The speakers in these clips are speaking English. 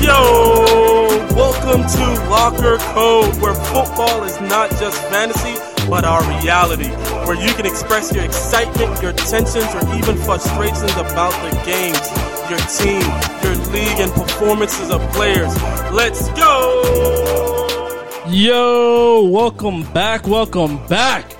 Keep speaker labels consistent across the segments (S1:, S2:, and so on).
S1: Yo, welcome to Locker Code, where football is not just fantasy, but our reality, where you can express your excitement, your tensions, or even frustrations about the games, your team, your league, and performances of players. Let's go! Yo, welcome back, welcome back.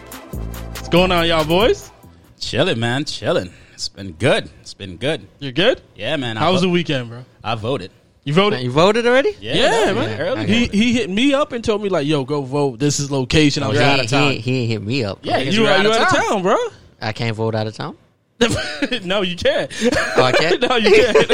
S1: What's going on, y'all boys?
S2: Chilling, man, chilling. It's been good. It's been good.
S1: You're good?
S2: Yeah, man.
S1: How
S2: I
S1: was
S2: vo-
S1: the weekend, bro?
S2: I voted.
S1: You voted?
S3: Man, you voted already?
S2: Yeah,
S1: Yeah,
S2: that-
S1: man.
S2: Early.
S1: He he hit me up and told me like, "Yo, go vote. This is location." I was
S3: Oh, he,
S1: out of
S3: He,
S1: town.
S3: he ain't hit me up.
S2: Yeah,
S3: Like,
S2: he-
S1: You
S2: You're
S1: out,
S2: out
S1: you
S2: of
S1: out of
S2: town.
S1: town, bro?
S3: I can't vote out of town.
S1: no, you can't.
S3: Oh, I can't.
S1: no, you can't.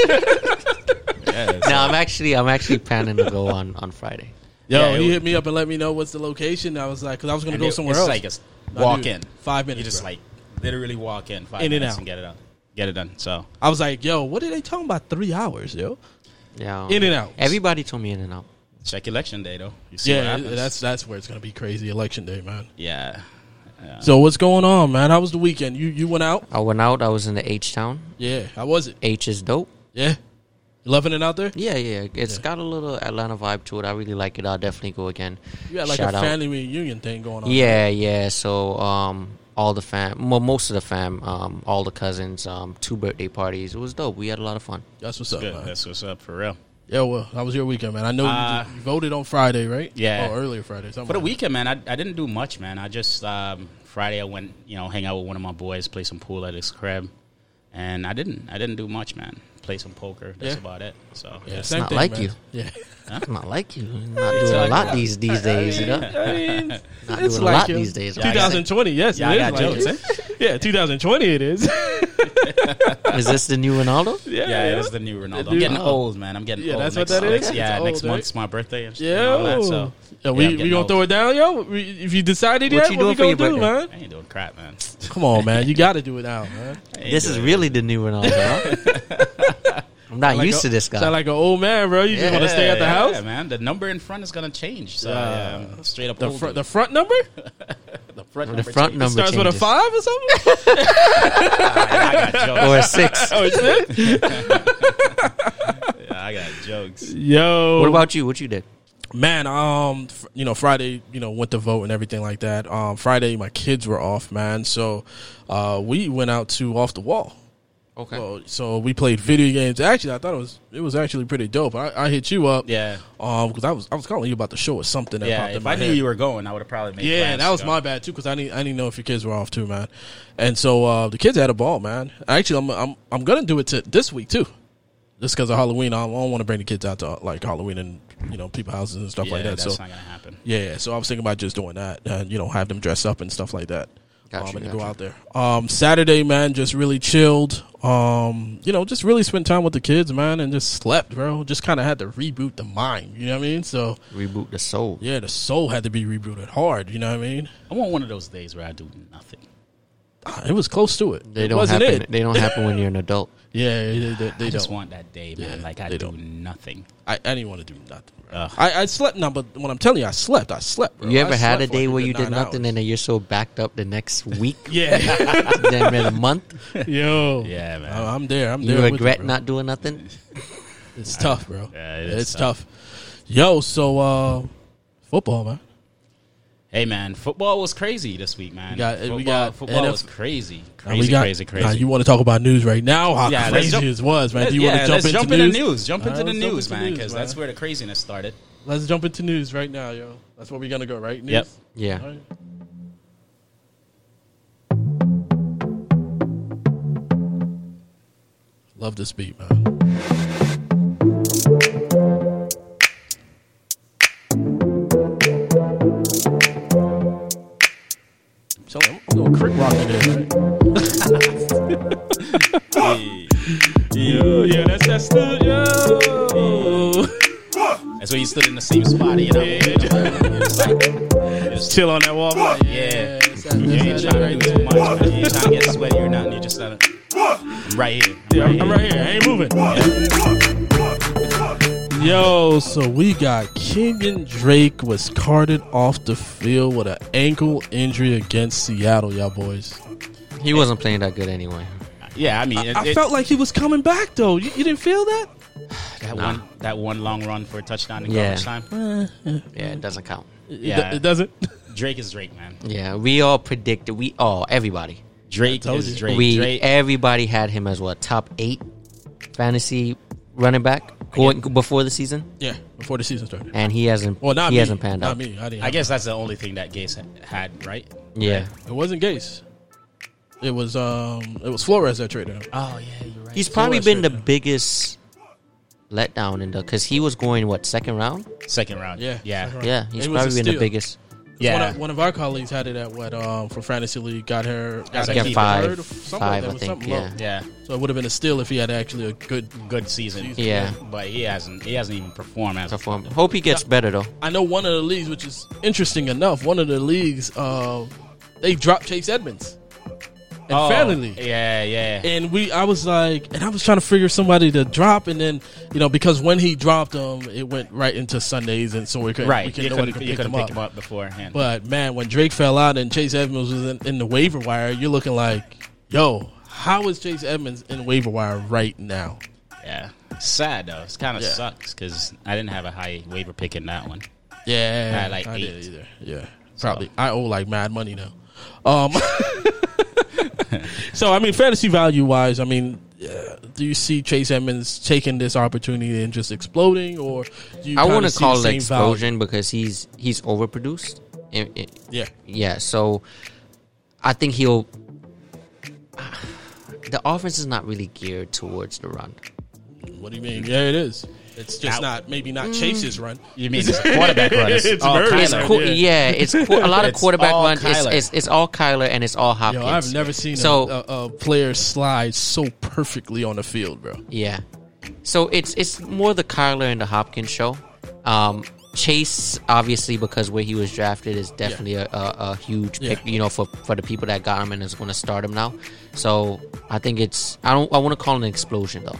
S3: no, I'm actually I'm actually planning to go on on Friday.
S1: Yo,
S2: Yeah, it
S1: he
S2: was-
S1: hit me up and let me know what's the location. I was like, because I was gonna
S2: And
S1: go
S2: it-
S1: somewhere
S2: it's
S1: else.
S2: Like it's
S1: I
S2: walk
S1: do.
S2: in
S1: Five minutes,
S2: You just
S1: bro.
S2: like literally walk in five
S1: In and
S2: minutes
S1: out.
S2: and get it out, get it done. So
S1: I was like, "Yo, what are they talking about? Three hours, yo."
S3: Yeah, um,
S1: In and out.
S3: Everybody told me in and out.
S2: check election day though. You see what
S1: Yeah,
S2: happens.
S1: that's that's where it's gonna be crazy election day, man.
S2: yeah. Yeah.
S1: So what's going on, man? How was the weekend? You you went out?
S3: I went out. I was in the H town.
S1: Yeah. How was it?
S3: H is dope.
S1: Yeah. You loving it out there?
S3: Yeah, yeah. It's got a little Atlanta vibe to it. I really like it. I'll definitely go again.
S1: You had like
S3: Shout
S1: a
S3: out.
S1: family reunion thing going on.
S3: Yeah, yeah. So um, all the fam, well, most of the fam, um, all the cousins, um, two birthday parties. It was dope. We had a lot of fun.
S1: That's what's up,
S2: Good.
S1: man.
S2: That's what's up for real.
S1: Yeah, well, how was your weekend, man? I know
S2: Uh,
S1: you, you voted on Friday, right?
S2: yeah.
S1: Oh, earlier Friday. something
S2: For the
S1: like
S2: weekend, man, I, I didn't do much, man. I just um, Friday I went, you know, hang out with one of my boys, play some pool at his crib, and I didn't, I didn't do much, man. Play some poker. That's
S1: Yeah.
S2: about it. So
S1: that. Yeah,
S2: yes.
S1: same
S3: not like you.
S1: Yeah.
S3: I'm not like you. I'm not doing a lot these these days. You know.
S1: I mean,
S3: Not
S1: it's
S3: doing a
S1: like
S3: lot
S1: you.
S3: these days, right?
S1: 2020, yes,
S2: Yeah, I
S1: it
S2: got
S1: is. like
S2: jokes.
S1: you. yeah, 2020 it is. yeah,
S3: Is this the new Ronaldo?
S2: Yeah,
S1: yeah.
S2: that's the new Ronaldo.
S1: new-
S2: I'm getting
S3: Oh.
S2: old, man. I'm getting
S1: Yeah,
S2: old.
S1: that's what
S2: next,
S1: that is?
S2: next- yeah,
S1: It's
S2: next
S1: old,
S2: month's my birthday. And shit and all that,
S1: Yo.
S2: so
S1: Yeah, we we
S2: I'm getting
S1: gonna
S2: old.
S1: throw it down, yo. We, if you decided
S3: What
S1: yet,
S3: you
S1: what we
S3: doing for
S1: gonna
S3: your
S1: do,
S3: birthday?
S1: man?
S2: I ain't doing crap, man.
S1: Come on, man. You got to do it now, man.
S2: I ain't
S3: This is
S2: doing
S3: really the new Ronaldo. huh? I'm not
S1: Like
S3: used
S1: a-
S3: to this guy.
S1: Sound like an old man, bro. You
S2: it.
S1: just want to stay at the
S2: Yeah,
S1: house.
S2: yeah, man. The number in front is gonna change. So yeah, I'm straight up
S1: The
S2: old
S1: front,
S2: dude.
S1: the front number
S2: the front,
S3: the front
S2: changes.
S3: number
S1: starts with a
S3: changes.
S1: five or something.
S2: I got jokes.
S3: or a six.
S1: oh, it's it.
S2: Yeah, I got jokes.
S1: Yo,
S3: What about you? What you did?
S1: Man, um, fr- you know, Friday, you know, went to vote and everything like that. Um, Friday, my kids were off, man, so uh, we went out to off the wall.
S3: Okay.
S1: So, so we played video games. Actually, I thought it was it was actually pretty dope. I, I hit you up,
S2: Yeah.
S1: um, because I was I was calling you about the show or something. That
S2: Yeah,
S1: popped in
S2: if
S1: my
S2: I knew
S1: head.
S2: you were going, I would have probably made.
S1: Yeah,
S2: plans
S1: that
S2: to
S1: was
S2: go.
S1: my bad too because I didn't I didn't know if your kids were off too, man. And so uh, the kids had a ball, man. Actually, I'm I'm I'm gonna do it to, this week too, just because of Halloween. I don't, want to bring the kids out to like Halloween and you know people houses and stuff
S2: Yeah,
S1: like that.
S2: that's
S1: So
S2: not gonna happen.
S1: yeah, yeah, so I was thinking about just doing that and you know have them dress up and stuff like that.
S3: Got
S1: um,
S3: you,
S1: and
S3: got
S1: go
S3: you.
S1: out there. Um, Saturday, man, just really chilled. Um, you know, just really spent time with the kids, man, and just slept, bro. Just kind of had to reboot the mind. You know what I mean? So
S3: Reboot the soul.
S1: yeah, the soul had to be rebooted hard. You know what I mean?
S2: I want one of those days where I do nothing.
S1: Ah, It was close to it.
S3: They
S1: it
S3: don't
S1: wasn't
S3: happen.
S1: it.
S3: They don't happen when you're an adult.
S1: Yeah, they, they, they
S2: I
S1: don't.
S2: just want that day, man.
S1: Yeah,
S2: like I
S1: they
S2: do
S1: don't.
S2: nothing.
S1: I, I didn't want to do nothing. bro.
S2: Ugh.
S1: I, I slept now, but when I'm telling you, I slept. I slept. Bro.
S3: You ever
S1: I
S3: had
S1: slept for
S3: a day
S1: like
S3: where
S1: good
S3: you did
S1: nine
S3: nothing
S1: hours.
S3: and then you're so backed up the next week,
S1: yeah,
S3: then in a month,
S1: yo,
S2: Yeah, man.
S1: I, am there. I'm
S3: you
S1: there. with
S3: regret
S1: bro.
S3: not doing nothing?
S1: It's tough, bro.
S2: Yeah, it is
S1: it's tough. Yo, so uh, football, man.
S2: Hey, man, football was crazy this week, man.
S1: got- we
S2: football,
S1: got
S2: football
S1: NF
S2: was crazy,
S1: Now
S2: crazy,
S1: we got-
S2: crazy, crazy.
S1: Now you want to talk about news right now? How
S2: Yeah, let's
S1: crazy
S2: jump-
S1: it was, man. Do you
S2: yeah,
S1: want to jump
S2: let's
S1: into
S2: jump
S1: news?
S2: into news? Jump
S1: All
S2: into
S1: right,
S2: the
S1: let's jump
S2: news,
S1: into
S2: man,
S1: news,
S2: because
S1: man.
S2: that's where the craziness started.
S1: Let's jump into news right now, yo. That's where we're gonna go, right? News?
S2: Yep.
S3: Yeah.
S1: All right. Love this beat, man. So I'm going crick rock today. Right? Yeah, yeah, that's that still, yo.
S2: That's where you stood in the same spot, you know.
S1: Chill on that wall, man.
S2: Yeah.
S1: that's that-
S2: You ain't
S1: that's that
S2: trying to
S1: right
S2: do
S1: there.
S2: too much. Man. You ain't trying to get sweaty or nothing. You just gotta. I'm right here.
S1: Yeah, I'm right here. I ain't moving. Yo, so we got Kenyon Drake was carted off the field with an ankle injury against Seattle, y'all boys.
S3: He wasn't playing that good anyway.
S2: Yeah, I mean, it,
S1: I
S2: it-
S1: felt like he was coming back though. You, you didn't feel that?
S2: that
S3: Nah.
S2: one that one long run for a touchdown in
S3: Yeah.
S2: garbage time.
S3: Yeah, it doesn't count.
S1: It-
S2: Yeah.
S1: It, doesn't.
S2: Drake is Drake, man.
S3: Yeah, we all predicted. We all, everybody,
S2: Drake
S1: told
S2: is
S1: you.
S2: Drake.
S3: we
S2: Drake.
S3: everybody had him as what top eight fantasy running back going before the season,
S1: yeah, before the season started.
S3: and he hasn't.
S1: Well, not
S3: he
S1: me.
S3: hasn't panned
S1: not
S3: out.
S1: me. I didn't.
S2: I guess that's the only thing that Gase ha- had, right?
S3: Yeah,
S1: it wasn't Gase. It was um, it was Flores that traded him.
S2: Oh yeah, you're right.
S3: he's probably
S1: Flores
S3: been the
S1: right now.
S3: biggest letdown in the because he was going what second round.
S2: Second round.
S1: Yeah,
S2: yeah,
S1: second round.
S3: Yeah,
S1: It was
S3: he's
S1: a
S3: probably been the
S1: steal.
S3: biggest.
S1: One
S2: yeah.
S1: of, one of our colleagues had it at what um for fantasy league got her
S2: As
S1: got
S2: a
S1: her
S2: keeper.
S1: third or
S3: Five,
S1: something like
S3: five,
S1: that,
S3: I
S1: or
S3: think,
S1: something
S3: yeah.
S1: low.
S2: yeah.
S1: So it would have been a steal if he had actually a good.
S2: Good season.
S3: Yeah.
S2: but he hasn't. He hasn't even performed as.
S3: Perform. Hope he gets better though.
S1: I know one of the leagues, which is interesting enough. One of the leagues, uh, they dropped Chase Edmonds and
S2: Oh,
S1: family league.
S2: Yeah, yeah.
S1: and we I was like and I was trying to figure somebody to drop and then you know because when he dropped them it went right into Sundays and so we couldn't
S2: right.
S1: we
S2: you
S1: couldn't,
S2: couldn't,
S1: nobody
S2: you
S1: could
S2: couldn't
S1: pick them up.
S2: pick him up beforehand.
S1: but man when Drake fell out and Chase Edmonds was in, in the waiver wire you're looking like yo how is Chase Edmonds in waiver wire right now
S2: yeah, sad though. It's kind of
S1: Yeah.
S2: sucks because I didn't have a high waiver pick in that one.
S1: yeah
S2: I like
S1: didn't
S2: eight.
S1: either yeah probably I owe like mad money now um so I mean fantasy value wise I mean uh, do you see Chase Edmonds taking this opportunity and just exploding, or do you
S3: I
S1: kinda
S3: want to
S1: see
S3: call
S1: the
S3: it
S1: same value?
S3: explosion because he's he's overproduced. It- it-
S1: Yeah.
S3: Yeah, so I think he'll. The offense is not really geared towards the run.
S1: What do you mean? Yeah, it is. It's just
S2: Out.
S1: not maybe not Chase's run.
S3: Mm.
S2: You mean it's quarterback run?
S1: It's
S2: all
S1: very
S3: It's
S2: Kyler.
S1: cool.
S3: qu- yeah. it's qu- a lot of
S2: It's
S3: quarterback
S2: all
S3: runs. It's,
S2: Kyler.
S3: it's, it's all Kyler and it's all Hopkins.
S1: Yo, I've never seen
S3: So-
S1: a, a, a player slide so perfectly on the field, bro.
S3: Yeah. So it's it's more the Kyler and the Hopkins show. Um, Chase, obviously, because where he was drafted is definitely a, a, a huge pick,
S1: Yeah.
S3: you know, for, for the people that got him and is going to start him now. So I think it's I don't I want to call it an explosion though.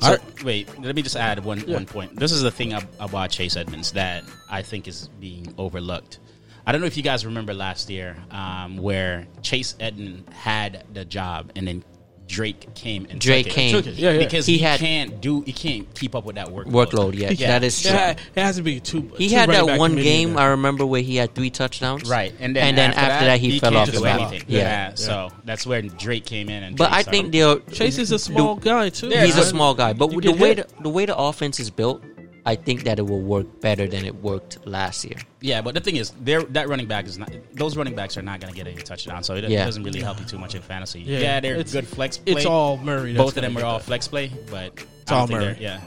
S2: So,
S1: Alright.
S2: wait, let me just add one one point. This is the thing ab- about Chase Edmonds that I think is being overlooked. I don't know if you guys remember last year um, where Chase Edmonds had the job and then Drake came and
S3: Drake
S2: took it.
S3: came.
S1: Took it. Yeah, yeah.
S2: because
S3: He
S2: he,
S3: had-
S2: can't do he can't keep up with that workload.
S3: Workload, yeah,
S2: Yeah.
S3: that is true.
S1: Yeah, it has to be two.
S3: He
S1: two
S3: had
S1: running
S3: that
S1: back
S3: one
S1: committee in
S3: game
S1: there.
S3: I remember where he had three touchdowns.
S2: Right, and then after,
S3: after that, he, fell
S2: can't
S3: off the
S2: do
S3: map.
S2: anything.
S3: Yeah.
S2: Yeah. so that's where Drake came in. And
S3: But
S2: Drake
S3: I
S2: started.
S3: think they'll
S1: Chase is a small guy too.
S3: he's a
S1: man.
S3: small guy. But
S1: You
S3: the
S1: get
S3: way the,
S1: hit.
S3: the way the offense is built, I think that it will work better than it worked last year.
S2: yeah, but the thing is, they're- that running back is not; those running backs are not going to get any touchdowns, so it
S3: Yeah.
S2: doesn't really help you too much in fantasy.
S1: Yeah.
S2: Yeah, they're
S1: It's-
S2: good flex. Play.
S1: It's all Murray. that's
S2: both of them
S1: gonna
S2: were
S1: get
S2: all
S1: that.
S2: flex play, but it's
S1: all Murray.
S2: Yeah,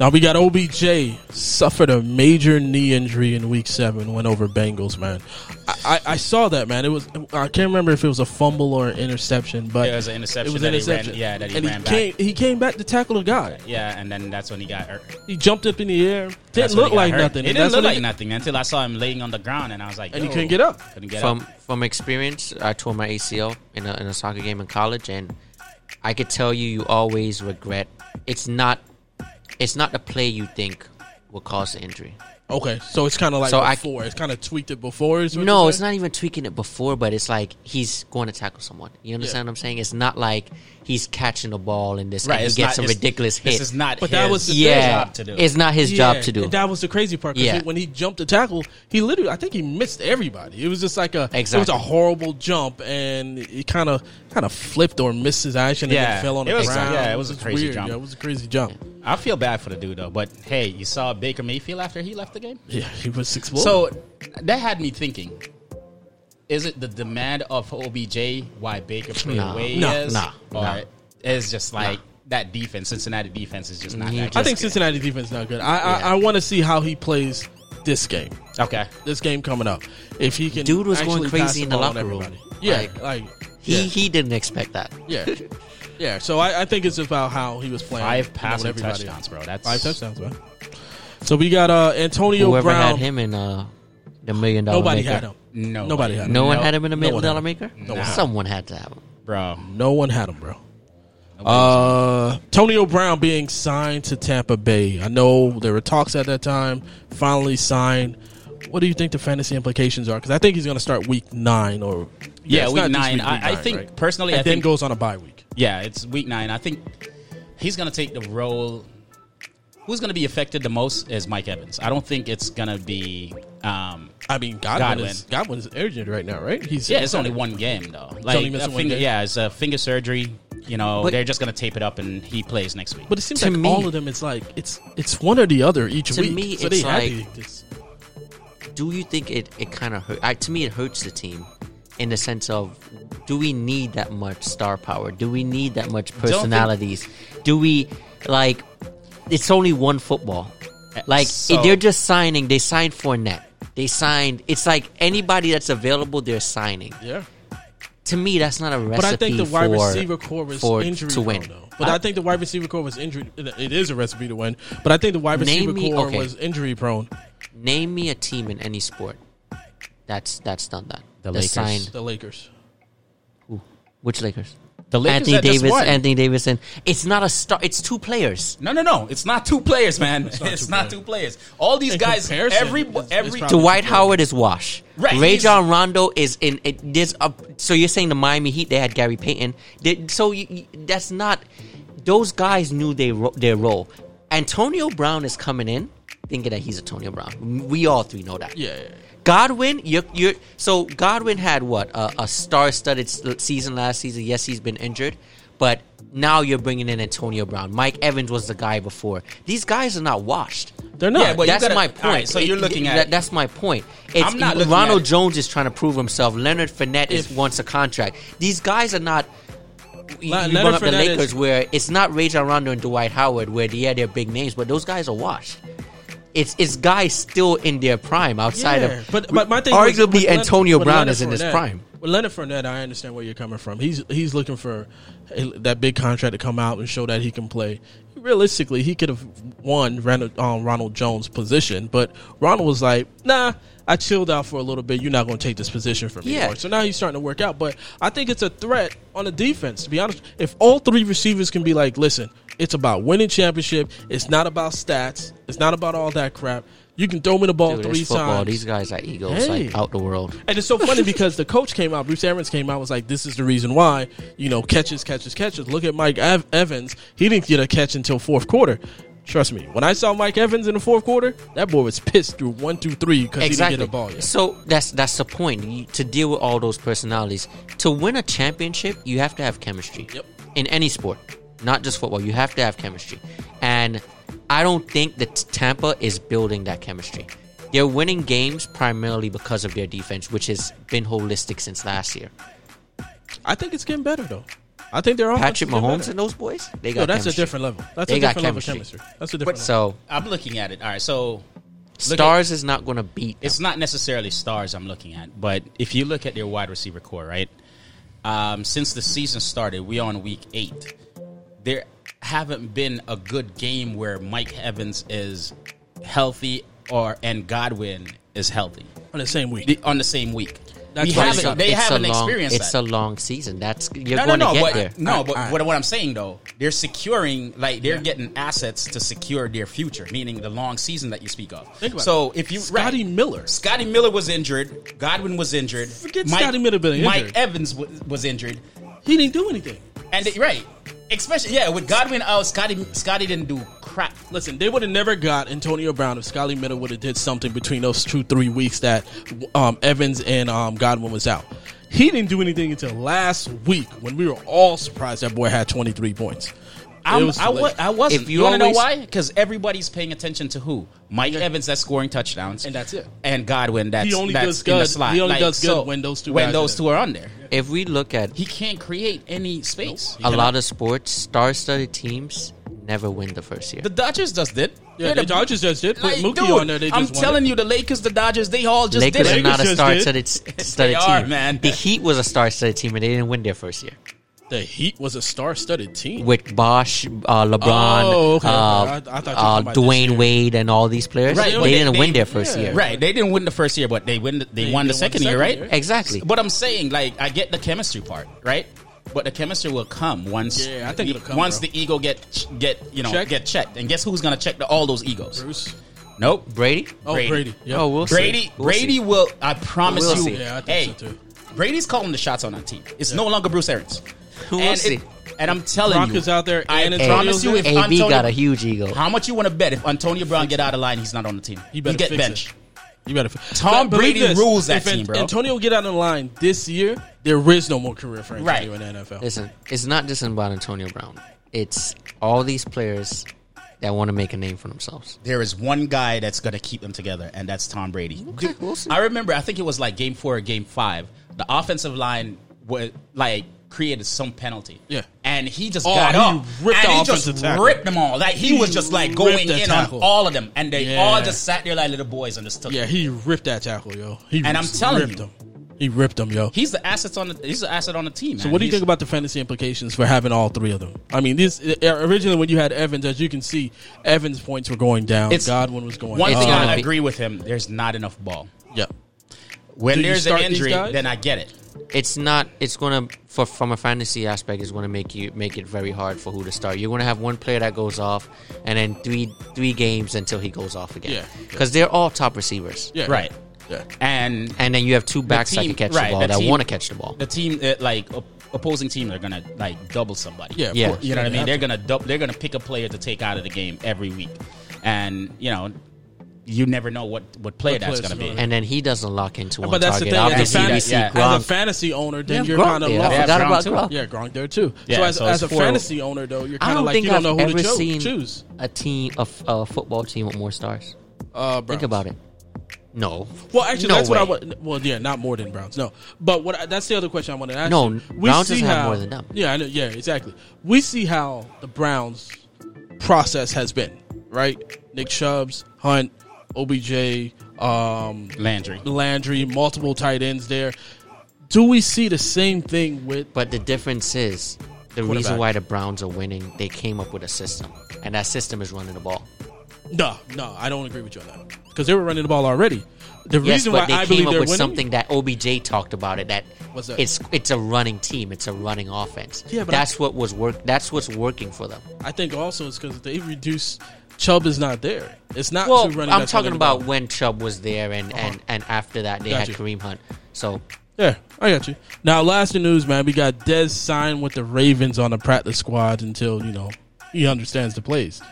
S1: Now we got OBJ suffered a major knee injury in week seven, went over Bengals, man. I, I, I saw that man. It was I can't remember if it was a fumble or an interception, but
S2: It was an interception
S1: It was
S2: that
S1: an
S2: he ran-
S1: interception.
S2: yeah, that he
S1: and
S2: ran
S1: he
S2: back.
S1: came he came back to tackle the guy.
S2: yeah, and then that's when he got hurt.
S1: He jumped up in the air. Didn't
S2: That's when
S1: look
S2: he got
S1: like
S2: hurt.
S1: nothing.
S2: It
S1: and
S2: didn't
S1: that's
S2: look
S1: when
S2: like
S1: he-
S2: nothing until I saw him laying on the ground, and I was like,
S1: And he
S2: "Yo,
S1: couldn't get up.
S2: Couldn't get
S3: from
S2: up.
S3: from experience, I tore my ACL in a, in a soccer game in college, and I could tell you, you always regret. It's not, it's not the play you think will cause the injury.
S1: Okay, so it's kind of like
S3: So I-
S1: before. it's kind of tweaked it before. Is what
S3: No,
S1: you're
S3: it's
S1: saying?
S3: not even tweaking it before, but it's like he's going to tackle someone. You understand
S1: Yeah.
S3: what I'm saying? It's not like he's catching the ball and this,
S2: Right,
S3: and
S2: it's
S3: he gets
S2: not-
S3: a
S2: it's-
S3: ridiculous hit.
S2: This is not.
S1: But that
S2: his
S1: was the
S3: yeah,
S2: job to do.
S3: it's not his
S1: Yeah,
S3: job to do.
S1: and that was the crazy part. 'cause
S3: Yeah.
S1: he- when he jumped the tackle, he literally, I think he missed everybody. It was just like a, it was
S3: Exactly.
S1: a horrible jump, and he kind of, kind of flipped or missed his action and
S2: Yeah,
S1: then fell on
S2: it
S1: the
S2: was-
S1: ground.
S2: yeah, it was a crazy
S1: weird.
S2: jump.
S1: Yeah, it was a crazy jump.
S2: I feel bad for the dude though, but hey, you saw Baker Mayfield after he left the game.
S1: Yeah, he was exploding.
S2: So that had me thinking: Is it the demand of OBJ why Baker played
S3: No,
S2: away?
S1: no,
S2: is,
S3: no,
S2: or
S3: no.
S2: it's just like that defense, Cincinnati defense is just not
S3: He
S2: that.
S1: Mm, I
S2: good.
S1: think Cincinnati defense is not good. I,
S3: Yeah.
S1: I, I want to see how he plays this game.
S2: okay,
S1: This game coming up, if he can,
S3: Dude was going
S1: actually pass
S3: crazy in
S1: the
S3: the
S1: ball on
S3: locker room.
S1: everybody. Yeah, like,
S3: Like, He
S1: yeah.
S3: he didn't expect that.
S1: Yeah. Yeah. So I, I think it's about how he was playing.
S2: five
S1: you know,
S2: passing
S1: with everybody.
S2: touchdowns, bro. That's
S1: Five touchdowns, man. So we got uh, Antonio
S3: Whoever
S1: Brown.
S3: had him in uh, the million dollar
S1: Nobody
S3: maker.
S1: had him.
S2: Nobody.
S1: Nobody had him.
S3: No one
S2: No-
S3: had him in the
S1: no
S3: million
S1: one had
S3: dollar
S1: him.
S3: maker.
S1: No one had him.
S3: Someone had to have him.
S2: bro.
S1: No one had him, bro. Uh, Tonio Brown being signed to Tampa Bay. I know there were talks at that time. Finally signed. What do you think the fantasy implications are? Because I think he's going to start week nine or
S2: Yeah,
S1: it's
S2: week
S1: not this
S2: nine. I- I think personally,
S1: and
S2: I
S1: then
S2: think-
S1: goes on a bye week.
S2: Yeah, it's week nine. I think he's going to take the role. Who's going to be affected the most is Mike Evans. I don't think it's going to be. Um,
S1: I mean, Godwin,
S2: Godwin.
S1: is Godwin is urgent right now, right? He's
S2: yeah, it's only one game though. Like
S1: only missing
S2: a
S1: one
S2: finger,
S1: game.
S2: yeah, it's a finger surgery. You know,
S3: But-
S2: they're just going to tape it up and he plays next week.
S1: But it seems
S3: To
S1: like
S3: me-
S1: all of them. It's like it's it's one or the other each
S3: To
S1: week.
S3: me,
S1: so
S3: it's
S1: they had
S3: like-
S1: to- it's-
S3: do you think it, it kind of hurt? I, to me, it hurts the team in the sense of do we need that much star power? Do we need that much
S2: think-
S3: personalities? Do we like? It's only one football. Like
S2: so-
S3: they're just signing. They signed Fournette. They signed. It's like anybody that's available, they're signing.
S1: yeah.
S3: To me, that's not a recipe.
S1: But I think the wide
S3: for-
S1: receiver core was
S3: for-
S1: injury
S3: to win. Uh,
S1: prone, though. But I,
S3: I-
S1: think the wide receiver core was injury. It is a recipe to win. But I think the wide receiver
S3: Name me-
S1: core
S3: okay.
S1: was injury prone.
S3: Name me a team in any sport that's that's done that.
S2: The
S3: That's
S2: Lakers.
S3: signed
S1: The Lakers.
S3: which Lakers?
S2: The Lakers
S3: Anthony
S2: that just
S3: Davis,
S2: won.
S3: Anthony Davis, and it's not a star. It's two players.
S2: No, no, no! It's not two players, man. It's
S1: not
S2: not,
S1: two
S2: two, players. All these
S1: In
S2: guys,
S1: comparison,
S2: every
S1: it's- it's
S2: every
S1: probably-
S3: Dwight Howard is wash.
S2: Right,
S3: Ray
S2: he's-
S3: John Rondo is in. It, there's a, so you're saying the Miami Heat they had Gary Payton. They- so you, you- that's not. Those guys knew they ro- their role. Antonio Brown is coming in thinking that he's Antonio Brown. We all three know that.
S1: Yeah, yeah, yeah.
S3: Godwin, you're, you're so Godwin had what a, a star-studded s- season last season. Yes, he's been injured, but now you're bringing in Antonio Brown. Mike Evans was the guy before. These guys are not washed.
S1: They're not.
S2: Yeah, but you
S3: that's
S2: gotta-
S3: my
S2: all
S3: point.
S2: right, so you're looking at-
S3: that- that's my point. It's,
S2: I'm not looking
S3: Ronald
S2: at-
S3: Jones is trying to prove himself. Leonard Fournette is
S1: If-
S3: wants a contract. These guys are not. You
S1: Le-
S3: you
S1: Leonard
S3: brought up the
S1: Fournette
S3: Lakers,
S1: is-
S3: where it's not Ray John Rondo and Dwight Howard, where yeah, they're big names, but those guys are washed. It's it's guys still in their prime outside
S1: Yeah,
S3: of
S1: but, but my thing was-
S3: arguably
S1: with Leonard-
S3: Antonio
S1: with
S3: Brown
S1: Leonard
S3: is in his
S1: Fournette-
S3: prime.
S1: With Leonard Fournette, I understand where you're coming from. He's he's looking for a, that big contract to come out and show that he can play. Realistically, he could have won Ronald, um, Ronald Jones' position, but Ronald was like, "Nah, I chilled out for a little bit. You're not going to take this position from me."
S3: Yeah.
S1: anymore." So now he's starting to work out, but I think it's a threat on the defense. To be honest, if all three receivers can be like, "Listen, it's about winning championship. It's not about stats. It's not about all that crap." You can throw me the ball
S3: Dude, it's
S1: three
S3: football.
S1: times.
S3: These guys are egos
S1: Hey.
S3: like out the world.
S1: And it's so funny because the coach came out, Bruce Arians came out, was like, "This is the reason why, you know, catches, catches, catches." Look at Mike Ev- Evans; he didn't get a catch until fourth quarter. Trust me, when I saw Mike Evans in the fourth quarter, that boy was pissed through one, two, three because he
S3: Exactly.
S1: didn't get a ball. Yet.
S3: So that's that's the point. You, to deal with all those personalities, to win a championship, you have to have chemistry.
S1: Yep.
S3: In any sport, not just football, you have to have chemistry. And I don't think that Tampa is building that chemistry. They're winning games primarily because of their defense, which has been holistic since last year.
S2: Oh,
S1: I think it's getting better though. I think they're all
S3: Patrick Mahomes and those boys, they got
S1: No, that's
S3: chemistry.
S1: a different level. That's
S3: They
S1: a
S3: got
S1: different level of
S3: chemistry.
S1: chemistry. That's a different. level.
S3: So
S2: I'm looking at it. All right, so Look at-
S3: stars is not going to beat. them.
S2: it's not necessarily stars I'm looking at, but if you look at their wide receiver core, right? Um, since the season started, we on week eight. There haven't been a good game where Mike Evans is healthy or and Godwin is healthy
S1: on the same week,
S2: the- on the same week.
S1: That's
S2: we
S1: why
S2: haven't,
S1: it's a-
S2: they
S3: it's
S2: haven't
S3: a long,
S2: experienced
S3: It's
S2: that.
S3: a long season. That's
S2: No,
S3: you're
S2: no,
S3: going
S2: no,
S3: to get
S2: but
S3: there.
S2: no,
S1: Alright,
S2: but
S1: alright.
S2: what, what I'm saying though, they're securing like they're getting assets to secure their future, meaning the long season that you speak of.
S1: Think about
S2: so
S1: it.
S2: if you
S1: Scotty Miller.
S2: Scotty Miller was injured, Godwin was injured,
S1: Forget Scotty Miller being
S2: Mike
S1: injured.
S2: Evans w- was injured,
S1: he didn't do anything.
S2: and they- right, especially yeah, with Godwin out, Scotty Scotty didn't do crap.
S1: Listen, they would have never got Antonio Brown if Scotty Miller would have did something between those two three weeks that um, Evans and um, Godwin was out. He didn't do anything until last week when we were all surprised that boy had twenty three points.
S2: I,
S1: It was
S2: I, wa-
S1: late.
S2: I wasn't.
S3: If you
S2: you want to know
S3: always-
S2: why? Because everybody's paying attention to who Mike Evans that's scoring touchdowns,
S1: And that's it.
S2: and Godwin that's
S1: He only
S2: that's
S1: does
S2: in the
S1: good-
S2: slot.
S1: he only
S2: Like,
S1: does good
S2: so
S1: when those two guys
S2: when
S1: are
S2: those
S1: there.
S2: two are on there.
S3: If we look at
S2: He can't create any space.
S3: a lot of sports, star-studded teams never win the first year.
S2: The Dodgers just did.
S1: yeah, the Dodgers just did put
S2: Like,
S1: Mookie
S2: dude,
S1: on there. They
S2: I'm
S1: just won
S2: telling
S1: it.
S2: you, the Lakers, the Dodgers, they all just
S3: Lakers
S2: did
S3: are
S2: it.
S3: not
S1: Lakers
S3: a
S1: just
S3: star-studded,
S2: They
S3: studded
S2: are,
S3: team.
S2: man.
S3: The Heat was a star-studded team, and they didn't win their first year
S1: the Heat was a star-studded team.
S3: with Bosch, uh, LeBron,
S1: Oh, okay.
S3: uh,
S1: I- I thought you were
S3: uh,
S1: talking about this year.
S3: Dwayne Wade, and all these players.
S2: Right,
S3: They,
S2: but they-
S3: didn't
S2: they-
S3: win their first
S1: yeah.
S3: year.
S2: Right, they didn't win the first year, but they win. The, they, won
S1: they won
S2: the second
S1: the
S2: year,
S1: second
S2: right?
S1: year.
S3: Exactly.
S2: But I'm saying, like, I get the chemistry part, right? But the chemistry will come once.
S1: Yeah, I think
S2: the,
S1: it'll come,
S2: once
S1: bro.
S2: the ego get get you know
S1: Checked?
S2: get checked. And guess who's gonna check the, all those egos?
S1: Bruce.
S2: Nope.
S3: Brady?
S1: Oh, Brady. Yep.
S3: Oh, we'll see.
S2: Brady
S3: We'll
S2: Brady
S3: see.
S2: will I promise
S3: We'll
S2: you.
S3: see.
S1: Yeah, I think
S2: hey,
S1: so too.
S2: Brady's calling the shots on that team. It's no longer Bruce Arians.
S3: We'll
S2: and
S3: see.
S2: and I'm telling
S4: Brock
S2: you,
S4: is out there.
S2: I
S4: and
S2: Hey,
S4: it's
S2: promise you if-
S3: AB
S2: Antonio-
S3: got a huge ego.
S2: How much you want to bet if Antonio Brown get out of line, he's not on the team. He
S4: better
S2: get
S4: fix it.
S2: benched.
S1: You better. f-
S2: Tom
S1: But believe
S2: Brady rules that
S1: if An-
S2: team, bro.
S1: Antonio get out of line this year. There is no more career for Antonio
S2: Right.
S1: in the NFL.
S3: Listen, it's not just about Antonio Brown. It's all these players that want to make a name for themselves.
S2: There is one guy that's going to keep them together, and that's Tom Brady.
S3: Okay,
S2: Dude,
S3: we'll see.
S2: I remember, I think it was like game four or game five. The offensive line was like created some penalty.
S1: Yeah.
S2: And he just
S1: Oh,
S2: got
S1: he
S2: up
S1: ripped
S2: and
S1: the
S2: he just
S1: offensive tackle.
S2: ripped them all. Like he,
S1: He
S2: was just like
S1: ripped
S2: going
S1: the
S2: in
S1: tackle.
S2: on all of them, and they
S1: Yeah.
S2: all just sat there like little boys and just took.
S1: Yeah,
S2: it.
S1: he ripped that tackle, yo. He
S2: And I'm
S1: just
S2: telling
S1: ripped
S2: you.
S1: him. He ripped him, yo.
S2: he's the assets on the he's the asset on the team.
S1: So what do you think about the fantasy implications for having all three of them? I mean, this originally when you had Evans, as you can see, Evans' points were going down.
S2: It's-
S1: Godwin was going
S2: One
S1: up. Uh,
S2: thing
S3: gonna
S2: I
S3: be-
S2: agree with him: there's not enough ball.
S1: yeah.
S2: When
S1: Do you
S2: there's an
S1: start these
S2: injury,
S1: guys?
S2: then I get it.
S3: It's not. It's gonna for from a fantasy aspect. It's gonna make you make it very hard for who to start. You're gonna have one player that goes off, and then three three games until he goes off
S1: Yeah.
S3: again. Because they're all top receivers.
S1: Yeah.
S2: Right.
S1: Yeah.
S2: And
S3: And then you have two backs that
S2: team-
S3: can catch
S2: right,
S3: the ball
S2: the
S3: that
S2: team-
S3: want to catch the ball.
S2: the team uh, like op- opposing team they're gonna like double somebody
S1: Yeah, of
S3: Yeah.
S1: course.
S2: you know what i
S1: Yeah,
S2: mean they're gonna dou- they're gonna pick a player to take out of the game every week and you know you never know what what player
S1: What
S2: that's
S1: player's
S2: gonna be
S1: gonna
S3: and then he doesn't lock into one
S1: But that's the
S3: target.
S1: thing. As a,
S3: Obviously,
S2: fan-
S3: we
S1: fantasy,
S3: see
S2: yeah.
S1: as a
S3: Gronk.
S1: fantasy owner,
S3: Yeah,
S1: then you're
S3: Gronk,
S1: kind of
S3: yeah.
S1: lost.
S3: I
S2: Yeah,
S3: forgot about
S2: Gronk, too.
S3: Gronk.
S1: Yeah, Gronk there too.
S2: Yeah,
S1: so as,
S2: so
S1: as
S2: it's
S1: a
S2: four-
S1: fantasy owner, though, you're
S3: I
S1: kind of
S3: don't
S1: like
S3: think
S1: you don't
S3: I've
S1: know who
S3: ever
S1: to cho-
S3: seen
S1: choose.
S3: a team, a, f- a football team with more stars.
S1: Uh, Browns.
S3: Think about it. No.
S1: Well, actually,
S3: No
S1: that's what I
S3: way.
S1: want. Well, yeah, not more than Browns. No, but what I, that's the other question I want to ask.
S3: No,
S1: you.
S3: Browns doesn't have more than them.
S1: Yeah, I know. Yeah, exactly. We see how the Browns process has been. Right, Nick Chubb's Hunt, OBJ, um,
S2: landry
S1: Landry, multiple tight ends there. Do we see the same thing with?
S3: But the difference is the reason
S1: Quarterback.
S3: why the Browns are winning, they came up with a system. And that system is running the ball.
S1: No, no, I don't agree with you on that because they were running the ball already. The
S3: Yes,
S1: reason
S3: but
S1: why
S3: they
S1: I
S3: came
S1: believe
S3: up
S1: they're
S3: with
S1: winning.
S3: something that OBJ talked about it that,
S1: What's that?
S3: it's it's a running team, it's a running offense.
S1: Yeah, but
S3: that's what was work that's what's working for them.
S1: I think also it's because they reduce. Chubb is not there. It's not
S3: Well,
S1: two running
S3: I'm
S1: backs
S3: talking
S1: running the ball. Uh-huh.
S3: about when Chubb was there and, and, and after that they
S1: Got
S3: had
S1: you.
S3: Kareem Hunt. So
S1: Yeah, I got you. Now, last in news, man, we got Dez signed with the Ravens on the practice squad until you know he understands the plays.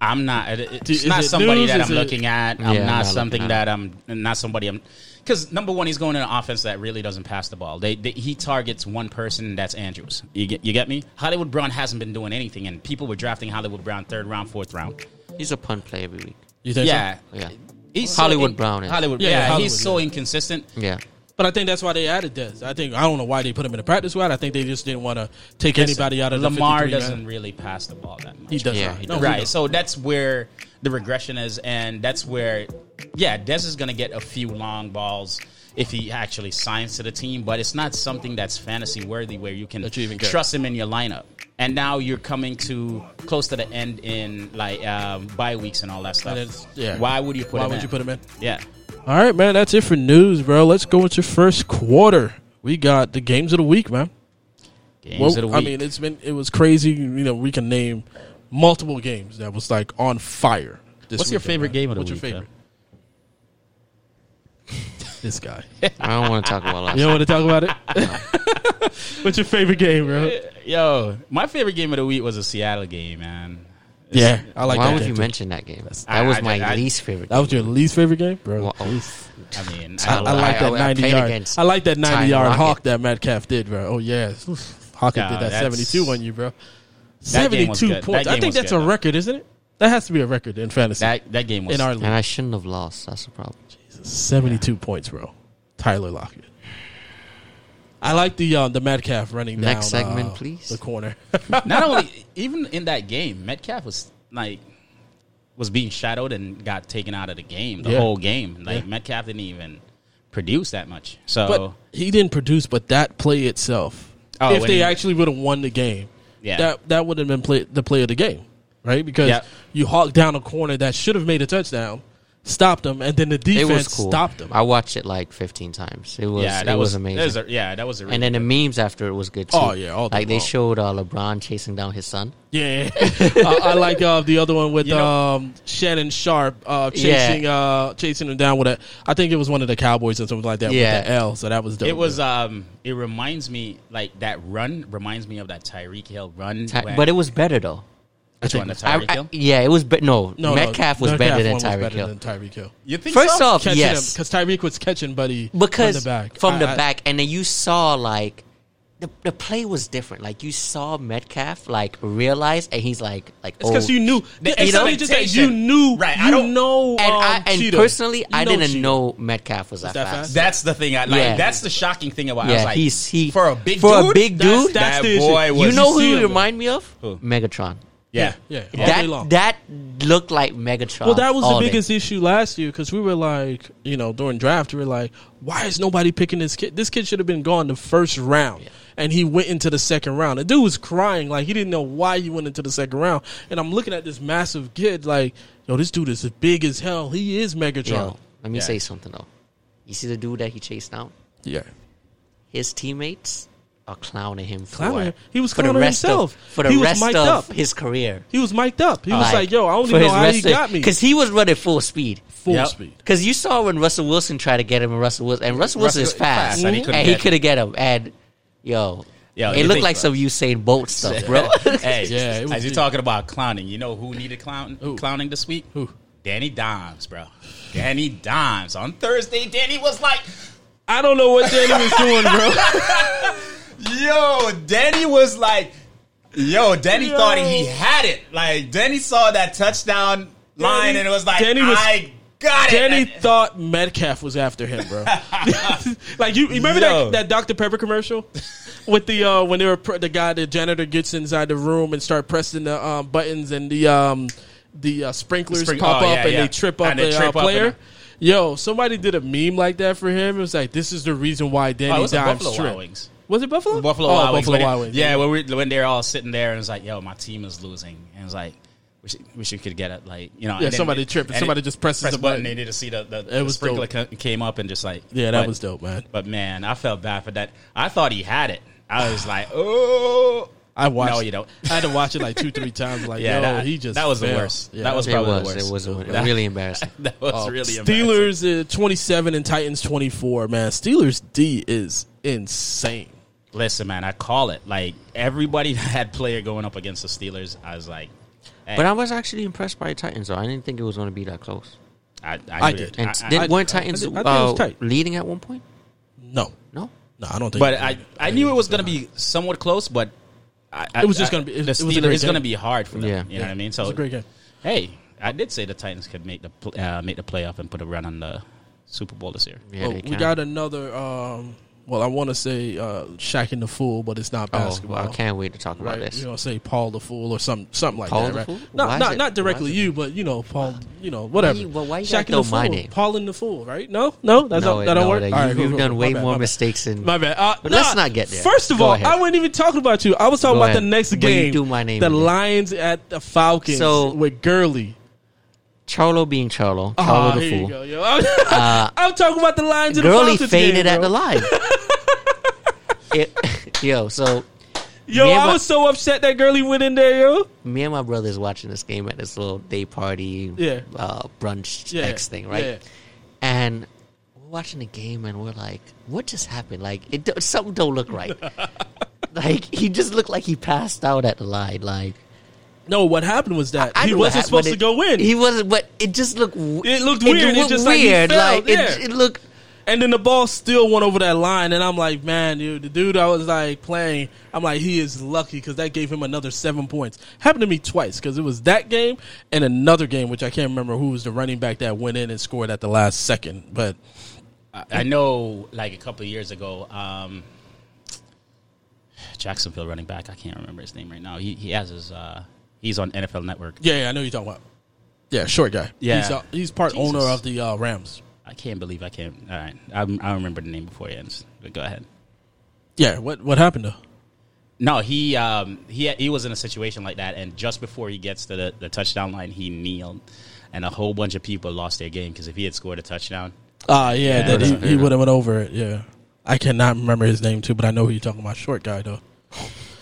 S2: i'm not it- it-
S1: Dude,
S2: it's
S1: is
S2: not
S1: it
S2: somebody
S1: news?
S2: that
S1: Is
S2: i'm
S1: it-
S2: looking at i'm
S3: Yeah,
S2: not
S3: not
S2: something
S3: looking at
S2: that i'm not somebody i'm because number one he's going in an offense that really doesn't pass the ball they, they he targets one person and that's andrews you get you get me hollywood brown hasn't been doing anything and people were drafting hollywood brown third round fourth round
S3: he's a punt play every week.
S1: You think? so?
S2: yeah
S3: Oh, Yeah.
S2: He's
S3: Hollywood Brown is.
S2: Hollywood,
S1: Yeah,
S2: yeah,
S1: yeah, Hollywood,
S2: he's so
S1: yeah.
S2: inconsistent.
S3: Yeah.
S1: But I think that's why they added Dez. I think I don't know why they put him in the practice squad. I think they just didn't want to take anybody out of
S2: Lamar
S1: the 53 man.
S2: doesn't really pass the ball that much.
S1: He does
S3: Yeah,
S1: not.
S3: he
S1: No,
S2: right.
S1: doesn't.
S2: So that's where the regression is, and that's where, yeah, Des is going to get a few long balls if he actually signs to the team, but it's not something that's fantasy worthy where you can
S1: That you even care.
S2: trust him in your lineup. And now you're coming to close to the end in like um, bye weeks and all that
S1: And
S2: stuff.
S1: it's- yeah.
S2: Why would you put
S1: Why
S2: him
S1: would
S2: in?
S1: you put him in?
S2: Yeah.
S1: All right, man. That's it for news, bro. Let's go into first quarter. We got the games of the week, man.
S2: Games
S1: Well,
S2: of the week.
S1: I mean, it's been it was crazy. You know, we can name multiple games that was like on fire. This
S2: What's your
S1: weekend,
S2: favorite
S1: man.
S2: game of the
S1: What's
S2: week,
S1: your favorite? this guy.
S3: I don't want to talk about last
S1: You don't want to talk about it. What's your favorite game, bro?
S2: Yo, my favorite game of the week was a Seattle game, man.
S1: Yeah, I like
S3: Why
S1: that.
S3: would
S1: game,
S3: you
S1: too.
S3: mention that game?
S2: I-
S3: That was
S2: I-
S3: my
S2: I-
S3: least favorite.
S1: That was your least favorite game, bro.
S3: Well, oh,
S2: I mean,
S1: I, I like
S3: I-
S1: that
S3: I
S1: ninety
S3: played
S1: yard.
S3: against
S1: I like that ninety
S3: Tyler
S1: yard
S3: Lockett.
S1: hawk that Metcalf did, bro. Oh yeah, Hawkins
S2: No,
S1: did that
S2: that's-
S1: seventy two on you, bro.
S2: That
S1: Seventy
S2: game was
S1: two
S2: good. That
S1: points. I
S2: game
S1: think
S2: was
S1: that's
S2: good,
S1: a
S2: though.
S1: record, isn't it? That has to be a record in fantasy
S2: that that game was
S1: in our league.
S3: and I shouldn't have lost. That's the problem.
S1: 72 points, bro. Tyler Lockett. I like the uh, the Metcalf running
S3: Next
S1: down
S3: segment,
S1: uh,
S3: please.
S1: the corner.
S2: not only even in that game, Metcalf was like was being shadowed and got taken out of the game, the
S1: Yeah.
S2: whole game. Like
S1: Yeah.
S2: Metcalf didn't even produce that much. So
S3: Oh.
S1: but he didn't produce, but that play itself,
S2: Oh,
S1: if
S2: when
S1: they
S2: he-
S1: actually would have won the game,
S2: Yeah.
S1: that that would have been play, the play of the game, right? Because
S2: Yeah.
S1: you hawk down a corner that should have made a touchdown, stopped them, and then the
S3: It
S1: defense
S3: was cool.
S1: stopped them.
S3: I watched it like 15 times. It was
S2: yeah,
S3: it
S2: that
S3: was,
S2: was,
S3: amazing.
S2: that was a- yeah, that was a really
S3: and then the memes after it was good too.
S1: Oh, yeah, all day
S3: like they
S1: long.
S3: showed uh, LeBron chasing down his son.
S1: Yeah, I, I like uh, the other one with
S2: You know-
S1: um, Shannon Sharp uh,
S3: Yeah.
S1: chasing uh, chasing him down with a. I think it was one of the Cowboys or something like that.
S3: Yeah.
S1: with the L. So that was dope.
S2: It was um. It reminds me like that run reminds me of that Tyreek Hill run.
S3: Ty- but it was better though.
S2: which one? The
S3: I-
S2: Tyreek
S3: I-
S2: Hill.
S3: yeah, it was. Be- no,
S1: no, no,
S3: Metcalf was
S1: Metcalf
S3: better than
S1: one was
S3: Tyreek
S1: better
S3: Hill.
S1: than Tyreek Hill.
S2: You think
S3: First
S2: so?
S3: off,
S1: Catching
S3: yes,
S1: because Tyreek was catching Buddy
S3: because
S1: from the back.
S3: from the
S1: I- I-
S3: back, and then you saw like the, the play was different. Like you saw Metcalf like realize, and he's like, like
S1: It's because
S3: oh.
S1: you knew.
S2: The
S1: it's not just that you
S2: expectation.
S1: knew.
S2: Right,
S1: You
S2: I don't-
S1: know.
S3: And
S1: um,
S3: I and
S1: Cheetah.
S3: personally, I
S1: You know
S3: didn't
S1: Cheetah.
S3: know uh, Metcalf was that,
S1: that
S3: fast.
S1: fast?
S2: That's the thing. I like.
S3: Yeah.
S2: That's the shocking thing about. I
S3: Yeah,
S2: was like,
S3: he's he
S2: for a big
S3: for
S2: dude,
S3: a big
S1: that's-
S3: dude.
S1: that's
S2: that
S1: the issue.
S2: boy was.
S3: you know who
S1: see
S3: you
S1: him.
S3: remind me of?
S2: Who?
S3: Megatron.
S2: yeah.
S1: Yeah, yeah. all day long.
S3: That that looked like Megatron.
S1: Well, that was
S3: all
S1: the
S3: day.
S1: biggest issue last year because we were like, you know, during draft, we were like, why is nobody picking this kid? This kid should have been gone the first round. And he went into the second round. The dude was crying like he didn't know why he went into the second round. And I'm looking at this massive kid like, yo, this dude is big as hell. He is Megatron.
S3: Yo, let me
S2: Yeah.
S3: say something though. You see the dude that he chased down?
S1: Yeah.
S3: His teammates are clowning him for
S1: Clowning him? He was
S3: for the
S1: clowning
S3: rest of-
S1: himself.
S3: for the
S1: He was
S3: rest
S1: mic'd
S3: of
S1: up.
S3: his career.
S1: He was mic'd up. He was like, yo, I don't
S3: for
S1: even know
S3: his
S1: how he
S3: rest of-
S1: got me.
S3: Cause he was running full speed.
S1: Full
S2: Yep.
S1: speed.
S3: Cause you saw when Russell Wilson tried to get him, and Russell Wilson and Russell Wilson
S2: Russell-
S3: is fast,
S2: fast, and he couldn't get him.
S3: could have get him. And yo,
S2: Yo,
S3: it
S2: you
S3: looked
S2: think-
S3: like some Usain Bolt stuff, bro.
S2: hey,
S1: Yeah, it was
S2: as you're
S1: deep.
S2: talking about clowning, you know who needed clown,
S1: Who?
S2: clowning this week?
S1: Who?
S2: Danny Dimes, bro. Danny Dimes. On Thursday, Danny was like,
S1: I don't know what Danny was doing, bro.
S2: yo, Danny was like, yo, Danny
S1: Yo.
S2: thought he had it. Like, Danny saw that touchdown line
S1: Danny-
S2: and it was like,
S1: Danny was-
S2: I got it.
S1: Danny
S2: And-
S1: thought Metcalf was after him, bro. like you, you remember
S2: Yo.
S1: that, that Dr Pepper commercial with the uh, when they were pr- the guy the janitor gets inside the room and start pressing the um, buttons and the um, the uh, sprinklers
S2: Spring-
S1: pop
S2: oh,
S1: up
S2: yeah,
S1: and
S2: yeah.
S1: they trip up
S2: And they
S1: the uh,
S2: trip up and-
S1: player. Yo, somebody did a meme like that for him. It was like, this is the reason why Danny
S2: Oh, it was the
S1: Dimes
S2: Buffalo Wild
S1: tripped.
S2: Wings.
S1: Was it Buffalo?
S2: Buffalo
S1: oh,
S2: Wild Wings.
S1: Buffalo
S2: when
S1: Wild
S2: they-
S1: Wings.
S2: Yeah, when, we, when they're all sitting there and it's like, yo, my team is losing. And it's like, wish, wish you could get it, like, you know. and then-
S1: somebody trip and
S2: it-
S1: somebody just presses
S2: press
S1: the button.
S2: button. They didn't see the, the, the
S1: was
S2: sprinkler
S1: dope.
S2: co- came up and just like.
S1: yeah, that
S2: but-
S1: was dope, man.
S2: But man, I felt bad for that. I thought he had it. I was like, oh.
S1: I watched.
S2: No, you don't.
S1: I had to watch it like two, three times. Like,
S2: Yeah,
S1: yo,
S2: that,
S1: he just
S2: that was the
S1: fell.
S2: worst.
S1: Yeah,
S2: that was
S3: it
S2: probably
S3: was,
S2: the worst.
S3: it was, a-
S2: That-
S3: really embarrassing.
S2: That was really embarrassing.
S1: Oh, Steelers uh, 27 and Titans 24, man. Steelers D is insane.
S2: Listen, man, I call it. Like everybody that had player going up against the Steelers, I was like, hey,
S3: But I was actually impressed by the Titans, though. I didn't think it was going to be that close.
S2: I, I,
S1: I
S2: knew
S1: did.
S2: it.
S3: And
S2: I- I-
S3: did, weren't
S1: I- I
S3: Titans
S1: think- I think it
S3: uh,
S1: was tight.
S3: leading at one point?
S1: No.
S3: No.
S1: No, I don't think.
S2: but I, I knew it was going to be somewhat close, but I, I-
S1: It was just
S2: I-
S1: gonna be- it-
S2: the
S1: it was a great
S2: Steelers. It's
S1: game.
S2: going to be hard for them.
S3: Yeah.
S2: you know what I mean.
S1: It was
S2: So
S1: a great game.
S2: hey, I did say the Titans could make the pl- uh, make the playoff and put a run on the Super Bowl this year.
S3: Yeah,
S1: Well,
S3: they
S1: Oh, we
S3: can.
S1: got another, um, well, I want to say uh, Shaq and the Fool, but it's not
S3: Oh,
S1: basketball.
S3: well, I can't wait to talk about
S1: Right,
S3: this.
S1: you know, say Paul the Fool or some something like
S3: Paul
S1: that.
S3: the
S1: right?
S3: Fool?
S1: Not
S3: Why is
S1: not,
S3: it-
S1: not directly
S3: why is
S1: you, but you know, Paul. You know, whatever.
S3: well, why you
S1: Shaq and
S3: gotta throw
S1: the Fool,
S3: my name?
S1: Paul and the Fool, right? No, no, that's
S3: no,
S1: not, that don't
S3: no,
S1: work.
S3: You,
S1: All right,
S3: have
S1: cool, cool,
S3: done
S1: cool.
S3: way
S1: My bad,
S3: more
S1: my bad.
S3: mistakes than
S1: My bad. Uh,
S3: But let's
S1: nah,
S3: not get there.
S1: First of
S3: Go
S1: all,
S3: ahead.
S1: I wasn't even talking about you. I was talking
S3: Go
S1: about the
S3: ahead.
S1: next
S3: When you
S1: game.
S3: do my name
S1: the
S3: again.
S1: Lions at the Falcons
S3: So-
S1: with Gurley.
S3: Charlo being Charlo. Charlo
S1: Ah,
S3: the
S1: here you
S3: fool.
S1: go, yo. I'm, I'm talking about the Lions and the
S3: Girlie
S1: Falcons.
S3: faded
S1: game,
S3: at
S1: bro.
S3: the line. It- yo, so
S1: Yo,
S3: Me and
S1: I
S3: my-
S1: was so upset that Gurley went in there, yo.
S3: me and my brother's watching this game at this little day party,
S1: Yeah.
S3: uh, brunch
S1: Yeah,
S3: X thing, right?
S1: yeah.
S3: And we're watching the game, and we're like, "What just happened? Like, it do- something don't look right. like, he just looked like he passed out at the line. Like,
S1: No, what happened was that
S3: I
S1: he
S3: knew what
S1: wasn't
S3: hap-
S1: supposed
S3: but
S1: to
S3: it-
S1: go in,
S3: He wasn't, but it just looked. w-
S1: It looked weird. It
S3: looked
S1: just like he fell,
S3: it,
S1: yeah.
S3: it looked.
S1: and then the ball still went over that line. And I'm like, man, dude, the dude I was like playing, I'm like, he is lucky because that gave him another seven points. Happened to me twice because it was that game and another game, which I can't remember who was the running back that went in and scored at the last second. But
S2: I, I know, like a couple of years ago, um, Jacksonville running back. I can't remember his name right now. He he has his. Uh, he's on NFL Network.
S1: yeah, yeah, I know you're talking about. Yeah, short guy.
S2: Yeah.
S1: he's, uh, he's part
S2: Jesus.
S1: owner of the uh, Rams.
S2: I can't believe I can't. All right, I'm, I remember the name before it ends. But go ahead.
S1: Yeah, what what happened though?
S2: No, he um, he he was in a situation like that, and just before he gets to the, the touchdown line, he kneeled, and a whole bunch of people lost their game because if he had scored a touchdown,
S1: Ah, yeah,
S2: Yeah,
S1: that he,
S2: yeah.
S1: he would have went over it. Yeah, I cannot remember his name too, but I know who you're talking about. Short guy though.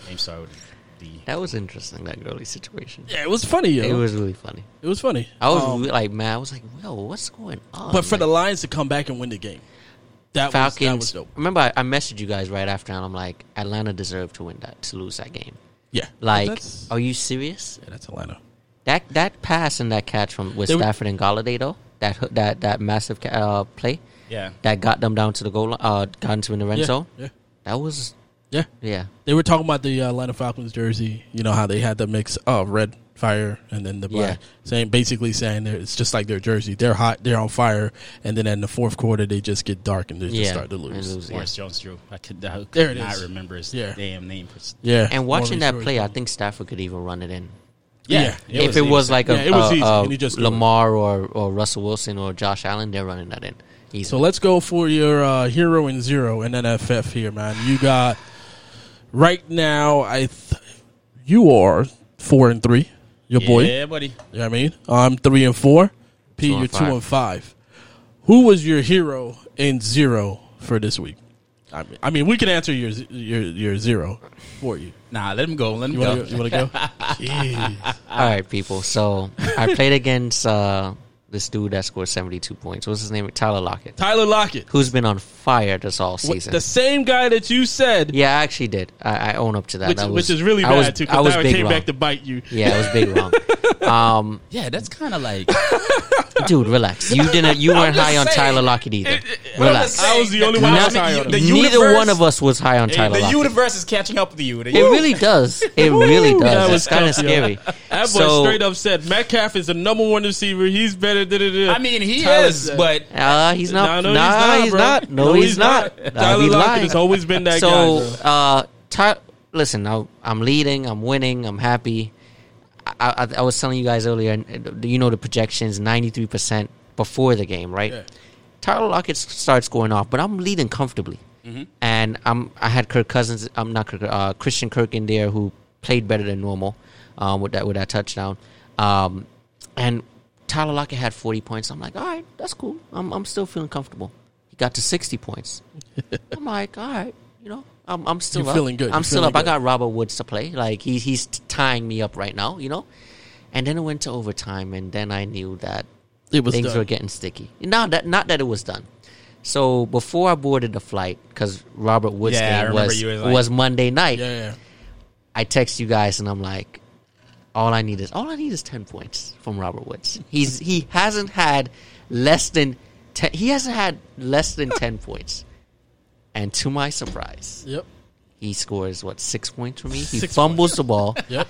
S2: game star would be.
S3: That was interesting. That girly situation.
S1: Yeah, it was funny. Yo.
S3: It was really funny.
S1: It was funny.
S3: I was
S1: Um,
S3: really, like mad. I was like, "Yo, what's going on?"
S1: but for the
S3: Like,
S1: Lions to come back and win the game, that was
S3: Falcons,
S1: that was dope.
S3: remember I, I messaged you guys right after, and I'm like, "Atlanta deserved to win that to lose that game."
S1: Yeah,
S3: Like, oh,
S1: that's,
S3: are you serious?
S1: yeah, that's Atlanta.
S3: That that pass and that catch from with
S1: They were-
S3: Stafford and Galladay though that ho- that that massive ca- uh, play
S2: Yeah,
S3: that got them down to the goal, li- uh, got into the red
S1: Yeah,
S3: zone.
S1: yeah,
S3: That was
S1: yeah.
S3: yeah.
S1: They were talking about the uh, Atlanta Falcons jersey. You know how they had the mix of red fire and then the black,
S3: Yeah.
S1: saying basically saying that it's just like their jersey. They're hot, they're on fire, and then in the fourth quarter they just get dark and they just
S3: Yeah,
S1: start to
S3: and
S1: lose.
S3: lose.
S2: Morris Jones drew. I could, I could
S1: There it
S2: not
S1: is.
S2: remember his
S1: Yeah.
S2: damn name. For, s-
S1: Yeah,
S3: And
S1: Morgan
S3: watching that
S1: Short.
S3: play, I think Stafford could even run it in.
S1: Yeah.
S3: if it was
S2: easy.
S3: like a,
S1: Yeah, it was
S3: a-
S1: easy,
S3: a
S1: and he just threw it.
S3: Lamar or, or Russell Wilson or Josh Allen, they're running that in. Easy.
S1: So let's go for your uh, hero and zero in NFF here, man. You got right now. I th- you are four and three. Your boy, you
S2: yeah, buddy.
S1: know what I mean, I'm three and four. P,
S3: Two and
S1: you're two
S3: five.
S1: and five. Who was your hero and zero for this week? I mean, I mean, we can answer your z- your your zero for you.
S2: Nah, let him go. Let him
S1: You
S2: go.
S1: want to go? You wanna go? Jeez.
S3: All right, people. So I played against uh, this dude that scored 72 points. What's his name? Tyler Lockett,
S1: Tyler Lockett,
S3: who's been on fire this all
S1: What-
S3: season.
S1: the same guy that you said,
S3: yeah, I actually did. I, I own up to that.
S1: which,
S3: That was-
S1: which is really
S3: I
S1: bad
S3: was-
S1: too,
S3: I
S1: because
S3: was
S1: now it
S3: big
S1: came
S3: wrong.
S1: back to bite you.
S3: Yeah, it was big wrong. Um,
S2: Yeah, that's kind of like
S3: dude, relax. You didn't. You weren't high on Tyler Lockett either. Relax.
S1: I was the only one
S3: Now-
S1: that was high on him.
S2: the
S3: Neither
S2: universe-
S3: one of us was high on Tyler
S2: the
S3: Lockett.
S2: universe is catching up with you. The
S3: It really does. It really does.
S1: That
S3: That
S1: was
S3: was kind of
S1: tough, yo.
S3: scary.
S1: That boy
S3: So-
S1: straight up said Metcalf is the number one receiver. He's better. Da, da, da.
S2: I mean, he
S1: Tyler
S2: is,
S1: said-
S2: but
S3: Uh, he's
S1: Nah,
S3: not.
S1: no,
S3: Nah,
S1: he's
S3: he's not.
S1: bro.
S3: No, he's not. Nah,
S1: Tyler
S3: he
S1: Lockett
S3: lied.
S1: has always been that
S3: so,
S1: guy.
S3: uh, Ty- listen, I, I'm leading, I'm winning, I'm happy. I, I, I was telling you guys earlier, and, uh, you know the projections, 93% before the game, right?
S1: Yeah.
S3: Tyler Lockett s- starts going off, but I'm leading comfortably.
S1: Mm-hmm.
S3: And I'm, I had Kirk Cousins, I'm not Kirk, uh, Christian Kirk in there who played better than normal um, with that with that touchdown. Um, and Tyler Lockett had 40 points. I'm like, all right, that's cool. I'm, I'm still feeling comfortable. He got to 60 points. I'm like, all right, you know, I'm, I'm still
S1: You're
S3: up.
S1: feeling good.
S3: I'm
S1: You're
S3: still
S1: feeling
S3: up. I got Robert Woods to play. Like he, he's t- tying me up right now, you know. And then it went to overtime, and then I knew that
S1: It was
S3: things
S1: done.
S3: were getting sticky. Not that not that it was done. So before I boarded the flight, because Robert Woods
S2: Yeah, I
S3: game
S2: remember
S3: was
S2: you were
S3: was,
S2: like-
S3: Monday night,
S1: Yeah, yeah.
S3: I text you guys and I'm like, all I need is all I need is ten points from Robert Woods. He's he hasn't had less than ten. He hasn't had less than ten points. And to my surprise,
S1: Yep.
S3: he scores what six points for me. He
S1: Six
S3: fumbles the ball.
S1: Yep.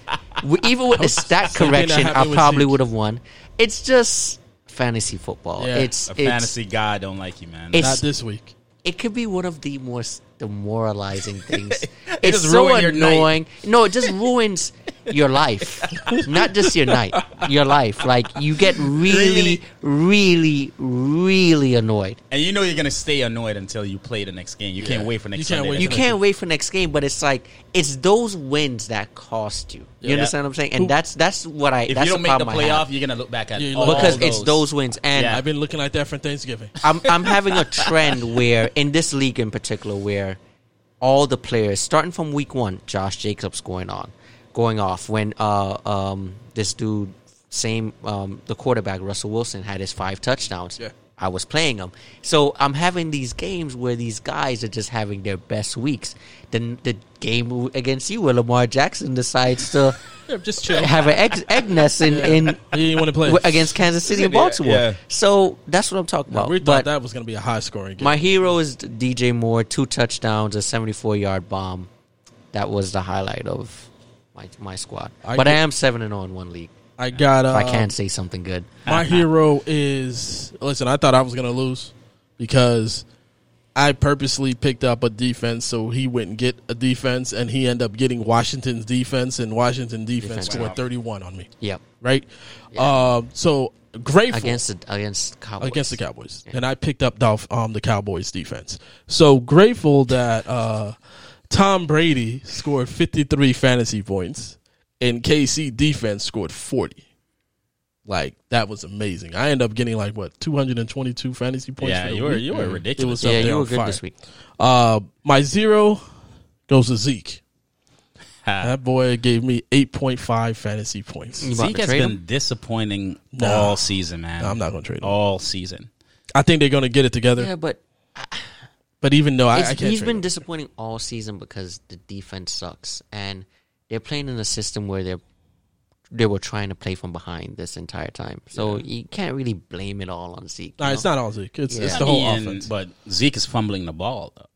S3: W- Even with the
S1: Something
S3: stat
S1: that
S3: correction, I
S1: happened with
S3: probably
S1: Zeke.
S3: would have won. It's just fantasy football.
S1: Yeah.
S3: It's
S2: a
S3: it's
S2: fantasy god don't like you, man.
S1: Not
S3: it's
S1: this week.
S3: it could be one of the most demoralizing things.
S2: just
S3: it's so
S2: ruined your night.
S3: annoying. No, it just ruins your life, not just your night, your life. Like you get really, really, really annoyed.
S2: and you know you're gonna stay annoyed until you play the next game. You
S1: Yeah.
S2: can't wait for next.
S1: You can't
S2: Sunday
S1: wait
S2: to
S1: for
S3: You
S2: play.
S3: can't wait for next game, but it's like it's those wins that cost you. You
S1: Yeah.
S3: understand what I'm saying? And
S1: Who-
S3: that's that's what I.
S2: If
S3: that's
S2: you don't
S3: the
S2: make the
S3: problem I have.
S2: playoff, you're gonna look back at
S1: Yeah, you
S2: all
S1: look back
S3: because
S2: those.
S3: it's those wins, and
S2: Yeah.
S1: I've been looking like that for Thanksgiving.
S3: I'm I'm having a trend where in this league in particular where all the players starting from week one, Josh Jacobs going on, going off when uh um this dude same um the quarterback Russell Wilson had his five touchdowns.
S1: Yeah.
S3: I was playing him, so I'm having these games where these guys are just having their best weeks. Then the game against you, where Lamar Jackson decides to
S1: Yeah, just chill.
S3: have an egg, egg nest in, in
S1: He didn't want to play
S3: w- against Kansas City and
S2: Yeah,
S3: Baltimore.
S2: yeah.
S3: So that's what I'm talking about.
S1: We thought
S3: but
S1: that was going to be a high scoring game.
S3: my hero is DJ Moore, two touchdowns, a 74 yard bomb. That was the highlight of my my squad.
S1: I
S3: but I
S1: get-
S3: am 7 and 0 in one league.
S1: I got. Uh,
S3: If I can say something good.
S1: My hero is. Listen, I thought I was going to lose because I purposely picked up a defense so he wouldn't get a defense, and he ended up getting Washington's defense, and Washington defense
S3: Defense.
S1: scored
S2: Wow.
S1: 31 on me.
S3: Yep.
S1: right? Um, so grateful against,
S3: Against the against Cowboys.
S1: the Cowboys,
S2: Mm-hmm.
S1: and I picked up Dolph, um, the Cowboys defense. So grateful that uh, Tom Brady scored fifty three fantasy points, and KC defense scored forty. Like that was amazing. I ended up getting like what 222 fantasy points.
S2: Yeah,
S1: for the
S2: you were-
S1: week.
S2: you were
S1: It
S2: ridiculous.
S1: was up
S3: Yeah,
S1: there
S3: you were
S1: on
S3: good
S1: fire.
S3: this week.
S1: Uh, my zero goes to Zeke. That boy gave me 8.5 fantasy points.
S3: You about
S2: Zeke
S3: to
S2: has
S3: trade
S2: been
S3: him?
S2: disappointing
S1: Nah.
S2: all season, man.
S1: I'm not gonna trade him.
S2: all season.
S1: I think they're gonna get it together.
S3: Yeah, but
S1: But even though I, I
S3: it's,
S1: can't,
S3: he's
S1: trade
S3: been
S1: him.
S3: disappointing all season because the defense sucks, and they're playing in a system where they're they were trying to play from behind this entire time. So you can't really blame it all on Zeke. you
S1: Nah,
S3: know?
S1: it's not all Zeke. It's, it's
S3: Yeah.
S1: the whole
S2: Ian-
S1: offense.
S2: But Zeke is fumbling the ball though.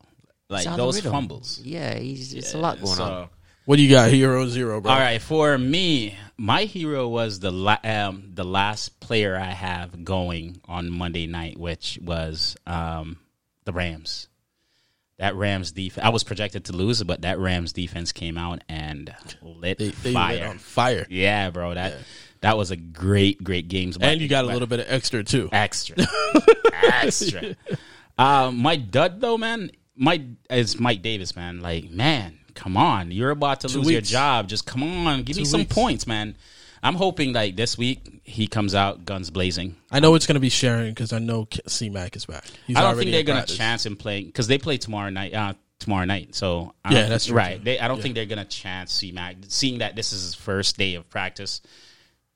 S2: Like
S3: It's out of
S2: those
S3: rhythm.
S2: fumbles.
S3: Yeah, he's, it's a lot going
S2: So-
S3: on.
S1: What do you got? Hero zero, bro.
S2: All right, for me, my hero was the la- um, the last player I have going on Monday night, which was um, the Rams. That Rams defense. I was projected to lose, but that Rams defense came out and lit
S1: They, they
S2: fire.
S1: lit on fire.
S2: Yeah, bro. That that was a great, great game.
S1: And you got a little bit of extra too.
S2: extra, extra. Um, my dud though, man. My it's Mike Davis, man. Like, man, come on, you're about to lose your
S1: weeks.
S2: job. Just come on, give me some
S1: weeks.
S2: points, man. I'm hoping like this week he comes out guns blazing.
S1: I know it's going to be Sharon because I know C Mac is back. He's
S2: I don't
S1: already
S2: think they're
S1: in
S2: gonna
S1: practice.
S2: chance him playing because they play tomorrow night. Uh, tomorrow night, so I
S1: Yeah,
S2: don't-
S1: that's true,
S2: right.
S1: too.
S2: They, I don't think they're gonna chance C Mac. Seeing that this is his first day of practice,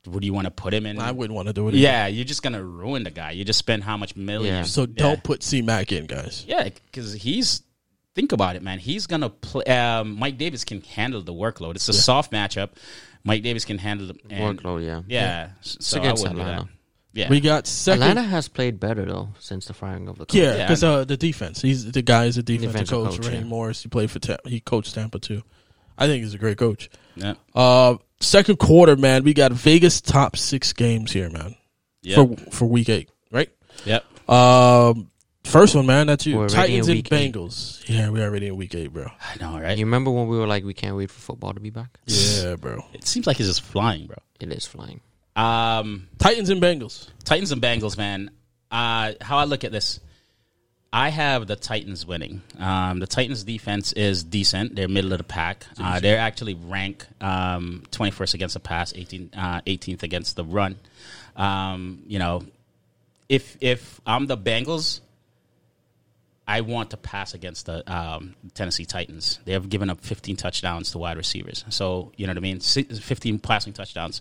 S2: what do you want to put him in?
S1: I wouldn't want to do it. either.
S2: yeah, you're just gonna ruin the guy. You just spend how much million?
S3: Yeah.
S1: So don't put C Mac in, guys.
S2: Yeah, because he's think about it, man. He's gonna play. Um, Mike Davis can handle the workload. It's a soft matchup. Mike Davis can handle the and-
S3: Workload, yeah.
S2: Yeah, s- so I
S3: against
S2: wouldn't do that.
S3: Atlanta.
S2: Yeah,
S1: We got second.
S3: Atlanta has played better though since the firing of the coach.
S1: Yeah,
S2: Yeah.
S1: because uh, the defense. He's the guy is a defensive,
S3: Defensive
S1: coach.
S3: coach,
S1: Raheem
S3: yeah.
S1: Morris. He played for Tampa. He coached Tampa too. I think he's a great coach.
S2: yeah.
S1: Uh, second quarter, man. We got Vegas top six games here, man.
S2: Yep.
S1: For for week eight, right?
S2: Yep.
S1: Um, first one, man. That's you.
S3: We're already
S1: Titans
S3: in
S1: and
S3: week eight.
S1: Bengals. Yeah, we're already in week eight, bro.
S2: I know, right?
S3: You remember when we were like, we can't wait for football to be back?
S1: Yeah, bro.
S2: It seems like he's just flying, bro.
S3: It is flying.
S2: Um,
S1: Titans and Bengals.
S2: Titans and Bengals, man. Uh, how I look at this, I have the Titans winning. Um, the Titans defense is decent. They're middle of the pack. Uh, they're actually ranked um, 21st against the pass, 18, uh, 18th against the run. Um, you know, if if I'm the Bengals, I want to pass against the um, Tennessee Titans. They have given up 15 touchdowns to wide receivers. So, you know what I mean? Si- 15 passing touchdowns.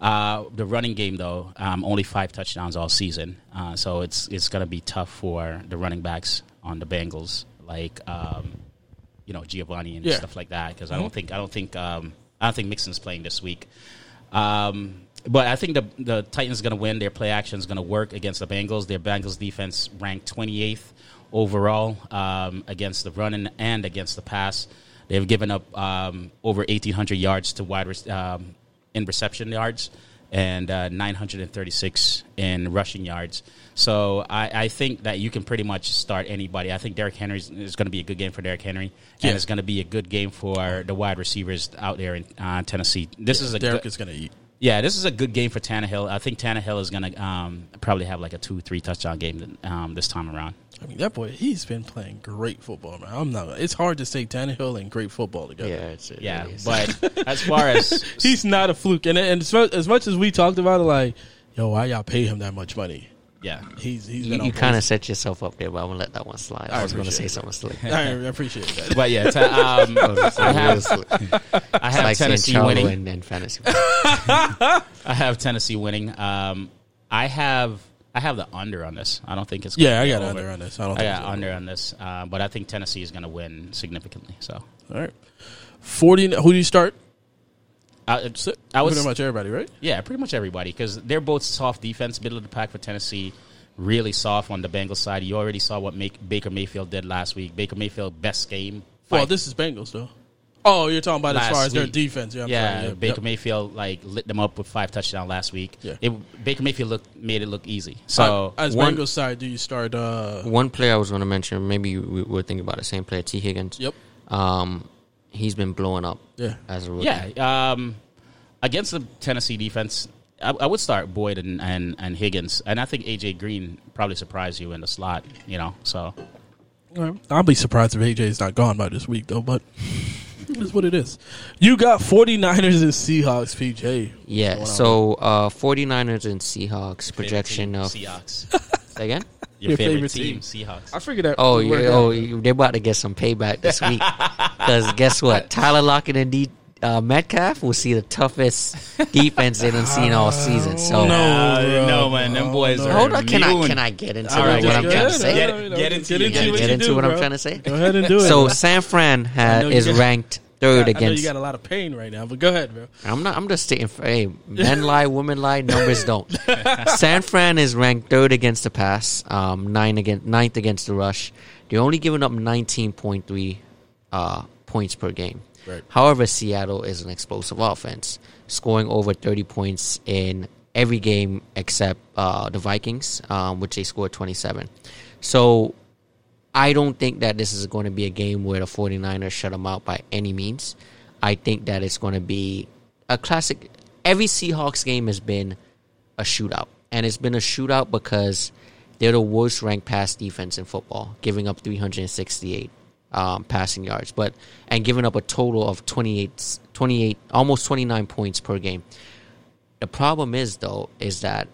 S2: Uh, the running game, though, um, only five touchdowns all season. Uh, so it's, it's going to be tough for the running backs on the Bengals, like, um, you know, Giovanni and
S1: Yeah.
S2: stuff like that, because I don't think, I don't think, um, I don't think Mixon's playing this week. Um, but I think the the Titans going to win. Their play action is going to work against the Bengals. Their Bengals defense ranked 28th overall um, against the run and, and against the pass. They've given up um, over 1,800 yards to wide rec- um, in reception yards and uh, 936 in rushing yards. So I, I think that you can pretty much start anybody. I think Derrick Henry is going to be a good game for Derrick Henry,
S1: Yeah.
S2: and it's going to be a good game for the wide receivers out there in uh, Tennessee. This is a
S1: Derek
S2: good-
S1: is gonna eat.
S2: yeah, this is a good game for Tannehill. I think Tannehill is going to um, probably have like a two, three touchdown game um, this time around.
S1: I mean, that boy, he's been playing great football, man. I'm not. It's hard to say Tannehill and great football together.
S3: it's it
S2: Yeah,
S3: is.
S2: but as far as
S1: He's not a fluke, and and as mu- as much as we talked about it, like, yo, why y'all pay him that much money?
S2: yeah,
S1: He's he's
S3: you,
S1: been
S3: you
S1: on
S3: kind of set yourself up there, but I'm gonna let that one slide. I, was gonna
S1: appreciate
S3: say
S1: it.
S3: something slick.
S1: both- I I appreciate that.
S2: but yeah, ta- um,
S3: Oh,
S2: I have I have
S3: like saying
S2: Tennessee
S3: Charlo
S2: winning.
S3: and, and fantasy.
S2: I have Tennessee winning. Um, I have I have the under on this. I don't think it's
S1: Yeah,
S2: gonna
S1: I
S2: be
S1: got
S2: over.
S1: under on this. I don't.
S2: I
S1: think
S2: got
S1: so.
S2: under on this, uh, but I think Tennessee is going to win significantly. So
S1: All right, forty. Who do you start?
S2: I,
S1: Sit-
S2: Uh, I was
S1: pretty much everybody, right?
S2: Yeah, pretty much everybody because they're both soft defense, middle of the pack for Tennessee, really soft on the Bengals side. You already saw what make, Baker Mayfield did last week. Baker Mayfield best game.
S1: Well,
S2: fight
S1: this is Bengals though. Oh, you're talking about as
S2: last
S1: far as their
S2: week.
S1: defense. Yeah, I'm
S2: yeah.
S1: sorry. Yep,
S2: Baker
S1: yep.
S2: Mayfield like lit them up with five touchdown last week.
S1: Yeah.
S2: It, Baker Mayfield looked made it look easy. So
S1: Uh, as
S3: one-
S1: Bengals side, do you start? uh
S3: One player I was gonna mention, maybe you- we were thinking about the same player, T Higgins.
S1: Yep.
S3: Um, he's been blowing up.
S1: Yeah.
S3: As a rookie.
S2: yeah, um, against the Tennessee defense, I, I would start Boyd and, and and Higgins, and I think AJ Green probably surprised you in the slot. You know, so
S1: I'll be surprised if AJ is not gone by this week though. But That's what it is. You got 49ers and Seahawks, PJ.
S3: Yeah. so uh, 49ers and Seahawks projection
S2: Favorite
S3: of
S2: team, Seahawks.
S3: say again.
S2: Your,
S1: Your
S2: favorite,
S1: favorite
S2: team, Seahawks.
S1: I figured that.
S3: Oh, yeah,
S1: yeah.
S3: oh, you- they're about to get some payback this week. Because guess what? Tyler Lockett and D, uh, Metcalf will see the toughest defense they've done seen all season. So
S1: no.
S2: Uh,
S1: bro.
S2: no man, them boys are.
S3: hold on, can I
S2: immune.
S3: can I get into
S2: All right,
S3: what I'm
S2: just
S3: trying
S2: go
S3: to
S2: ahead.
S3: say?
S2: Get it- get into it.
S3: Gotta
S2: what
S3: get
S2: you
S3: into
S1: do,
S3: what I'm
S1: bro.
S3: trying to say.
S1: Go ahead and do it.
S3: So
S1: bro.
S3: San Fran had,
S1: know you
S3: is
S1: got-
S3: ranked third
S1: I know you
S3: against.
S1: got a lot of pain right now, but go ahead, bro.
S3: I'm not. I'm just stating. Hey, men lie, women lie, numbers don't. San Fran is ranked third against the pass, um, nine against ninth against the rush. They're only giving up 19.3 uh, points per game.
S1: Right.
S3: However, Seattle is an explosive offense, scoring over 30 points in every game except uh, the Vikings, um, which they scored 27. So I don't think that this is going to be a game where the 49ers shut them out by any means. I think that it's going to be a classic. Every Seahawks game has been a shootout. And it's been a shootout because they're the worst ranked pass defense in football, giving up 368 um, passing yards, but and giving up a total of 28, 28, almost 29 points per game. The problem is, though, is that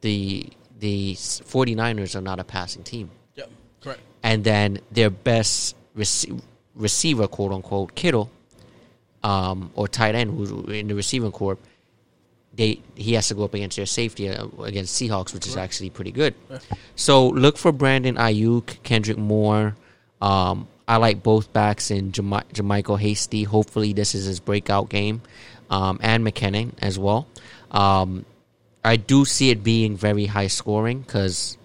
S3: the the 49ers are not a passing team
S1: Yep, correct.
S3: and then their best rece- receiver, quote unquote, Kittle, um, or tight end who's in the receiving corp, they he has to go up against their safety uh, against Seahawks, which is actually pretty good. So look for Brandon Ayuk, Kendrick Moore. Um, I like both backs in Jami- Jamichael Hasty. Hopefully, this is his breakout game, um, and McKinnon as well. Um, I do see it being very high scoring because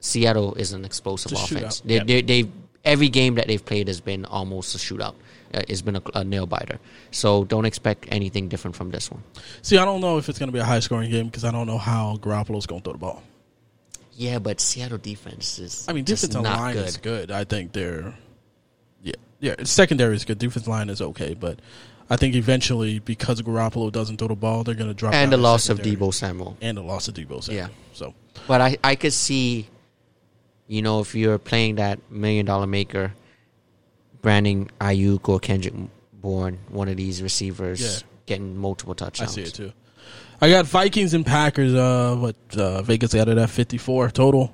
S3: Seattle is an explosive
S1: It's a
S3: offense.
S1: shootout.
S3: They, they, they've every game that they've played has been almost a shootout. Uh, It's been a, a nail biter. So don't expect anything different from this one.
S1: See, I don't know if it's going to be a high scoring game because I don't know how Garoppolo's going to throw the ball.
S3: Yeah, but Seattle defense is.
S1: I mean,
S3: just
S1: defensive
S3: not
S1: line
S3: good.
S1: is good. I think they're yeah, yeah. Secondary is good. Defense line is okay, but I think eventually because Garoppolo doesn't throw the ball, they're going to drop
S3: and the
S1: down in
S3: loss
S1: secondary.
S3: of Debo Samuel.
S1: and the loss of Debo. Samuel.
S3: Yeah.
S1: so
S3: But I, I could see, you know, if you're playing that million dollar maker, Brandon Ayuk or Kendrick Bourne, one of these receivers,
S1: Yeah.
S3: getting multiple
S1: I
S3: touchdowns.
S1: see it too. I got Vikings and Packers. Uh, what uh, Vegas got it at fifty four total.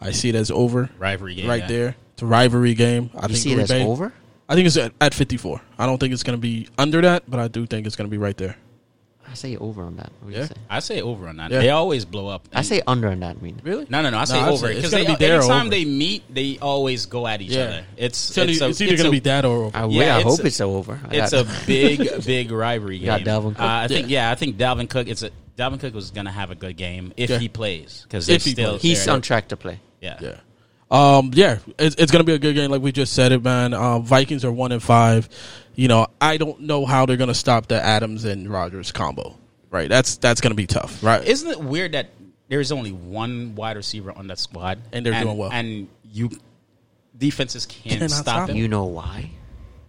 S1: I see it as over
S2: Rivalry game,
S1: right
S2: yeah.
S1: there. It's a rivalry game. I
S3: You
S1: think
S3: see it
S1: Green
S3: as
S1: Bay-
S3: over?
S1: I think it's at, at fifty four. I don't think it's going to be under that, but I do think it's going to be right there.
S3: I say over on that. What do you
S1: Yeah.
S3: say?
S2: I say over on that.
S1: Yeah.
S2: They always blow up.
S3: I say under on that. I mean,
S1: Really?
S2: No, no, no. I say
S1: I'd
S2: over
S1: say it's
S2: because
S1: gonna
S2: they,
S1: be there or
S2: anytime
S1: over.
S2: they meet, they always go at each
S1: Yeah.
S2: other. It's
S1: It's, either-
S2: a-
S1: it's either
S2: it's
S1: going to
S2: a-
S1: be that or
S3: I,
S2: Yeah,
S3: yeah, I
S2: it's
S3: hope
S2: a-
S3: it's over. I
S2: It's
S3: got-
S2: a big, big rivalry
S3: got
S2: game.
S3: Dalvin Cook?
S2: Uh, I think
S1: Yeah.
S2: yeah. I think Dalvin Cook. It's a Dalvin Cook was going to have a good game if
S1: Yeah.
S2: he plays because
S1: If he
S2: still
S1: plays.
S3: he's
S2: they're-
S3: on track to play.
S2: yeah.
S1: Yeah. Um, yeah, it's, it's going to be a good game, like we just said it, man. Uh, Vikings are one and five. You know, I don't know how they're going to stop the Adams and Rogers combo. Right, that's that's going to be tough. Right,
S2: Isn't it weird that there's only one wide receiver on that squad
S1: And they're doing well.
S2: and you defenses can't
S1: Cannot stop
S2: stop them?
S1: them.
S3: You know why?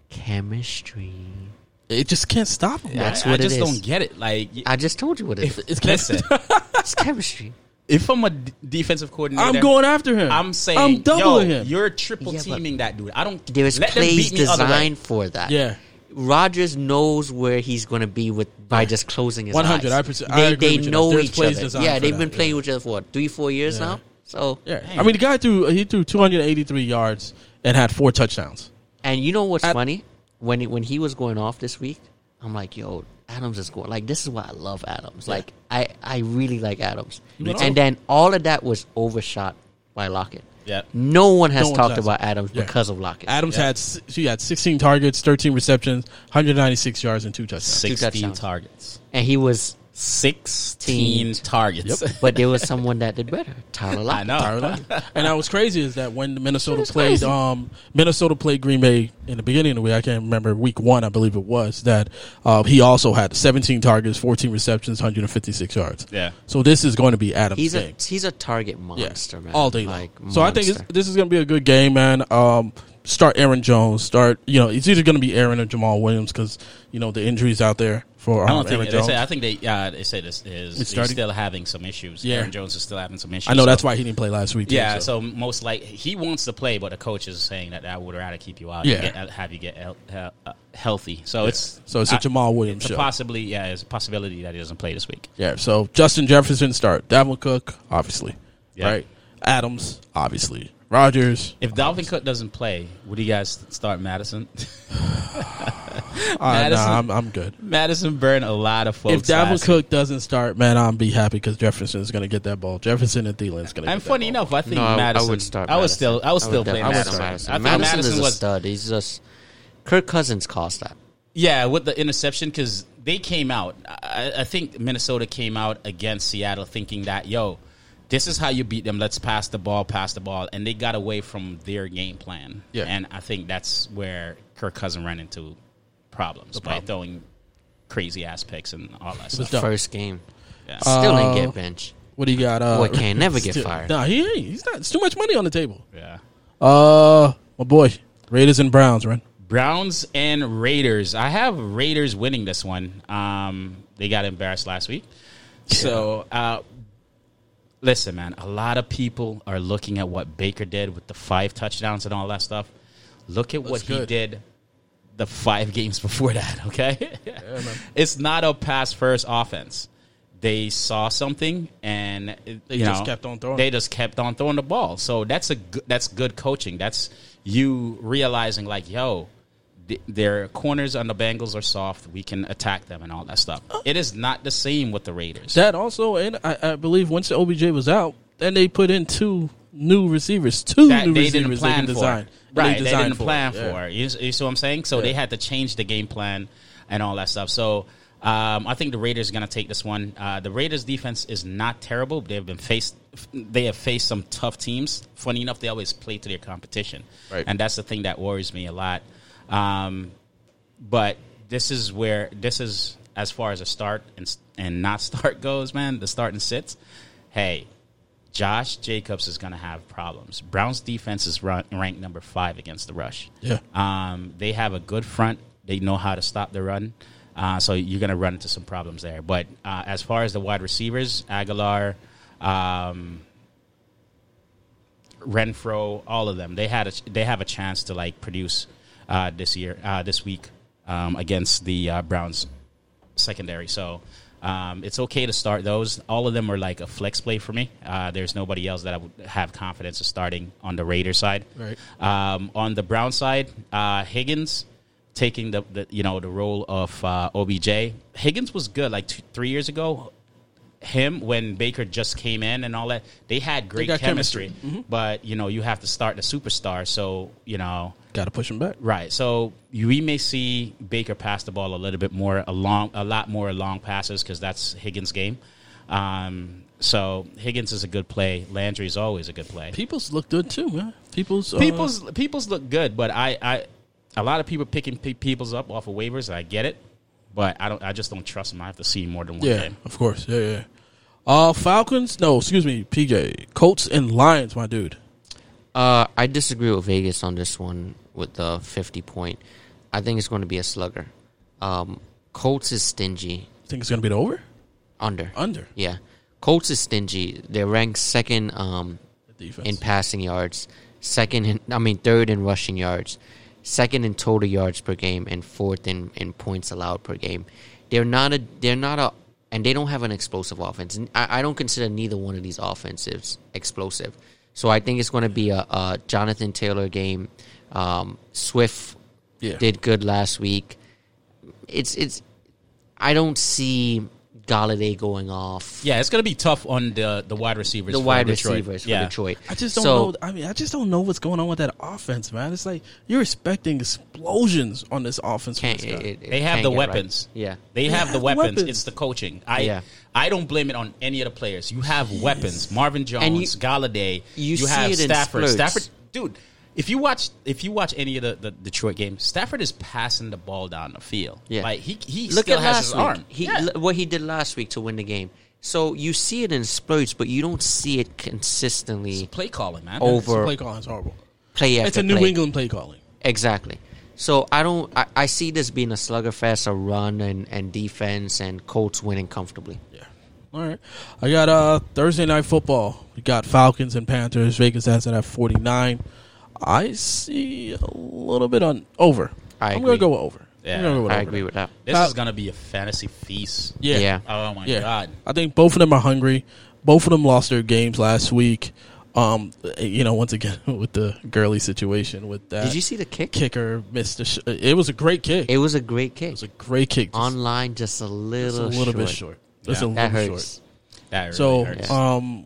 S3: Chemistry.
S1: it just can't stop them.
S3: That's
S2: I,
S3: what
S2: I
S3: it
S2: just
S3: is.
S2: don't get it. Like
S3: I just told you what it is.
S1: It's
S2: listen,
S3: It's chemistry.
S2: if I'm a d- defensive coordinator,
S1: I'm going after him.
S2: I'm saying,
S1: I'm doubling
S2: yo,
S1: him.
S2: You're triple
S3: Yeah, but-
S2: teaming that dude. I don't.
S3: There is
S2: let them
S3: plays
S2: beat me other way.
S3: designed for that.
S1: Yeah.
S3: Rogers knows where he's going to be with by just closing his
S1: 100,
S3: eyes.
S1: I perce- I
S3: They,
S1: agree
S3: they
S1: with you.
S3: know
S1: There's
S3: each
S1: plays
S3: other.
S1: designed
S3: Yeah,
S1: for
S3: they've
S1: that,
S3: been
S1: yeah.
S3: playing with each other for what, three, four years
S1: Yeah.
S3: now. So,
S1: Yeah,
S2: Dang.
S1: I mean the guy threw he threw 283 yards and had four touchdowns.
S3: and you know what's
S1: At-
S3: funny? When he, when he was going off this week, I'm like, yo, Adams is going. Like this is why I love Adams. Like I I really like Adams.
S1: Me too.
S3: And then all of that was overshot by Lockett.
S2: Yeah.
S3: No one has
S1: No one's
S3: talked
S1: asked.
S3: about Adams
S1: Yeah.
S3: because of Lockett.
S1: Adams
S2: Yeah.
S1: had s- he had 16 targets, 13 receptions, 196 yards, and two touchdowns.
S2: Sixteen
S3: touchdowns.
S2: targets.
S3: and he was,
S2: Sixteen targets.
S3: but there was someone that did better. Tyler Lockett.
S2: I know.
S1: and that was crazy is that when Minnesota
S3: That's
S1: played
S3: crazy.
S1: um Minnesota played Green Bay in the beginning of the week, I can't remember week one, I believe it was, that uh, he also had seventeen targets, fourteen receptions, hundred and fifty six yards.
S2: Yeah.
S1: So this is going to be Adams'
S3: He's a
S1: game.
S3: he's a target
S1: Yeah.
S3: monster, man.
S1: All day long.
S3: Like,
S1: so I think it's,
S3: monster.
S1: this is going to be a good game, man. Um, start Aaron Jones. Start you know it's either going to be Aaron or Jamal Williams because you know the injuries out there for um,
S2: I don't
S1: Aaron
S2: think they
S1: Jones.
S2: say, I think they uh, they said this is he's
S1: starting-
S2: still having some issues.
S1: Yeah.
S2: Aaron Jones is still having some issues.
S1: I know
S2: so-
S1: that's why he didn't play last week. too,
S2: Yeah, so. most like he wants to play, but the coach is saying that I would rather keep you out.
S1: Yeah.
S2: and get, uh, have you get hel- hel- uh, healthy. So it's
S1: So it's a
S2: I-
S1: Jamal Williams
S2: It's a
S1: show.
S2: possibly yeah, it's a possibility that he doesn't play this week.
S1: Yeah, so Justin Jefferson start. Davin Cook, obviously.
S2: Yeah.
S1: Right? Adams, obviously. Rogers.
S2: If Dalvin Cook doesn't play, would you guys start Madison?
S1: Uh, nah,
S2: Madison.
S1: I'm, I'm good.
S2: Madison burned a lot of folks.
S1: if Davin
S2: last
S1: Cook doesn't start, man, I'll be happy because Jefferson is going to get that ball. Jefferson and Thielen is going to get
S2: And funny
S1: that ball.
S2: enough, I think
S3: No, I-
S2: Madison.
S3: I would start.
S2: I was
S3: Madison.
S2: still. I was still
S3: def-
S2: playing
S3: I would
S2: Madison.
S3: start
S2: I
S3: Madison.
S2: thought
S3: Madison,
S2: Madison
S3: is a
S2: was
S3: stud. He's just Kirk Cousins caused that.
S2: yeah with the interception because they came out. I, I think Minnesota came out against Seattle thinking that yo, this is how you beat them. Let's pass the ball, pass the ball, and they got away from their game plan.
S1: Yeah.
S2: and I think that's where Kirk Cousin ran into problems by throwing crazy ass picks and all that
S1: was
S2: stuff.
S1: dumb.
S3: First game,
S2: Yeah.
S3: still
S1: Uh,
S3: ain't get bench.
S1: What do you got? Uh,
S3: Boy can never get
S1: still-
S3: fired.
S1: Nah, he ain't. He's not. It's too much money on the table.
S2: yeah.
S1: Uh, my boy, Raiders and Browns, run.
S2: Browns and Raiders. I have Raiders winning this one. Um, they got embarrassed last week. So, uh, listen, man, a lot of people are looking at what Baker did with the five touchdowns and all that stuff. Look at what
S1: That's
S2: he
S1: good.
S2: did the five games before that, okay? it's not a pass first offense. They saw something and
S1: They
S2: you
S1: just
S2: know,
S1: kept on throwing.
S2: They just kept on throwing the ball. So that's a good, that's good coaching. That's you realizing like, yo, th- their corners on the Bengals are soft. We can attack them and all that stuff. It is not the same with the Raiders.
S1: That also, and I, I believe once the OBJ was out, then they put in two new receivers. Two
S2: that
S1: new
S2: they
S1: receivers
S2: didn't plan
S1: they can
S2: for.
S1: design.
S2: Right, they,
S1: designed
S2: didn't plan for.
S1: Yeah.
S2: it. You, you see what I'm saying? So they had to change the game plan and all that stuff. So um, I think the Raiders are going to take this one. Uh, the Raiders defense is not terrible. They have been faced. They have faced some tough teams. Funny enough, they always play to their competition,
S1: Right.
S2: and that's the thing that worries me a lot. Um, but this is where this is as far as a start and and not start goes, man. The start and sits. Hey, Josh Jacobs is going to have problems. Browns defense is ra- ranked number five against the rush.
S1: Yeah.
S2: Um, they have a good front. They know how to stop the run. Uh, so you're going to run into some problems there. But uh, as far as the wide receivers, Aguilar, um, Renfro, all of them, they had a, they have a chance to like produce uh, this year, uh, this week um, against the uh, Browns secondary. So um, it's okay to start those. All of them are like a flex play for me. Uh, there's nobody else that I would have confidence of starting on the Raider side.
S1: Right.
S2: Um, on the Brown side, uh, Higgins taking the, the you know the role of uh, OBJ. Higgins was good like two, three years ago. Him when Baker just came in and all that, they had great
S1: got
S2: chemistry. Mm-hmm.
S1: chemistry.
S2: But you know you have to start the superstar. So you know
S1: Got to push him back.
S2: Right. So you- we may see Baker pass the ball a little bit more, a long, a lot more long passes because that's Higgins' game. Um, so Higgins is a good play. Landry is always a good play.
S1: Peoples look good too, man. Peoples, uh,
S2: People's people's look good, but I, I a lot of people picking pe- people's up off of waivers. And I get it, but I don't. I just don't trust them. I have to see more than one
S1: Yeah,
S2: game.
S1: of course. Yeah, yeah. Uh, Falcons? No, excuse me, PJ. Colts and Lions, my dude.
S3: Uh, I disagree with Vegas on this one with the 50 point. I think it's going to be a slugger. Um, Colts is stingy
S1: Think it's gonna be the over?
S3: under.
S1: Under
S3: Yeah. Colts is stingy. They're ranked second um,
S1: the defense.
S3: in passing yards, second in, I mean, third in rushing yards, second in total yards per game, and fourth in, in points allowed per game. They're not a, they're not a, and they don't have an explosive offense. And I, I don't consider neither one of these offensives explosive. So I think it's going to be a, a Jonathan Taylor game. Um, Swift
S1: Yeah.
S3: did good last week. It's it's. I don't see Galladay going off.
S2: Yeah, it's going to be tough on the the wide receivers.
S3: the
S2: for
S3: wide
S2: Detroit.
S3: receivers for
S2: yeah.
S3: Detroit.
S1: I just don't
S3: So-
S1: know. I mean, I just don't know what's going on with that offense, man. It's like you're expecting explosions on this offense. from
S3: can't,
S1: this guy.
S3: it- it
S2: They have
S3: can't
S2: the
S3: get right.
S2: weapons.
S3: Yeah.
S2: They have the
S1: have
S2: weapons.
S1: weapons.
S2: It's the coaching. I
S3: Yeah.
S2: I don't blame it on any of the players. You have weapons. Marvin Jones,
S3: And you-
S2: Galladay.
S3: you see
S2: have
S3: it in
S2: Stafford.
S3: spurts.
S2: Stafford, dude. If you watch, if you watch any of the, the Detroit games, Stafford is passing the ball down the field.
S3: Yeah.
S2: like he he
S3: Look
S2: still
S3: at
S2: has
S3: last
S2: his
S3: week.
S2: arm.
S3: He,
S2: Yeah.
S3: l- what he did last week to win the game. So you see it in spurts, but you don't see it consistently.
S2: play calling, man.
S3: Over
S1: Play calling's horrible.
S3: play after
S1: It's a New
S3: play.
S1: England play calling.
S3: Exactly. So I don't. I, I see this being a sluggerfest, a run and, and defense, and Colts winning comfortably.
S1: Yeah. All right. I got uh Thursday night football. We got Falcons and Panthers. Vegas has it at forty nine. I see a little bit on over.
S3: I
S1: am gonna
S3: agree.
S1: go with over.
S2: Yeah,
S1: I'm gonna go with
S3: I
S1: over.
S3: agree with that.
S2: This
S1: Uh,
S2: is gonna be a fantasy feast.
S1: Yeah.
S3: Yeah.
S2: Oh my
S1: Yeah.
S2: god.
S1: I think both of them are hungry. Both of them lost their games last week. Um, you know, once again with the girly situation with that.
S3: Did you see the kick?
S1: kicker missed the? Sh- it was a great kick. It
S3: It was a great kick.
S1: was a great kick. Just,
S3: Online, just a
S1: just
S3: little,
S1: a little bit short. Just a
S2: Yeah.
S1: little
S3: That
S1: short.
S3: hurts.
S2: That really
S1: So,
S2: hurts.
S1: um,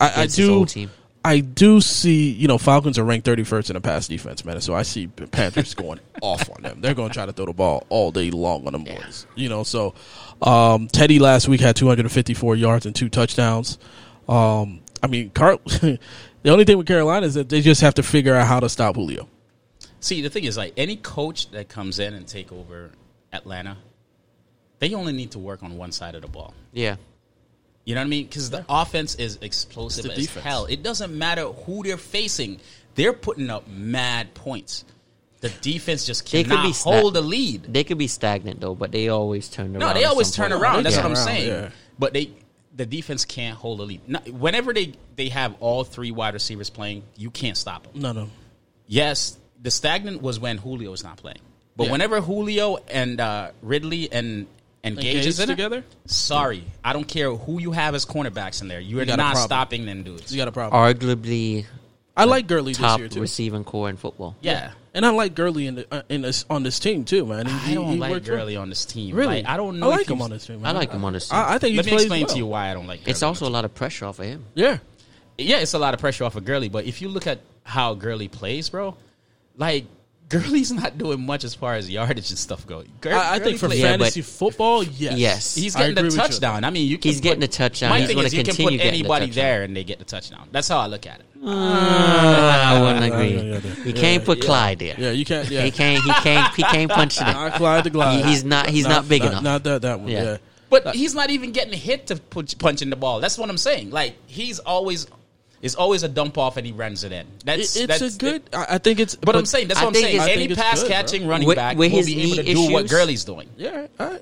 S1: I, I
S3: Against his
S1: do,
S3: old team.
S1: I do see. You know, Falcons are ranked 31st in the pass defense, man. So I see the Panthers going off on them. They're going to try to throw the ball all day long on them boys. You know, so um, Teddy last week had 254 yards and two touchdowns. Um, I mean, Car- the only thing with Carolina is that they just have to figure out how to stop Julio.
S2: See, the thing is, like any coach that comes in and take over Atlanta, they only need to work on one side of the ball.
S3: Yeah.
S2: You know what I mean? Because the offense is explosive
S1: It's
S2: as
S1: the defense.
S2: hell. It doesn't matter who they're facing; they're putting up mad points. The defense just
S3: They could
S2: cannot
S3: be snap-
S2: hold the lead.
S3: They could be stagnant though, but they always turn around.
S2: No, they
S3: at
S2: always
S3: some
S2: turn
S3: point.
S2: around. That's
S3: Yeah.
S2: what I'm
S1: around,
S2: saying.
S1: yeah.
S2: But they, the defense can't hold the lead. No- whenever they they have all three wide receivers playing, you can't stop them.
S1: No, no.
S2: Yes, the stagnant was when Julio was not playing. But
S1: Yeah.
S2: whenever Julio and uh, Ridley and and Gage
S1: Engaged
S2: is in it,
S1: together?
S2: sorry, I don't care who you have as cornerbacks in there. You are
S1: got a
S2: not
S1: problem.
S2: stopping them dudes.
S1: You got a problem.
S3: Arguably
S1: I like Gurley this
S3: top
S1: year too.
S3: receiving core in football.
S2: yeah.
S1: And I like Gurley in the, uh, in this, on this team too, man. He-
S2: I
S1: he-
S2: don't
S1: he
S2: like
S1: worked well.
S2: Gurley on this team.
S1: Really,
S2: Like, I don't know.
S1: I like
S2: if
S1: him
S2: he's-
S1: on this team.
S3: I
S1: Man.
S3: like him on this. team.
S1: I, I think he
S2: Let me
S1: plays
S2: explain
S1: well.
S2: to you why I don't like. Gurley
S3: it's
S2: on
S3: also a lot of pressure off of him.
S1: Yeah,
S2: yeah, it's a lot of pressure off of Gurley, but if you look at how Gurley plays, bro, like Gurley's not doing much as far as yardage and stuff go. Gur-
S1: I, I
S2: Gurley
S1: think for
S2: plays-
S3: fan-
S1: fantasy football, yes,
S3: Yes.
S2: he's
S1: I
S2: getting
S1: agree
S2: the
S1: with you.
S2: touchdown. I mean, you can
S3: He's getting the touchdown.
S2: My
S3: He's
S2: thing
S3: gonna
S2: is, you can
S3: continue
S2: put
S3: getting the
S2: anybody
S3: touchdown.
S2: there and they get the touchdown. That's how I look at it.
S3: I wouldn't
S1: Uh, yeah,
S3: agree.
S1: yeah, yeah.
S3: He can't put Clyde there.
S1: Yeah, you can't. Yeah,
S3: He can't. He can't. He can't punch it. in.
S1: not Clyde the Glide.
S3: He- he's not- he's not big enough.
S1: Not that that one. Yeah.
S3: Yeah.
S2: But he's not even getting hit to punch, punching the ball. That's what I'm saying. Like he's always, it's always a dump off and he runs it in.
S1: It-
S2: That's
S1: it's
S2: that's
S1: a good. I I think it's.
S2: but, I'm saying that's
S3: I
S2: what I'm
S3: think
S2: saying.
S3: it's- I
S2: Any
S1: think it's
S2: pass
S1: good,
S2: catching
S1: bro.
S2: running
S3: With-
S2: back
S3: with
S2: will
S3: his
S2: be able to
S3: knee
S2: do what
S3: issues-
S2: Gurley's doing.
S1: Yeah, I,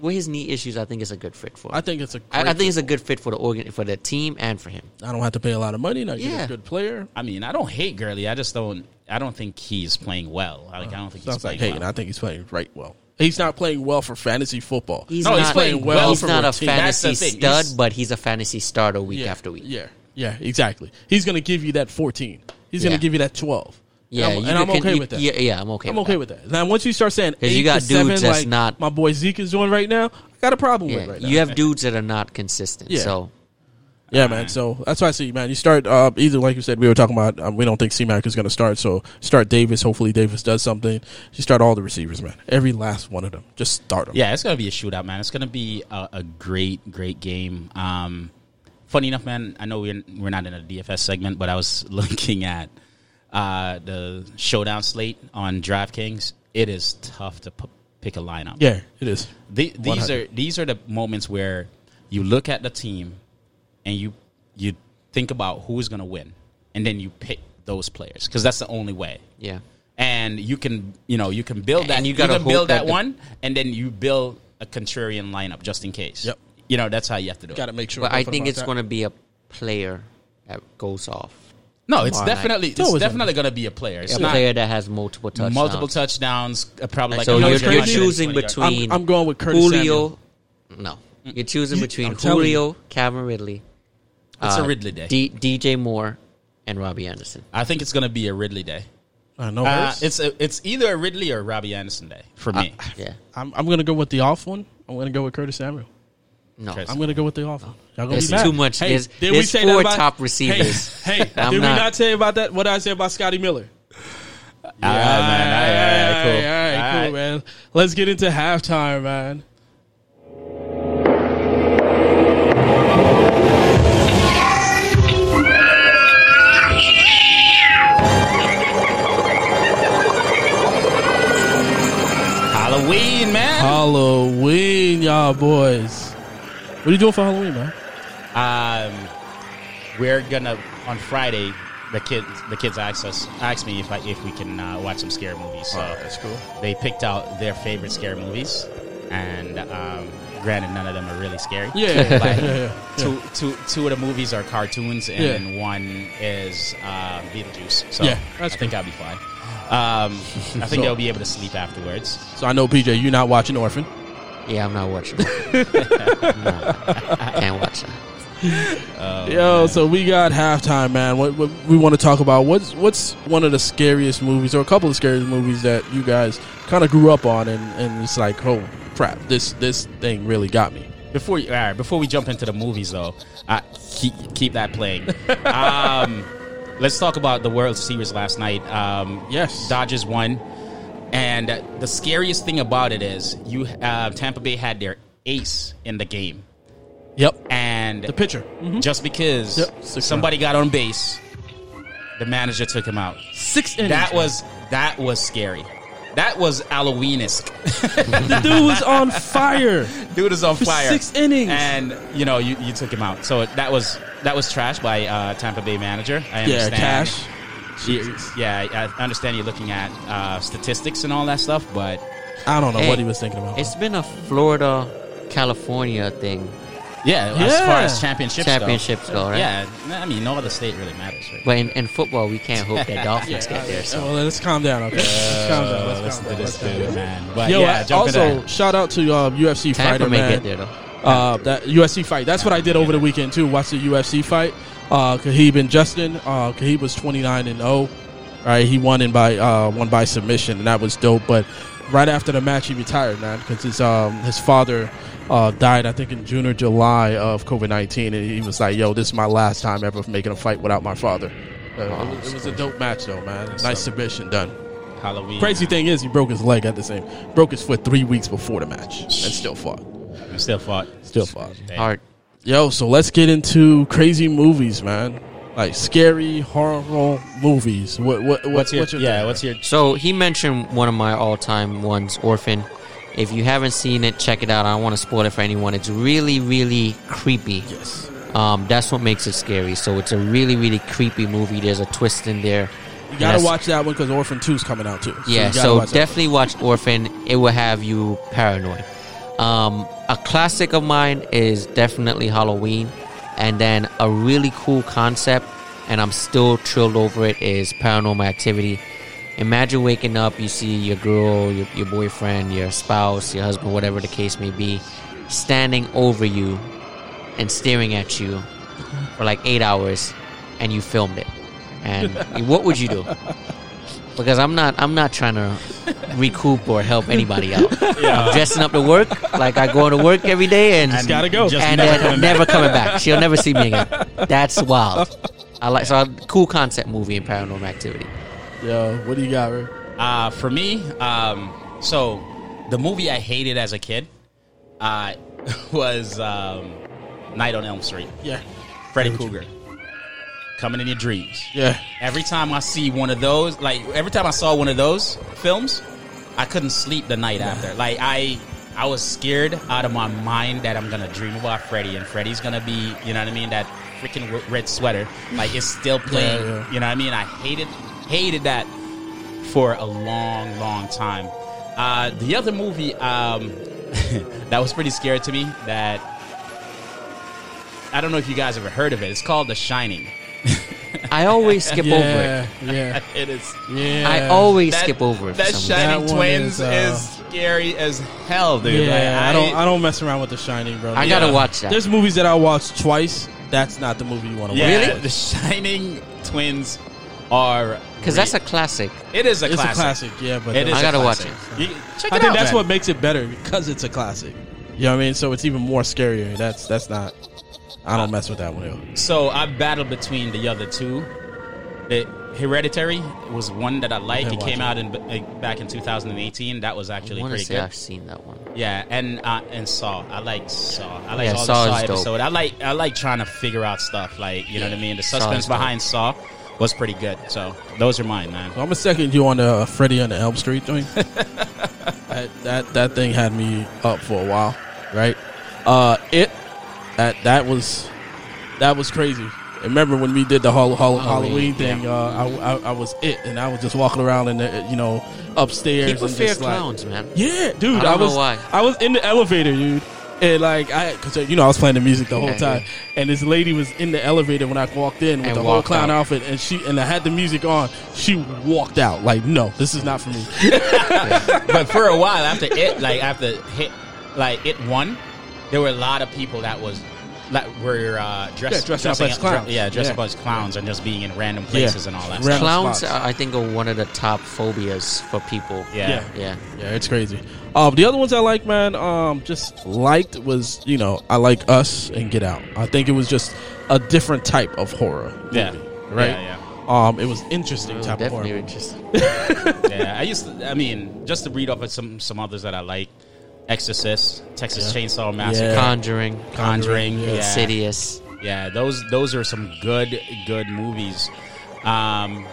S3: With his knee issues, I think it's a good fit for. Him.
S1: I think it's a.
S3: I, I
S1: great-
S3: think it's a good fit for the organ for the team and for him.
S1: I don't have to pay a lot of money. and I get
S3: Yeah.
S1: a good player.
S2: I mean, I don't hate Gurley. I just don't. I don't think he's playing well. Like, I don't think he's
S1: Sounds like
S2: playing
S1: hating. I
S2: well.
S1: think he's playing right well. He's not playing well for fantasy football.
S3: He's
S2: No,
S3: not,
S2: he's playing well
S3: He's
S2: for
S3: not
S2: a
S3: a
S2: team. That's the
S3: fantasy
S2: thing.
S3: stud,
S2: He's-
S3: but he's a fantasy starter week
S1: yeah,
S3: after week.
S1: Yeah, yeah, exactly. He's going to give you that 14. He's going
S3: Yeah.
S1: to give you that 12.
S3: Yeah,
S1: and I'm,
S3: you
S1: and I'm
S3: can-
S1: okay
S3: you-
S1: with that.
S3: Yeah, yeah, I'm okay.
S1: I'm okay with that. Now, once you start saying eight
S3: you
S1: to
S3: got
S1: seven,
S3: dudes that's
S1: like
S3: not-
S1: my boy Zeke is doing right now, I got a problem
S3: Yeah,
S1: with right now.
S3: you have dudes that are not consistent.
S1: Yeah.
S3: So
S1: yeah, man. So that's why I see, man. You start uh, either like you said, we were talking about. Um, we don't think C Mac is going to start, so start Davis. Hopefully, Davis does something. You start all the receivers, man. Every last one of them. Just start them.
S2: Yeah, it's gonna be a shootout, man. It's gonna be a, a great, great game. Um, funny enough, man. I know we're we're not in a DFS segment, but I was looking at uh, the showdown slate on DraftKings. It is tough to p- pick a lineup.
S1: yeah, it is.
S2: The, these
S1: 100.
S2: are these are the moments where you look at the team and you you think about who's going to win, and then you pick those players because that's the only way.
S3: yeah,
S2: And you can you know you can build that
S3: And you
S2: you,
S3: gotta
S2: can build
S3: hope that
S2: that
S3: the-
S2: one, and then you build a contrarian lineup just in case.
S1: Yep.
S2: You know that's how you have to do it.
S1: Got to make sure.
S3: but
S1: we're
S3: I
S1: talking
S3: think
S1: about
S3: it's
S1: that.
S3: going to be a player that goes off.
S2: no, it's
S3: Tomorrow night.
S2: definitely
S1: It's
S2: it's
S1: always
S2: definitely going to be a player. It's
S3: A
S2: not
S3: player that has multiple touchdowns.
S2: multiple touchdowns. uh, Probably like
S3: so
S2: another
S3: you're,
S1: know,
S3: you're
S1: it's
S2: 320
S3: choosing
S2: yards.
S3: between.
S1: I'm- I'm going with Curtis Mm.
S3: Julio. No, you're choosing
S1: You-
S3: between
S1: I'm telling you.
S3: Julio, Calvin Ridley.
S2: It's a Ridley day.
S3: uh, D- DJ Moore and Robbie Anderson.
S2: I think it's going to be a Ridley day.
S1: I know.
S2: Uh,
S1: it's.
S2: it's a, it's either a Ridley or Robbie Anderson day for me.
S3: Yeah,
S1: I'm, I'm going to go with the off one. I'm going to go with Curtis Samuel.
S3: no.
S2: Chris.
S1: I'm gonna go with the offer. Y'all gonna
S3: There's
S1: be mad.
S3: too much. There's-
S1: did we
S3: there's
S1: say that
S3: four
S1: about-
S3: top receivers.
S1: Hey, hey,
S3: I'm
S1: did
S3: not-
S1: we not say about that? What did I say about Scotty Miller?
S2: All right, man. All right, all right, cool.
S1: All right,
S2: All
S1: cool,
S2: right.
S1: man. Let's get into halftime, man.
S2: Halloween, man.
S1: Halloween, y'all boys. What are you doing for Halloween, man?
S2: Um, we're gonna on Friday the kids the kids asked us asked me if I if we can uh, watch some scary movies. So
S1: Alright, that's cool.
S2: they picked out their favorite scary movies, and um, granted, none of them are really scary.
S1: Yeah, yeah,
S2: Like,
S1: yeah, yeah, yeah.
S2: Two, two, two of the movies are cartoons, and
S1: Yeah.
S2: then one is uh, Beetlejuice. So
S1: Yeah, that's
S2: I think I'll be fine. Um, I think they'll be able to sleep afterwards.
S1: So I know PJ, you're not watching Orphan.
S3: Yeah, I'm not watching. no, I can't watch that.
S1: Yo, so we got halftime, man. What, what we want to talk about? What's what's one of the scariest movies, or a couple of scariest movies that you guys kind of grew up on, and, and it's like, oh crap, this this thing really got me.
S2: Before you, all right, before we jump into the movies, though, uh, keep keep that playing. um, let's talk about the World Series last night. Um,
S1: Yes.
S2: Dodgers won, and the scariest thing about it is you uh, Tampa Bay had their ace in the game,
S1: Yep,
S2: and
S1: the pitcher.
S2: just because
S1: Yep, six
S2: somebody got on base, the manager took him out.
S1: Six innings.
S2: That was that was scary. That was Halloween esque.
S1: the dude was on fire.
S2: dude is on
S1: For
S2: fire.
S1: six innings.
S2: and you know you, you took him out. So that was that was trash by uh, Tampa Bay manager. I
S1: Yeah,
S2: understand.
S1: Cash.
S2: You- yeah, I understand you're looking at uh, statistics and all that stuff, but
S1: I don't know
S3: Hey,
S1: what he was thinking about.
S3: It's been a Florida, California thing.
S2: yeah, as
S1: Yeah.
S2: far as championships, go-
S3: Championships go, right?
S2: Yeah, I mean, no other state really matters. Right?
S3: But in, in football, we can't hope that Dolphins get there. So
S1: Oh, let's calm down. Okay, let's calm down. Let's
S2: Uh, listen
S1: calm
S2: to
S1: down.
S2: this
S1: Let's calm
S2: dude,
S1: down.
S2: man. But
S1: Yo,
S2: yeah,
S1: I-
S2: jump in
S1: also
S2: that.
S1: shout out to um, UFC
S3: Tampa
S1: fighter
S3: may
S1: man.
S3: get there though.
S1: Uh, that UFC fight. That's what I did over the weekend too. Watched the UFC fight. Uh, Khabib and Justin. Uh, Khabib was twenty nine and zero. Right, he won in by uh, won by submission, and that was dope. But right after the match, he retired, man, because his um, his father uh, died, I think, in June or July of COVID nineteen, and he was like, "Yo, this is my last time ever making a fight without my father." Uh, it, was, it was a dope match, though, man. Nice submission done.
S2: Halloween.
S1: Crazy thing is, he broke his leg at the same, broke his foot three weeks before the match, and still fought.
S2: I still fought.
S1: Still fought.
S3: Hard.
S1: Yo, so let's get into crazy movies, man. Like scary horror movies. What what
S2: What's your, yeah?
S1: thing?
S2: What's your
S3: So he mentioned one of my all-time ones, Orphan. If you haven't seen it, check it out. I don't want to spoil it for anyone. It's really, really creepy.
S1: yes.
S3: Um, that's what makes it scary. So it's a really, really creepy movie. There's a twist in there.
S1: You gotta
S3: Yes.
S1: watch that one because Orphan Two's coming out too. you
S3: Yeah,
S1: gotta
S3: so,
S1: watch that
S3: definitely watch Orphan. It will have you paranoid. Um, a classic of mine is definitely Halloween, and then a really cool concept, and I'm still thrilled over it. Is Paranormal Activity. Imagine waking up, you see your girl, your, your boyfriend, your spouse, your husband, whatever the case may be, standing over you and staring at you for like eight hours, and you filmed it. And what would you do? because I'm not I'm not trying to recoup or help anybody out. I'm dressing up to work like I go to work every day and
S2: And gotta go. just
S3: and
S2: never
S3: then
S2: coming
S3: never coming back. She'll never see me again. That's wild. I like so cool concept movie in Paranormal Activity.
S1: one. Yo, what do you got, Ray?
S2: Uh, for me, um, so the movie I hated as a kid uh, was um, Night on Elm Street.
S1: Yeah.
S2: Freddy Krueger coming in your dreams.
S1: Yeah.
S2: Every time I see one of those, like every time I saw one of those films, I couldn't sleep the night after. Like I, I was scared out of my mind that I'm gonna dream about Freddy and Freddy's gonna be, you know what I mean? That freaking w- red sweater, like it's still playing.
S1: yeah.
S2: You know what I mean? I hated, hated that for a long, long time. Uh, the other movie um, that was pretty scary to me that I don't know if you guys ever heard of it. It's called The Shining.
S3: I always skip over
S1: Yeah.
S3: it.
S1: Yeah.
S2: It is.
S1: Yeah.
S3: I always
S2: That-
S3: skip over it. For
S2: That
S3: some reason.
S2: Shining
S1: That one
S2: Twins
S1: is,
S2: is,
S1: uh,
S2: scary as hell, dude.
S1: Yeah,
S2: Like,
S1: I, don't I don't mess around with the shining, bro.
S3: I gotta watch that.
S1: There's movies that I watch twice. That's not the movie you want to
S2: yeah,
S1: watch.
S2: The Shining Twins are
S3: Because that's a classic.
S2: it is a
S1: It's
S2: classic.
S1: a classic, yeah, but
S2: It
S1: uh,
S2: is
S3: I
S2: a
S3: gotta watch
S1: it.
S2: classic. You- check it
S1: I
S2: out.
S1: think that's
S2: man.
S1: what makes it better because it's a classic. You know what I mean? So it's even more scarier. That's that's not. I don't mess with that one. yo.
S2: So I battled between the other two. The Hereditary was one that I like.
S1: Yeah,
S2: It
S1: watch
S2: came
S1: it.
S2: out in like, back in 2018. That was
S3: I
S2: actually
S3: want to
S2: pretty
S3: say
S2: good.
S3: I've seen that one.
S2: Yeah, and uh, and Saw. I like Saw. I like
S3: Yeah,
S2: all
S3: Saw
S2: the Saw
S3: is dope.
S2: episode. I like I like trying to figure out stuff. Like you know what I mean. The
S3: Saw
S2: suspense
S3: is dope.
S2: behind Saw was pretty good. So those are mine, man.
S1: So I'm a second you on the uh, Freddy on the Elm Street joint. that, that that thing had me up for a while, right? Uh, it that that was that was crazy. And remember when we did the Hall, Hall, Halloween,
S3: Halloween,
S1: thing? Uh, I, I, I was it, and I was just walking around in the, you know upstairs
S3: People
S1: and
S3: fear
S1: just like-
S3: clowns, man.
S1: yeah, dude. I,
S3: I don't know
S1: was
S3: why.
S1: I was in the elevator, dude. And like I, cause uh, you know I was playing the music the whole
S3: Yeah,
S1: time, and this lady was in the elevator when I walked in with
S3: And
S1: the whole
S3: walked
S1: clown
S3: out.
S1: outfit, and she and I had the music on. She walked out like, no, this is not for me.
S2: but for a while after it, like after hit, like it won, there were a lot of people that was that were uh, dressed,
S1: Yeah, dressing up as clowns.
S2: yeah, dressed
S1: Yeah.
S2: up as clowns and just being in random places and all that.
S1: Ra-
S2: Stuff.
S3: Clowns,
S1: spots.
S3: are, I think, are one of the top phobias for people.
S2: Yeah.
S3: Yeah.
S1: Yeah, it's crazy. Um, the other ones I like, man, um, just liked was you know I like Us and Get Out. I think it was just a different type of horror. Movie,
S2: Yeah.
S1: right.
S2: Yeah,
S1: Um, it was interesting
S3: Oh,
S1: type of horror.
S3: definitely
S1: movie.
S3: interesting.
S2: yeah. yeah. I used, to, I mean, just to read off of some some others that I like: Exorcist, Texas Chainsaw Massacre,
S1: Yeah.
S3: Conjuring,
S2: Conjuring, yeah.
S3: Insidious.
S2: Yeah, those those are some good good movies. Um,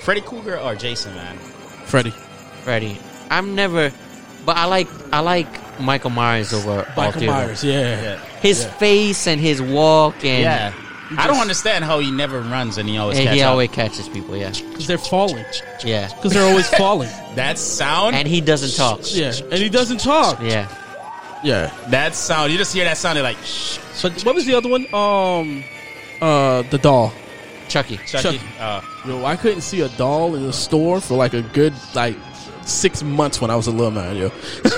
S2: Freddy Krueger or Jason, man.
S1: Freddy.
S3: Freddy. I'm never, but I like I like Michael Myers over all
S1: Michael
S3: three. of them.
S1: Myers. Yeah.
S2: Yeah.
S3: His face and his walk and
S2: Yeah. I don't
S1: just-
S2: understand how he never runs and he always
S3: and
S2: catch
S3: he
S2: up.
S3: always catches people. Yeah,
S1: 'Cause they're falling.
S3: yeah.
S1: Because they're always falling.
S2: That sound,
S3: And he doesn't talk.
S1: yeah. And he doesn't talk.
S3: Yeah.
S1: Yeah.
S2: that sound. You just hear that sound. You're like, shh,
S1: But what was the other one? Um, uh, the doll.
S3: Chucky.
S2: Chucky.
S1: Chucky.
S2: Uh,
S1: Yo, I couldn't see a doll in the store for like a good like six months when I was a little man. Yo,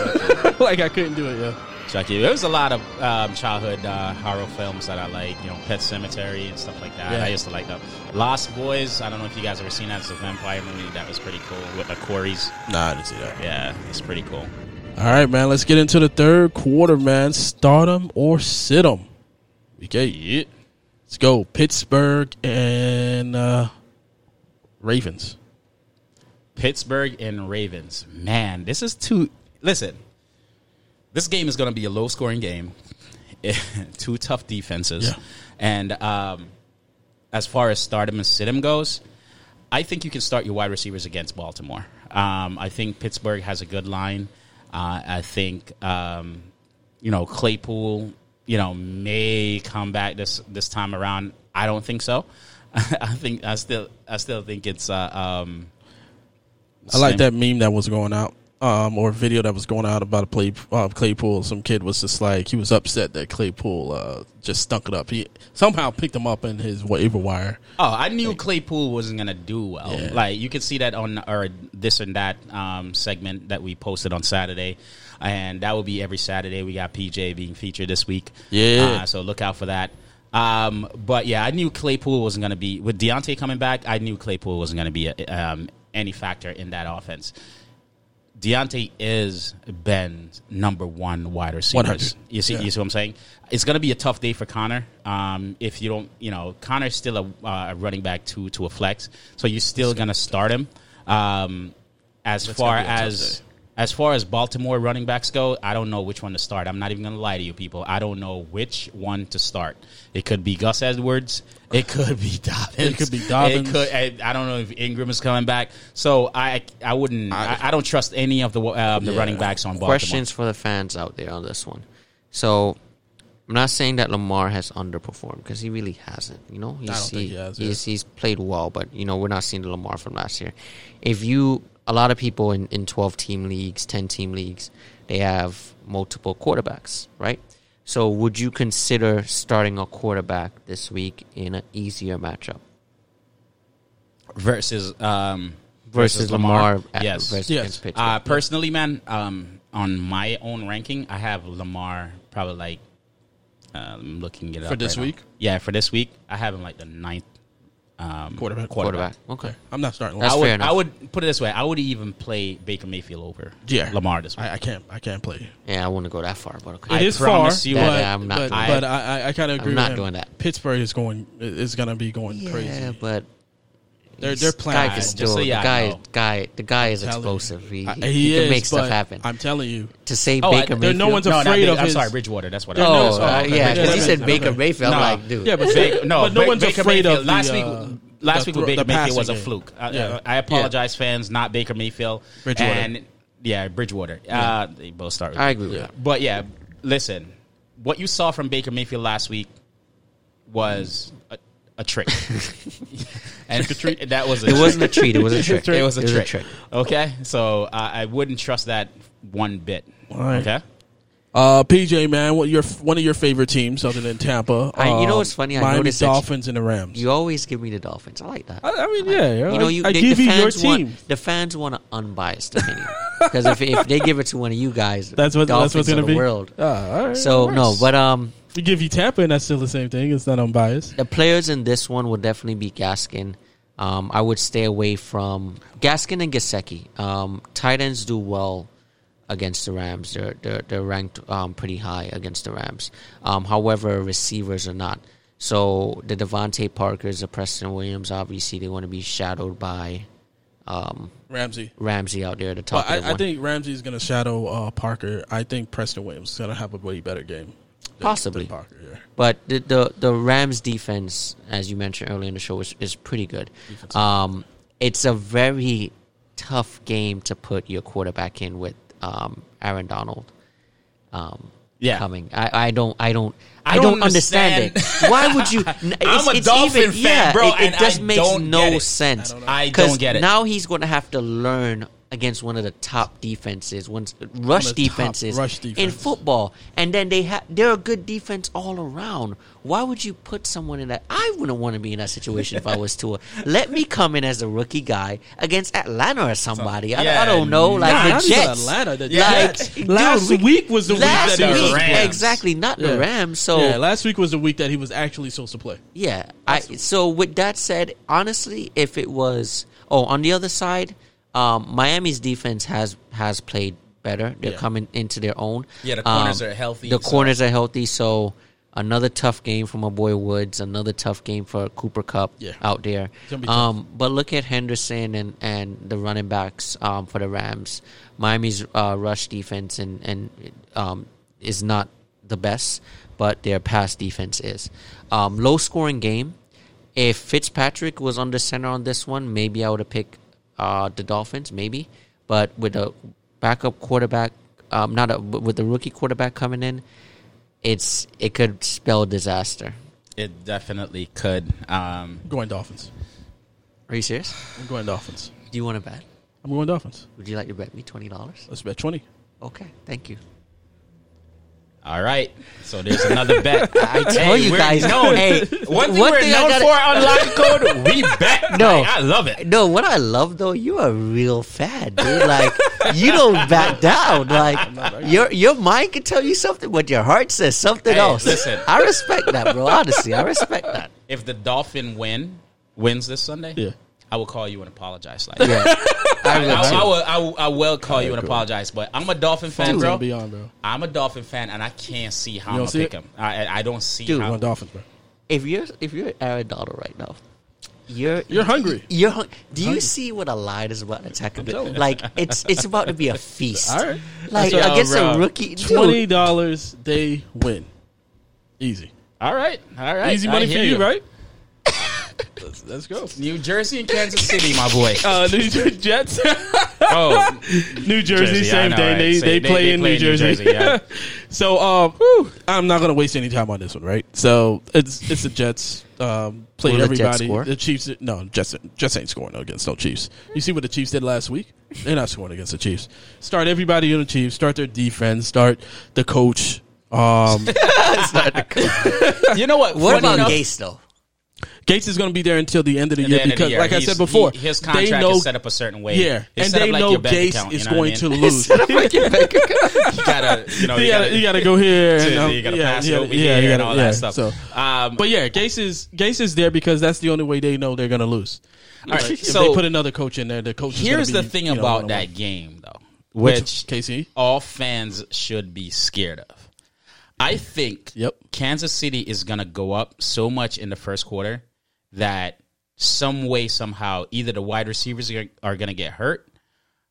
S1: like I couldn't do it. Yo.
S2: Chucky. There was a lot of um, childhood uh, horror films that I like. You know, Pet Cemetery and stuff like that.
S1: Yeah.
S2: I used to like that. Lost Boys. I don't know if you guys ever seen that. It's a vampire movie that was pretty cool with the Corys.
S1: Nah, I didn't see that.
S2: Yeah, it's pretty cool.
S1: All right, man. Let's get into the third quarter, man. Stardom or sit 'em. We get it. Let's go. Pittsburgh and uh, Ravens.
S2: Pittsburgh and Ravens. Man, this is too. Listen, this game is going to be a low scoring game. two tough defenses.
S1: Yeah.
S2: And um, as far as stardom and situm goes, I think you can start your wide receivers against Baltimore. Um, I think Pittsburgh has a good line. Uh, I think um, you know Claypool, you know, may come back this this time around. I don't think so. I think I still I still think it's uh, um,
S1: I like
S2: Same.
S1: that meme that was going out, um, or video that was going out about a play uh, Claypool. Some kid was just like he was upset that Claypool uh, just stunk it up. He somehow picked him up in his waiver wire.
S2: Oh, I knew Claypool wasn't gonna do well.
S1: Yeah.
S2: Like you could see that on our this and that um, segment that we posted on Saturday, and that will be every Saturday. We got PJ being featured this week.
S1: Yeah.
S2: uh, so look out for that. Um, but yeah, I knew Claypool wasn't gonna be with Deontay coming back. I knew Claypool wasn't gonna be a, um, any factor in that offense. Deontay is Ben's number one wide receiver.
S1: 100.
S2: You see,
S1: Yeah.
S2: you see what I'm saying? It's going to be a tough day for Connor. Um, if you don't, you know, Connor's still a, uh, a running back two to a flex, so you're still going to start him. Um, as far
S1: gonna be a tough
S2: as
S1: day.
S2: as far as Baltimore running backs go, I don't know which one to start. I'm not even going to lie to you, people. I don't know which one to start. It could be Gus Edwards. It could be Dobbins.
S1: It could be Dobbins.
S2: It could- I, I don't know if Ingram is coming back. So I I wouldn't. I, I don't trust any of the um, the
S1: Yeah.
S2: running backs on Baltimore.
S3: Questions for the fans out there on this one. So, I'm not saying that Lamar has underperformed because he really hasn't. You know, he's,
S1: I don't think he has, yeah.
S3: he's, he's played well, but you know we're not seeing the Lamar from last year. If you, a lot of people in in twelve team leagues, ten team leagues, they have multiple quarterbacks, right? So, would you consider starting a quarterback this week in an easier matchup
S2: versus um,
S3: versus, Lamar? at-
S2: yes.
S3: versus
S1: Yes.
S3: against Pittsburgh?
S2: uh, personally, man, um, on my own ranking, I have Lamar probably like um, looking it up
S1: For this
S2: right now.
S1: week?
S2: Yeah, for this week, I have him like the ninth um,
S1: Quarterback.
S3: quarterback. Okay.
S1: I'm not starting.
S3: That's
S2: I
S1: Lamar.
S2: would,
S3: fair enough.
S2: I would put it this way. I would even play Baker Mayfield over
S1: yeah,
S2: Lamar this week.
S1: I, I can't. I can't play.
S3: Yeah, I wouldn't go that far, but okay.
S2: I
S1: It is
S2: promise you
S1: but,
S2: what,
S3: I'm not-
S1: but,
S2: I-
S1: but I, I, I kind of agree. with
S3: not
S1: him.
S3: doing that.
S1: Pittsburgh is going is going to be going
S3: Yeah,
S1: crazy.
S3: but
S1: They're
S3: he's-
S1: they're playing.
S3: Guy can
S2: Just
S3: still,
S2: so
S3: the
S2: y'all
S3: guy,
S2: know.
S3: guy, the guy is
S1: telling you.
S3: explosive. He,
S1: I-
S3: he, he can
S1: is,
S3: make stuff
S1: but
S3: happen.
S1: I'm telling you,
S3: to say
S2: Oh, I-
S3: Baker
S1: there-
S3: Mayfield,
S1: no one's
S2: no, not
S1: afraid
S2: Baker-
S1: of
S2: I'm
S1: his-
S2: sorry, Bridgewater. That's what I
S1: no
S2: mean.
S1: one's-
S3: oh,
S1: oh,
S3: uh,
S1: okay.
S3: yeah, because he
S1: Yeah,
S3: said
S1: yeah,
S3: Baker
S1: okay.
S3: Mayfield. I'm
S2: No.
S3: like, dude,
S1: Yeah, but
S2: Baker, no,
S1: but no
S2: Ba-
S1: one's
S2: Baker
S1: afraid
S2: Mayfield.
S1: of
S2: last
S1: the,
S2: week.
S1: uh,
S2: last
S1: the
S2: week with
S1: thro-
S2: Baker
S1: the
S2: Mayfield was a
S1: passing game.
S2: fluke. I-
S1: Yeah.
S2: I, I apologize, fans. Not Baker Mayfield.
S1: Bridgewater.
S2: And yeah, Bridgewater. Uh, they both start. With
S3: I agree with
S1: Yeah.
S3: that.
S2: But yeah, listen, what you saw from Baker Mayfield last week was a, a trick. and that was a
S3: It wasn't a treat. It was a trick.
S2: It was a trick. Okay, so uh, I wouldn't trust that one bit.
S1: right.
S2: Okay,
S1: Uh, PJ, man, what your one of your favorite teams other than Tampa?
S3: I- you know
S1: um,
S3: what's funny? I
S1: Miami
S3: noticed that you-
S1: Dolphins and the Rams.
S3: You always give me the Dolphins. I like that.
S1: I, I mean, yeah,
S3: you know, you,
S1: I, I
S3: the,
S1: give
S3: the
S1: you your
S3: fans
S1: team.
S3: Want, the fans want an unbiased opinion because if, if they give it to one of you guys,
S1: That's what- that's
S3: Dolphins
S1: what's gonna
S3: of the
S1: be.
S3: world.
S1: Ah, all right.
S3: so
S2: of
S3: no,
S2: course.
S3: but um,
S1: we give you Tampa, and that's still the same thing. It's not unbiased.
S3: the players in this one will definitely be Gaskin. Um, I would stay away from Gaskin and Gasecki. Um, tight ends do well against the Rams. They're they're, they're ranked um, pretty high against the Rams. Um, however, receivers are not. So the Devontae Parkers, the Preston Williams, obviously they want to be shadowed by um,
S1: Ramsey.
S3: Ramsey out there at the
S1: Well,
S3: top. of the
S1: I, I
S3: one.
S1: think Ramsey's going to shadow uh, Parker. I think Preston Williams is going to have a way better game. than-
S3: Possibly.
S1: than Parker, yeah.
S3: But the, the the Rams defense, as you mentioned earlier in the show, is, is pretty good. Um, it's a very tough game to put your quarterback in with um, Aaron Donald. Um,
S2: Yeah.
S3: coming. I, I don't. I don't. I,
S2: I don't
S3: don't, understand,
S2: understand.
S3: it. Why would you? n- it's-
S2: a
S3: it's
S2: Dolphin
S3: even-
S2: fan,
S3: yeah,
S2: bro,
S3: It, it
S2: and
S3: just
S2: I
S3: makes
S2: don't
S3: no
S2: get it.
S3: sense.
S2: I don't know. I
S3: 'Cause
S2: don't get it.
S3: Now he's going to have to learn against one of the top defenses, one rush
S1: top
S3: defenses
S1: rush
S3: in
S1: defenses.
S3: football, and then they have they're a good defense all around. Why would you put someone in that? I wouldn't want to be in that situation if I was Tua. Let me come in as a rookie guy against Atlanta or somebody. I, I
S2: Yeah,
S3: don't know, like
S1: Nah, not
S3: the
S1: even
S3: Jets.
S1: Atlanta, the
S3: like,
S1: Jets.
S3: dude,
S1: Last
S3: we-
S1: week was the week
S3: last
S2: that the
S3: week,
S2: Rams-
S3: exactly, not
S1: Yeah.
S3: the Rams. So
S1: yeah, last week was the week that he was actually supposed to play.
S3: yeah, I so with that said, honestly, if it was oh on the other side, um, Miami's defense has has played better. They're
S1: Yeah.
S3: coming into their own. Um,
S2: Yeah, the corners are healthy,
S3: The
S2: so-
S3: corners are healthy. So another tough game for my boy Woods. Another tough game for Cooper Cup
S1: Yeah.
S3: out there.
S1: gonna be tough.
S3: Um, but look at Henderson and, and the running backs um, for the Rams. Miami's uh, rush defense and and um, is not the best, but their pass defense is. Um, low scoring game. If Fitzpatrick was under center on this one, maybe I would have picked uh, the Dolphins. Maybe, but with a backup quarterback, um, not a, with the rookie quarterback coming in, it's it could spell disaster.
S2: it definitely could. Um,
S1: I'm going Dolphins.
S3: Are you serious?
S1: I'm going Dolphins.
S3: Do you want to bet?
S1: I'm going Dolphins.
S3: Would you like to bet me twenty dollars?
S1: Let's bet 20.
S3: Okay, thank you.
S2: all right, so there's another bet. I
S3: tell you guys,
S2: known.
S3: hey,
S2: one thing
S3: one
S2: we're
S3: thing I
S2: known
S3: gotta-
S2: for on Lock Code, we bet.
S3: No.
S2: Like, I love it.
S3: No, what I love though, you're a real fan, dude. Like you don't back down. Like your your mind can tell you something, but your heart says something
S2: Hey,
S3: else.
S2: listen.
S3: I respect that, bro. Honestly, I respect that.
S2: If the Dolphin win wins this Sunday,
S1: Yeah.
S2: I will call you and apologize. Like,
S3: Yeah, I
S2: I, I,
S3: will too.
S2: will, I, will, I will call you and apologize, but I'm a Dolphin fan,
S1: Dolphins
S2: bro.
S1: and beyond, bro.
S2: I'm a Dolphin fan, and I can't see how
S1: You
S2: I'm
S1: don't
S2: gonna
S1: see
S2: pick
S1: it?
S2: him. I, I- I don't see
S3: Dude,
S1: I'm
S2: how.
S1: going Dolphins, bro.
S3: If you're if you're Aaron Donald right now, you're
S1: You're hungry.
S3: You're hung- do you see what a line is about to tackle?
S1: telling you.
S3: Like it's it's about to be a feast.
S1: All right.
S3: Like
S2: That's what-
S3: against
S2: Oh,
S3: a
S2: bro.
S3: rookie, dude,
S1: $20, they win. Easy.
S2: All right, all right.
S1: Easy
S2: I
S1: money for
S2: hear
S1: you, right? let's, let's go.
S2: New Jersey and Kansas City, my boy.
S1: Uh, New Jersey Jets.
S2: Oh,
S1: New Jersey,
S2: Jersey, I
S1: same
S2: know,
S1: thing.
S2: right?
S1: They,
S2: Same-
S1: they,
S2: they-
S1: play
S2: they
S1: in
S2: play
S1: New
S2: in New
S1: Jersey.
S2: Jersey, yeah.
S1: so uh, whew, I'm not gonna waste any time on this one, right? So it's it's the Jets um, played
S3: Will the Jets
S1: everybody.
S3: score?
S1: The Chiefs, no, Jets, Jets ain't scoring against no Chiefs. You see what the Chiefs did last week? They're not scoring against the Chiefs. Start everybody on the Chiefs. Start their defense. Start the coach. Um,
S2: you know what?
S3: what
S2: Funny
S3: about
S2: enough-
S3: Gase though?
S1: Gates is going to be there until the end of the
S2: the
S1: year
S2: end of the
S1: because,
S2: year.
S1: like I
S2: He's-
S1: said before,
S2: he- his
S1: they
S2: contract
S1: know,
S2: is set up a certain way.
S1: Yeah,
S2: It's
S1: and
S2: set up
S1: they
S2: like
S1: know
S2: your bank
S1: Gates
S2: account, you
S1: is
S2: know what I
S1: going
S2: mean?
S1: to lose.
S2: you gotta, you know, you
S1: you, gotta,
S2: gotta-
S1: you gotta go here.
S2: to-
S1: and, um,
S2: you gotta
S1: yeah,
S2: pass
S1: yeah,
S2: it over
S1: yeah,
S2: here
S1: you
S2: and
S1: gotta-
S2: all
S1: yeah,
S2: that stuff.
S1: So,
S2: um,
S1: but yeah, Gase is Gase is there because that's the only way they know they're gonna lose.
S2: All right,
S1: Like, if
S2: so
S1: they put another coach in there, the coach. is
S2: here's
S1: gonna
S2: the
S1: be,
S2: thing
S1: you know,
S2: about
S1: one-on-one.
S2: that game, though,
S1: Which,
S2: which
S1: KC?
S2: all fans should be scared of. I think
S1: Yep.
S2: Kansas City is going to go up so much in the first quarter that some way, somehow, either the wide receivers are, are going to get hurt,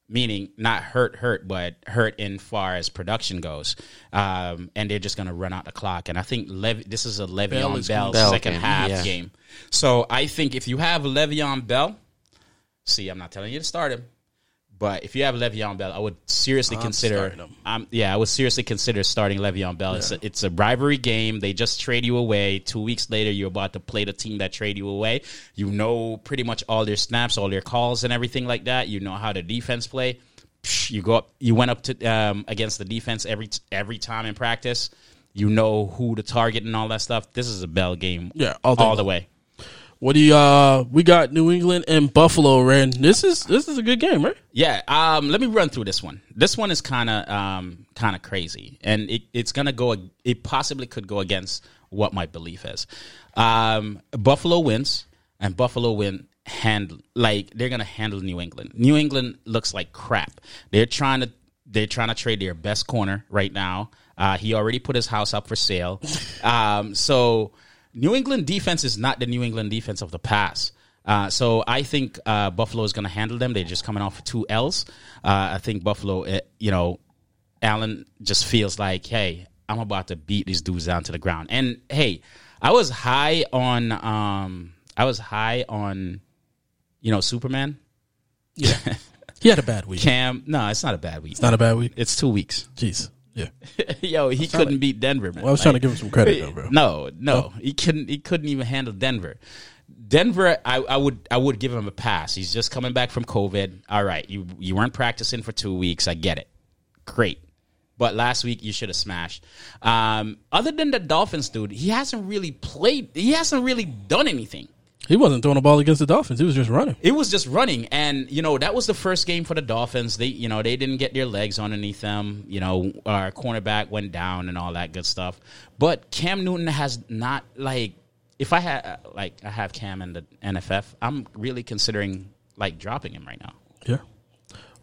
S2: meaning not hurt, hurt, but hurt in far as production goes, um, and they're just going to run out the clock. And I think Lev- this is a Le'Veon
S1: Bell
S2: Bell,
S1: is
S3: Bell
S2: second
S3: game,
S2: half
S3: yeah.
S2: game. So I think if you have Le'Veon Bell, see, I'm not telling you to start him. But if you have Le'Veon Bell, I would seriously
S1: I'm
S2: consider.
S1: starting him.
S2: Um, yeah, I would seriously consider starting Le'Veon Bell. It's, a, it's a bribery game. They just trade you away. Two weeks later, you're about to play the team that trade you away. You know pretty much all their snaps, all their calls, and everything like that. You know how the defense play. Psh, You go up. You went up to um, against the defense every t- every time in practice. You know who to target and all that stuff. This is a Bell game.
S1: Yeah, all
S2: all,
S1: day
S2: the way.
S1: What do you? Uh, we got New England and Buffalo. Ren, this is this is a good game, right?
S2: Yeah, um, let me run through this one. This one is kind of um, kind of crazy, and it, it's gonna go. ag- It possibly could go against what my belief is. Um, Buffalo wins, and Buffalo win handle like they're gonna handle New England. New England looks like crap. They're trying to they're trying to trade their best corner right now. Uh, he already put his house up for sale. Um, so New England defense is not the New England defense of the past. Uh, so I think uh, Buffalo is going to handle them. They're just coming off two L's. Uh, I think Buffalo, eh, you know, Allen just feels like, hey, I'm about to beat these dudes down to the ground. And hey, I was high on, um, I was high on, you know, Superman
S1: He had a bad week.
S2: Cam. No, it's not a bad week. It's,
S1: Not a bad week.
S2: two weeks.
S1: Jeez. Yeah.
S2: Yo, he couldn't beat Denver. Man.
S1: Well, I was trying to give him some credit though, bro.
S2: No, no, he couldn't. He couldn't even handle Denver. Denver, I, I would, I would give him a pass. He's just coming back from COVID. All right, you you weren't practicing for two weeks. I get it. Great, but last week you should have smashed. Um, other than the Dolphins, dude, he hasn't really played. He hasn't really done anything.
S1: He wasn't throwing a ball against the Dolphins. He was just running.
S2: It was just running, and you know that was the first game for the Dolphins. They, you know, they didn't get their legs underneath them. You know, our cornerback went down and all that good stuff. But Cam Newton has not like if I had like I have Cam in the NFF, I'm really considering like dropping him right now.
S1: Yeah.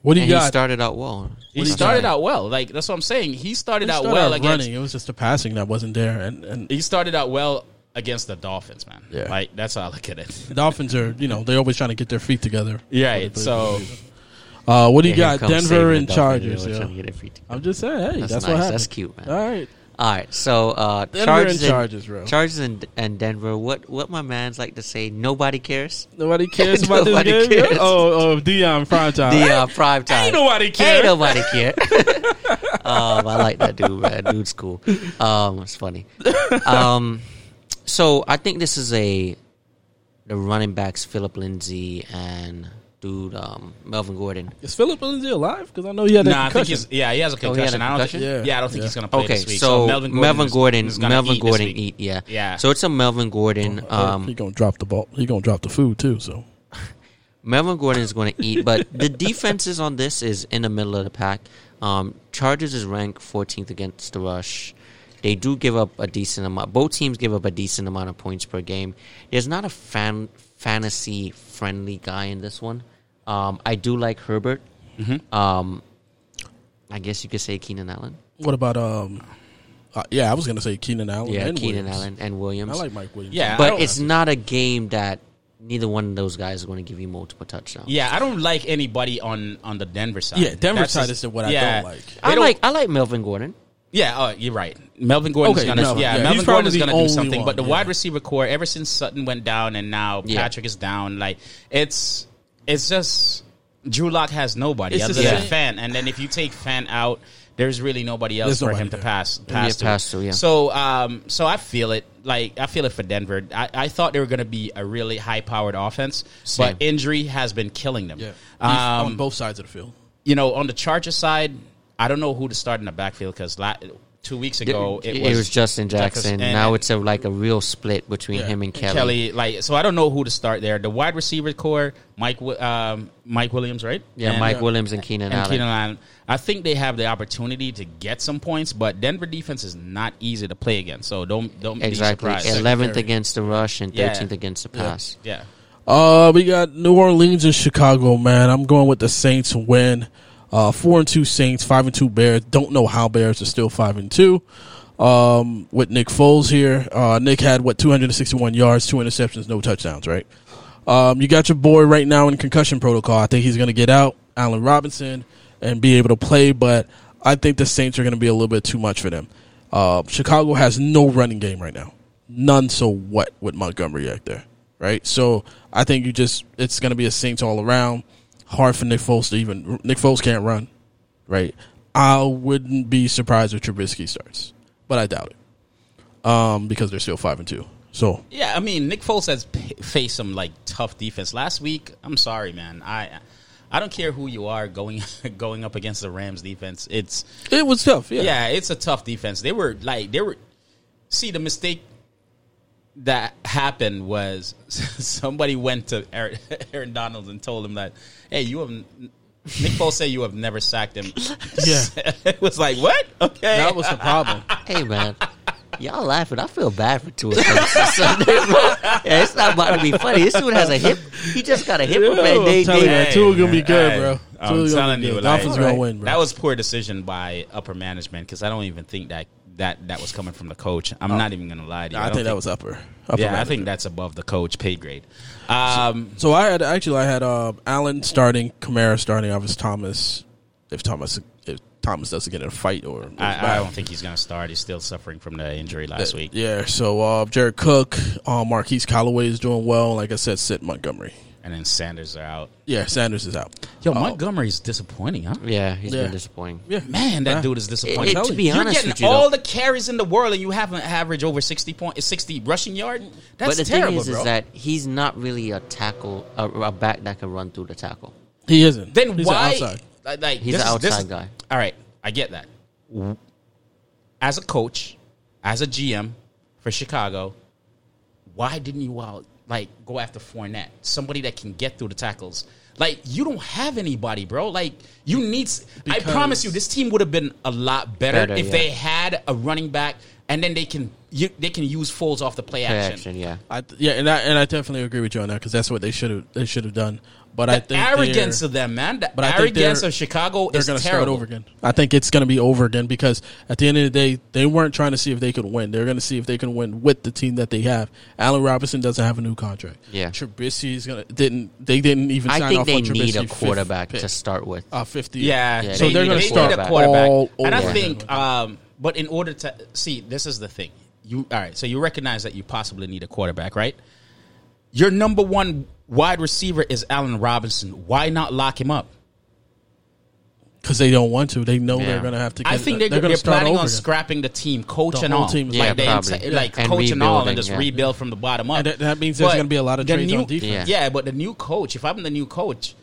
S1: What do you
S3: And he
S1: got?
S3: started out well.
S2: He started out well. Like that's what I'm saying. He
S1: He
S2: started, out
S1: started
S2: well
S1: out
S2: against
S1: running. It was just the passing that wasn't there, and and
S2: he started out well against the Dolphins, man.
S1: Yeah.
S2: Like that's how I look at it.
S1: the Dolphins are you know they're always trying to get their feet together.
S2: right. So
S1: Uh, what do you
S3: Here
S1: got?
S3: comes
S1: Denver
S3: saving
S1: and
S3: the Dolphins.
S1: Chargers.
S3: They were
S1: Yeah.
S3: trying to get it free to-
S1: I'm just saying. Hey, that's,
S3: That's
S1: what
S3: nice.
S1: happened.
S3: That's cute, man.
S1: All right.
S3: All right, so uh,
S1: Denver
S3: Chargers,
S1: and Chargers, bro.
S3: Chargers and, and Denver. What what my man's like to say? Nobody cares.
S1: Nobody cares about this
S3: Nobody
S1: game. yeah?
S3: cares.
S1: Oh, oh, Dion prime time.
S3: The uh, prime time.
S1: Ain't nobody care.
S3: Ain't nobody care. um, I like that dude, man. Dude's cool. Um, it's funny. Um, so I think this is a the running backs Philip Lindsay and dude um, Melvin Gordon.
S1: Is Philip Lindsay alive? Because I know he had that
S2: Nah, I think
S1: concussion.
S2: he's yeah, he has a
S3: Oh, he had a
S2: concussion. I don't think, yeah.
S1: concussion?
S2: I don't think
S1: Yeah.
S2: he's gonna play
S3: Okay,
S2: this week.
S3: so, Melvin Gordon, Melvin
S2: is-
S3: Gordon,
S2: is gonna eat this week.
S3: eat, yeah,
S2: Yeah.
S3: So it's a Melvin Gordon. Um,
S1: Oh, he gonna drop the ball. He gonna drop the food too. So
S3: Melvin Gordon is going to eat, but the defenses on this is in the middle of the pack. Um, Chargers is ranked 14th against the rush. They do give up a decent amount. Both teams give up a decent amount of points per game. There's not a fan fantasy friendly guy in this one. Um, I do like Herbert. Um, I guess you could say Keenan Allen.
S1: what about um? Uh, yeah, I was gonna say Keenan Allen.
S3: Yeah,
S1: and
S3: Keenan
S1: Williams.
S3: Allen and Williams.
S1: I like Mike Williams.
S2: Yeah, I
S3: but
S2: don't-
S3: it's not a game that neither one of those guys are going to give you multiple touchdowns.
S2: yeah, I don't like anybody on on the Denver side.
S1: Yeah, Denver
S2: That's
S1: side
S2: just-
S1: is the- what I
S2: yeah.
S1: don't like.
S2: They
S3: I
S2: don't-
S3: like I like Melvin Gordon.
S2: Yeah, oh, you're right. Melvin Gordon's
S1: Okay,
S2: gonna
S1: Melvin,
S2: yeah,
S1: yeah. He's
S2: Melvin Gordon
S1: probably
S2: is
S1: the
S2: gonna do
S1: only
S2: something.
S1: one,
S2: but the
S1: yeah.
S2: wide receiver core, ever since Sutton went down and now
S3: Yeah.
S2: Patrick is down, like it's it's just Drew Lock has nobody
S1: It's
S2: other
S1: the
S2: than
S1: same-
S2: Fan, and then if you take Fan out, there's really nobody else
S1: There's
S2: for
S1: nobody
S2: him to
S1: there.
S2: pass pass to.
S3: pass to, yeah.
S2: So um, so I feel it. Like I feel it for Denver. I, I thought they were going to be a really high powered offense,
S3: Same.
S2: but injury has been killing them.
S1: yeah.
S2: Um,
S1: on both sides of the field.
S2: you know, on the Chargers side, I don't know who to start in the backfield because la- two weeks ago
S3: it,
S2: it,
S3: it
S2: was,
S3: was, Justin Jackson.
S2: and-
S3: now it's a, like a real split between him and Kelly.
S2: Kelly. Like, so I don't know who to start there. The wide receiver core, Mike, Wi- um, Mike Williams, right?
S3: Yeah,
S2: And- uh,
S3: Mike Williams and Keenan
S2: and
S3: Allen.
S2: Keenan Allen. I think they have the opportunity to get some points, but Denver defense is not easy to play against. So don't don't
S3: exactly.
S2: be surprised.
S3: Eleventh against the rush and
S2: Yeah.
S3: thirteenth against the pass.
S2: yeah.
S1: Uh, we got New Orleans and Chicago, man. I'm going with the Saints win. Uh, four and two Saints, five and two Bears. Don't know how Bears are still five and two. Um, with Nick Foles here, uh, Nick had what 261 yards, two interceptions, no touchdowns, right? Um, you got your boy right now in concussion protocol. I think he's going to get out, Allen Robinson, and be able to play. But I think the Saints are going to be a little bit too much for them. Uh, Chicago has no running game right now, none. So what with Montgomery out there, right? So I think you just it's going to be a Saints all around. hard for Nick Foles to even. Nick Foles can't run, right? I wouldn't be surprised if Trubisky starts, but I doubt it, um, because they're still five and two. So
S2: Yeah, I mean, Nick Foles has p- faced some like tough defense last week. I'm sorry, man. I I don't care who you are going going up against the Rams defense. It's
S1: it was tough. Yeah,
S2: yeah, it's a tough defense. They were like they were. See, the mistake that happened was somebody went to Aaron, Aaron Donalds and told him that, "Hey, you have." Nick Foles said you have never sacked him.
S1: Yeah.
S2: it was like what? Okay,
S1: that was the problem.
S3: Hey man, y'all laughing. I feel bad for Tua. yeah, it's not about to be funny. This dude has a hip. He just got a hip
S1: I'm
S3: replacement. They,
S1: telling you,
S3: they,
S1: man. Tua gonna be good, bro. Tua
S2: I'm
S1: gonna
S2: telling
S1: be
S2: you,
S1: good.
S2: like,
S1: Dolphins gonna win, bro.
S2: That was poor decision by upper management because I don't even think that that that was coming from the coach. I'm not even gonna lie to you.
S1: I,
S2: don't
S1: think that was upper. upper
S2: yeah, I
S1: management.
S2: think that's above the coach pay grade. Um,
S1: So I had actually I had um, Allen starting, Kamara starting. I was Thomas. If Thomas if Thomas doesn't get in a fight or
S2: I, I don't think he's gonna start. He's still suffering from the injury last week.
S1: yeah. So uh, Jared Cook, uh, Marquise Callaway is doing well. Like I said, Sid Montgomery.
S2: and then Sanders are out. Oh.
S1: Yeah, Sanders is out.
S2: Yo, Montgomery's disappointing, huh?
S3: yeah, he's
S1: Yeah.
S3: been disappointing.
S1: Yeah,
S2: Man, that
S1: Yeah.
S2: dude is disappointing.
S3: It- it- to be
S2: you're
S3: honest
S2: getting
S3: with you,
S2: all
S3: though-
S2: the carries in the world, and you haven't averaged over sixty point, sixty rushing yard. That's
S3: but the
S2: terrible,
S3: thing is,
S2: bro.
S3: is that he's not really a tackle, a, a back that can run through the tackle.
S1: He isn't.
S2: then
S1: He's an
S2: why?
S1: outside.
S2: Like, like,
S3: He's
S2: this
S3: an
S2: is- this
S3: outside
S2: is-
S3: guy.
S2: All right, I get that. As a coach, as a GM for Chicago, why didn't you all like go after Fournette, somebody that can get through the tackles? Like you don't have anybody, bro. Like you need. s I I promise you, this team would have been a lot better,
S3: Better,
S2: if
S3: yeah.
S2: they had a running back, and then they can you, they can use folds off the play, action.
S3: Action, yeah.
S1: I th- yeah, and I and I definitely agree with you on that because that's what they should have they should have done. But I
S2: The
S1: think
S2: arrogance
S1: they're-
S2: of them, man. The
S1: But I think
S2: arrogance
S1: they're-
S2: of Chicago
S1: they're
S2: is
S1: going to
S2: terrible.
S1: start over again. I think it's going to be over again because at the end of the day, they weren't trying to see if they could win. They're going to see if they can win with the team that they have. Allen Robinson doesn't have a new contract.
S3: Yeah.
S1: Trubisky is going to didn't they didn't even.
S3: I
S1: sign
S3: think
S1: off
S3: they
S1: on Trubisky
S3: need a
S1: fifth
S3: quarterback
S1: pick.
S3: to start with.
S1: uh, fifty.
S2: Yeah,
S3: Yeah,
S1: So
S3: they
S1: they're
S3: need
S1: going
S3: a
S1: to
S2: they
S1: start
S2: need a
S3: quarterback.
S2: quarterback.
S1: all over.
S2: and I think, um, but in order to see, this is the thing. You all right? So you recognize that you possibly need a quarterback, right? Your number one wide receiver is Allen Robinson. Why not lock him up?
S1: because they don't want to. They know
S3: Yeah.
S1: they're going to have to. Get,
S2: I think
S1: they're,
S2: they're,
S1: going
S2: they're
S1: to start
S2: planning
S1: over.
S2: on
S1: again.
S2: scrapping the team, coach
S1: The
S2: and
S1: all
S2: all,
S1: team is
S2: like
S1: like
S2: the
S3: that.
S2: entire-
S3: Probably.
S2: like
S3: And
S2: coach and all, and
S3: rebuilding,
S2: just
S3: yeah.
S2: rebuild from the bottom up.
S1: And that- that means there's
S2: But
S1: gonna be a lot of
S2: the
S1: trades on
S2: new-
S1: defense.
S2: Yeah. but the new coach. If I'm the new coach,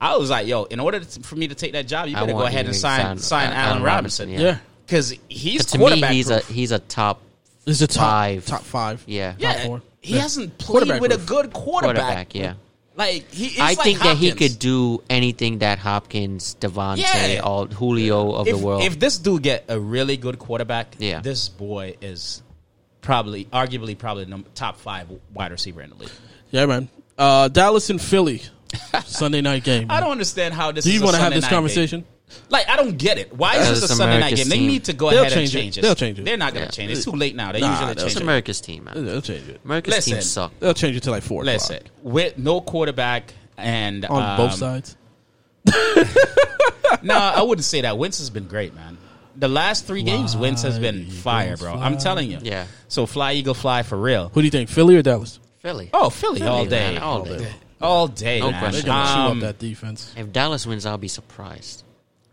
S2: I was like, yo, in order to, for me to take that job, you
S3: I
S2: better go
S3: want
S2: ahead
S3: you
S2: and
S3: to
S2: sign
S3: sign,
S2: sign
S3: uh,
S2: Allen
S3: Allen
S2: Robinson
S3: Robinson,
S1: yeah.
S3: yeah.
S2: because he's
S3: to me,
S2: quarterback.
S3: he's a
S2: proof.
S3: he's a top.
S1: This is a top
S3: Five.
S1: top five.
S3: Yeah.
S1: top
S2: Yeah,
S1: four.
S2: he
S1: Yeah.
S2: hasn't played
S1: Quarterback
S2: with a
S1: proof.
S2: good quarterback.
S3: Quarterback, yeah.
S2: Like he, he's
S3: I
S2: like
S3: think that he
S2: Hopkins.
S3: could do anything that Hopkins, Devontae,
S2: Yeah.
S3: all Julio of
S2: if,
S3: the world.
S2: If this dude get a really good quarterback,
S3: Yeah.
S2: this boy is probably, arguably, probably the num- top five wide receiver in the league.
S1: Yeah, man. Uh, Dallas and Philly, Sunday night game.
S2: I don't understand how this.
S1: Do you
S2: want to
S1: have this conversation?
S2: Like I don't get it. Why is
S3: Uh,
S2: this a
S3: it's
S2: Sunday night
S3: America's
S2: game? They
S3: team.
S2: need to go
S1: They'll
S2: ahead
S1: change it.
S2: and change it.
S1: They'll change it.
S2: They're not going
S3: Yeah.
S2: to change it. It's too late now. They
S1: Nah,
S2: usually
S1: they'll
S2: change
S3: it's
S2: it.
S3: America's team, man.
S1: They'll change it.
S3: America's
S2: Listen.
S3: teams suck.
S1: They'll change it to like four. o'clock.
S2: Listen, with no quarterback and
S1: on both
S2: um,
S1: sides.
S2: No, I wouldn't say that. Wentz has been great, man. The last three games, Wentz has been
S1: Eagles
S2: fire, bro. I'm
S1: fly.
S2: telling you.
S3: Yeah.
S2: So fly, Eagle, fly for real.
S1: Who do you think, Philly or Dallas?
S3: Philly.
S2: Oh, Philly, all
S3: Philly,
S2: day,
S3: man, all day.
S2: all day,
S3: No
S2: man.
S3: question.
S1: They're gonna chew
S2: Um,
S1: up that defense.
S3: If Dallas wins, I'll be surprised.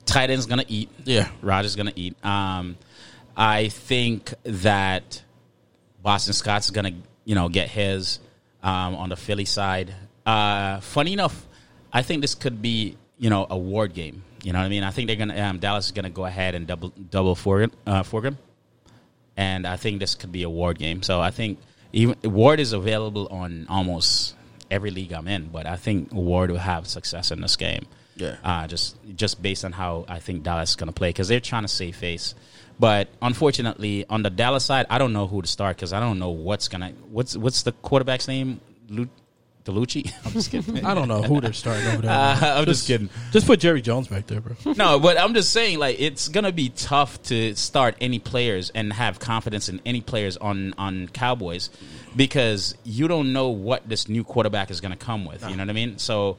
S2: tight end's gonna eat.
S1: Yeah.
S2: Rogers gonna eat. Um, I think that Boston Scott's gonna you know get his um, on the Philly side. Uh, funny enough, I think this could be you know a ward game. You know what I mean? I think they're gonna um, Dallas is gonna go ahead and double double Forgan, uh, Forgan, and I think this could be a ward game. So I think even Ward is available on almost every league I'm in, but I think Ward will have success in this game.
S1: Yeah.
S2: Uh, just just based on how I think Dallas is going to play because they're trying to save face. But unfortunately, on the Dallas side, I don't know who to start because I don't know what's gonna what's what's the quarterback's name, Lu- Delucci. I'm just kidding.
S1: I don't know who they're starting over there.
S2: I'm just kidding.
S1: Just put Jerry Jones back there, bro.
S2: no, but I'm just saying, like, it's gonna be tough to start any players and have confidence in any players on on Cowboys because you don't know what this new quarterback is gonna come with. You know what I mean? So,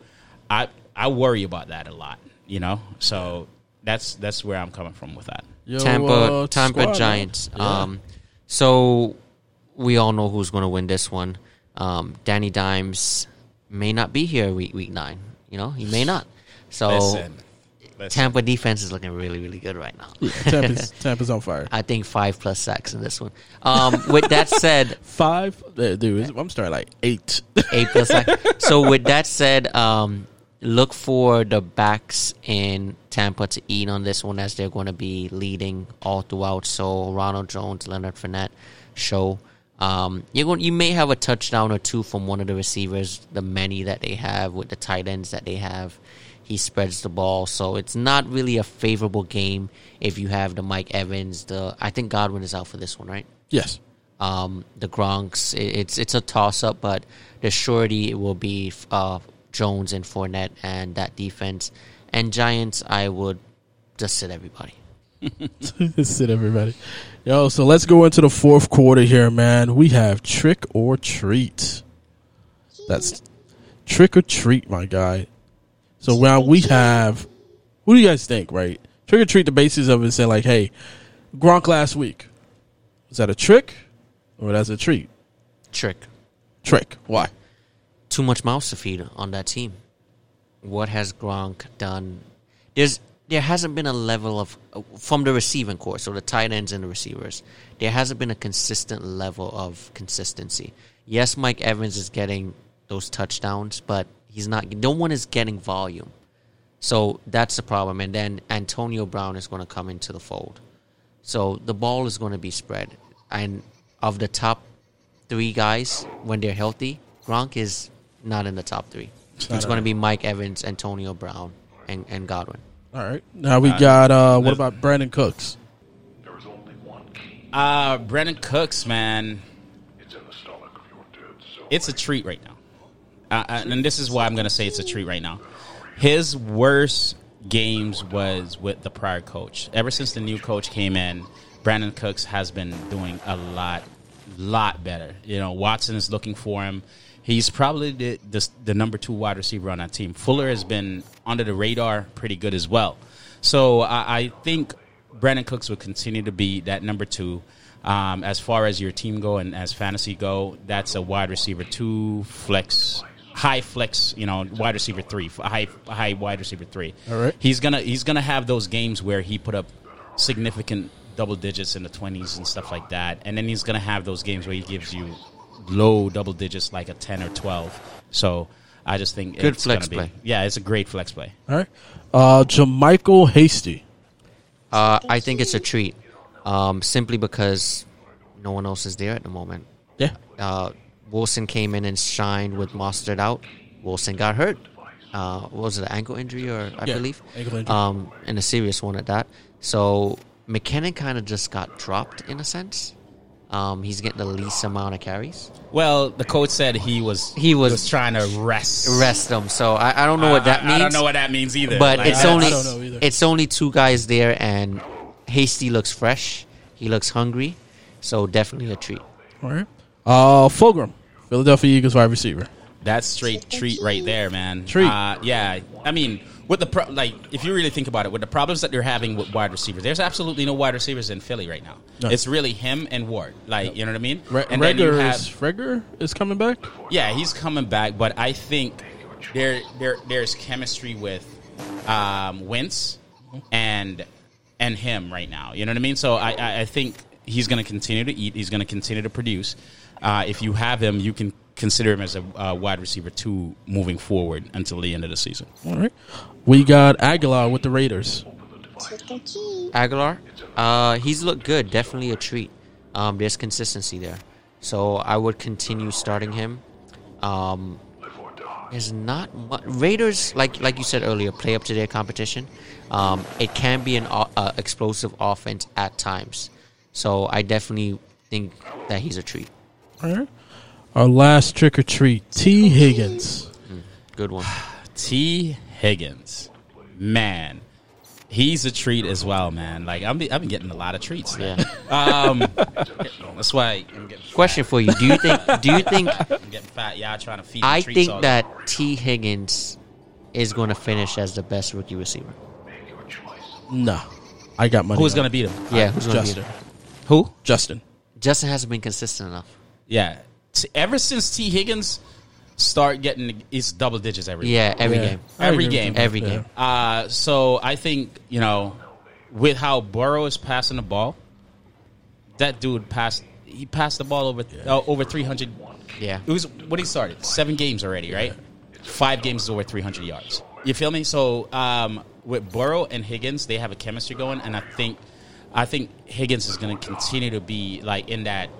S2: I I worry about that a lot. You know, so that's that's where I'm coming from with that.
S1: Yo,
S3: Tampa,
S1: uh,
S3: Tampa
S1: squad,
S3: Giants.
S1: man. Yeah.
S3: Um, so we all know who's going to win this one. Um, Danny Dimes may not be here week week nine. You know, he may not.
S5: So
S2: Listen, listen.
S5: Tampa defense is looking really, really good right now.
S1: Tampa's, Tampa's on fire.
S5: I think five plus sacks in this one. Um, with that said,
S1: Five, uh, dude. it's- I'm starting like eight.
S5: eight plus sacks. So with that said, um, look for the backs in Tampa to eat on this one as they're going to be leading all throughout. So Ronald Jones, Leonard Fournette, show. Um, you're going. You may have a touchdown or two from one of the receivers. The many that they have with the tight ends that they have. He spreads the ball, so it's not really a favorable game if you have the Mike Evans. The I think Godwin is out for this one, right?
S1: yes.
S5: um, the Gronks. It, it's it's a toss up, but the surety will be uh, Jones and Fournette and that defense. And Giants, I would just sit everybody.
S1: That's it, everybody. Yo, so let's go into the fourth quarter here, man. We have trick or treat. That's trick or treat, my guy. So now we have. What do you guys think? Right, trick or treat. The basis of it saying like, hey, Gronk last week. Is that a trick or that's a treat?
S5: Trick.
S1: Trick. Why?
S5: Too much mouths to feed on that team. What has Gronk done? There's there hasn't been a level of from the receiving core, so the tight ends and the receivers. There hasn't been a consistent level of consistency. Yes, Mike Evans is getting those touchdowns, but he's not. No one is getting volume. So that's the problem. And then Antonio Brown is going to come into the fold. So the ball is going to be spread. And of the top three guys, when they're healthy, Gronk is not in the top three. It's going to be Mike Evans, Antonio Brown, and, and Godwin.
S1: All right. Now we got. uh What about Brandon Cooks?
S6: There is only one key.
S2: Uh, Brennan Cooks, man,
S6: It's in the stomach of your dead soul.
S2: it's a treat right now. Uh, uh, and this is why I'm going to say it's a treat right now. His worst games was with the prior coach. Ever since the new coach came in, Brandon Cooks has been doing a lot, lot better. You know, Watson is looking for him. He's probably the, the, the number two wide receiver on that team. Fuller has been under the radar pretty good as well. So I, I think Brandon Cooks will continue to be that number two. Um, as far as your team go and as fantasy go, that's a wide receiver two flex, high flex. You know, wide receiver three, f- high high wide receiver three.
S1: All right.
S2: He's gonna he's gonna have those games where he put up significant double digits in the twenties and stuff like that, and then he's gonna have those games where he gives you low double digits like a ten or twelve. So I just think
S5: Good
S2: it's gonna
S5: flex
S2: be-
S5: play.
S2: Yeah, it's a great flex play.
S1: All right. Uh Jamichael Hasty.
S5: Uh, I think it's a treat um, simply because no one else is there at the moment.
S1: Yeah.
S5: uh, Wilson came in and shined with Mostert out. Wilson got hurt. Uh, what was it an ankle injury or I
S1: Yeah,
S5: believe
S1: ankle injury.
S5: um, and a serious one at that. So McKinnon kind of just got dropped in a sense. Um, he's getting the least amount of carries.
S2: Well, the coach said he was
S5: He was-
S2: trying to rest
S5: Rest them. So I, I don't know what that
S2: I-
S5: means.
S2: I don't know what that means either.
S5: but
S2: Like,
S5: it's
S2: that's-
S5: only
S1: I don't know either.
S5: it's only two guys there, and Hasty looks fresh. He looks hungry, so definitely a treat.
S1: All right. Uh Fulgram, Philadelphia Eagles wide receiver.
S2: That's straight treat right there, man.
S1: Treat.
S2: Uh, yeah, I mean, with the pro- like, if you really think about it, with the problems that they're having with wide receivers, there's absolutely no wide receivers in Philly right now.
S1: No.
S2: It's really him and Ward. Like, you know what I mean?
S1: Re-
S2: and
S1: Reger is Reger is coming back.
S2: yeah, he's coming back, but I think there there there's chemistry with um, Wentz and and him right now. You know what I mean? So I I, I think he's going to continue to eat. He's going to continue to produce. Uh, if you have him, you can consider him as a uh, wide receiver two moving forward until the end of the season.
S1: All right. We got Aguilar with the Raiders.
S7: Take the key.
S5: Aguilar, uh, he's looked good. Definitely a treat. Um, there's consistency there, so I would continue starting him. Um, there's not much. Raiders, like like you said earlier, play up to their competition. Um, it can be an o- uh, explosive offense at times, so I definitely think that he's a treat.
S1: All right. Our last trick or treat, T. Higgins.
S5: Good one.
S2: T. Higgins, man, he's a treat as well, man. Like I'm, I've been getting a lot of treats.
S5: Yeah.
S2: Um, that's why I'm getting
S5: Question for you: Do you think? Do you think?
S2: I'm getting fat. Y'all trying to feed. me
S5: I
S2: treats
S5: think
S2: all
S5: that T. Higgins is going to finish as the best rookie receiver.
S1: Nah. I got money.
S2: Who's
S1: on
S2: gonna beat him?
S5: Yeah, who's going to be
S1: Justin.
S5: it?
S2: Who?
S1: Justin.
S5: Justin hasn't been consistent enough.
S2: Yeah. T- ever since T Higgins start getting it's double digits every
S5: Yeah, every
S1: Yeah.
S5: game.
S1: I agree
S2: Every
S1: with
S2: game.
S1: you.
S5: Every
S1: Yeah.
S5: game.
S2: Uh, so I think you know, with how Burrow is passing the ball, that dude passed. He passed the ball over uh, over three hundred.
S5: Yeah.
S2: It was when he started seven games already, right? Five games is over three hundred yards. You feel me? So um, with Burrow and Higgins, they have a chemistry going, and I think I think Higgins is going to continue to be like in that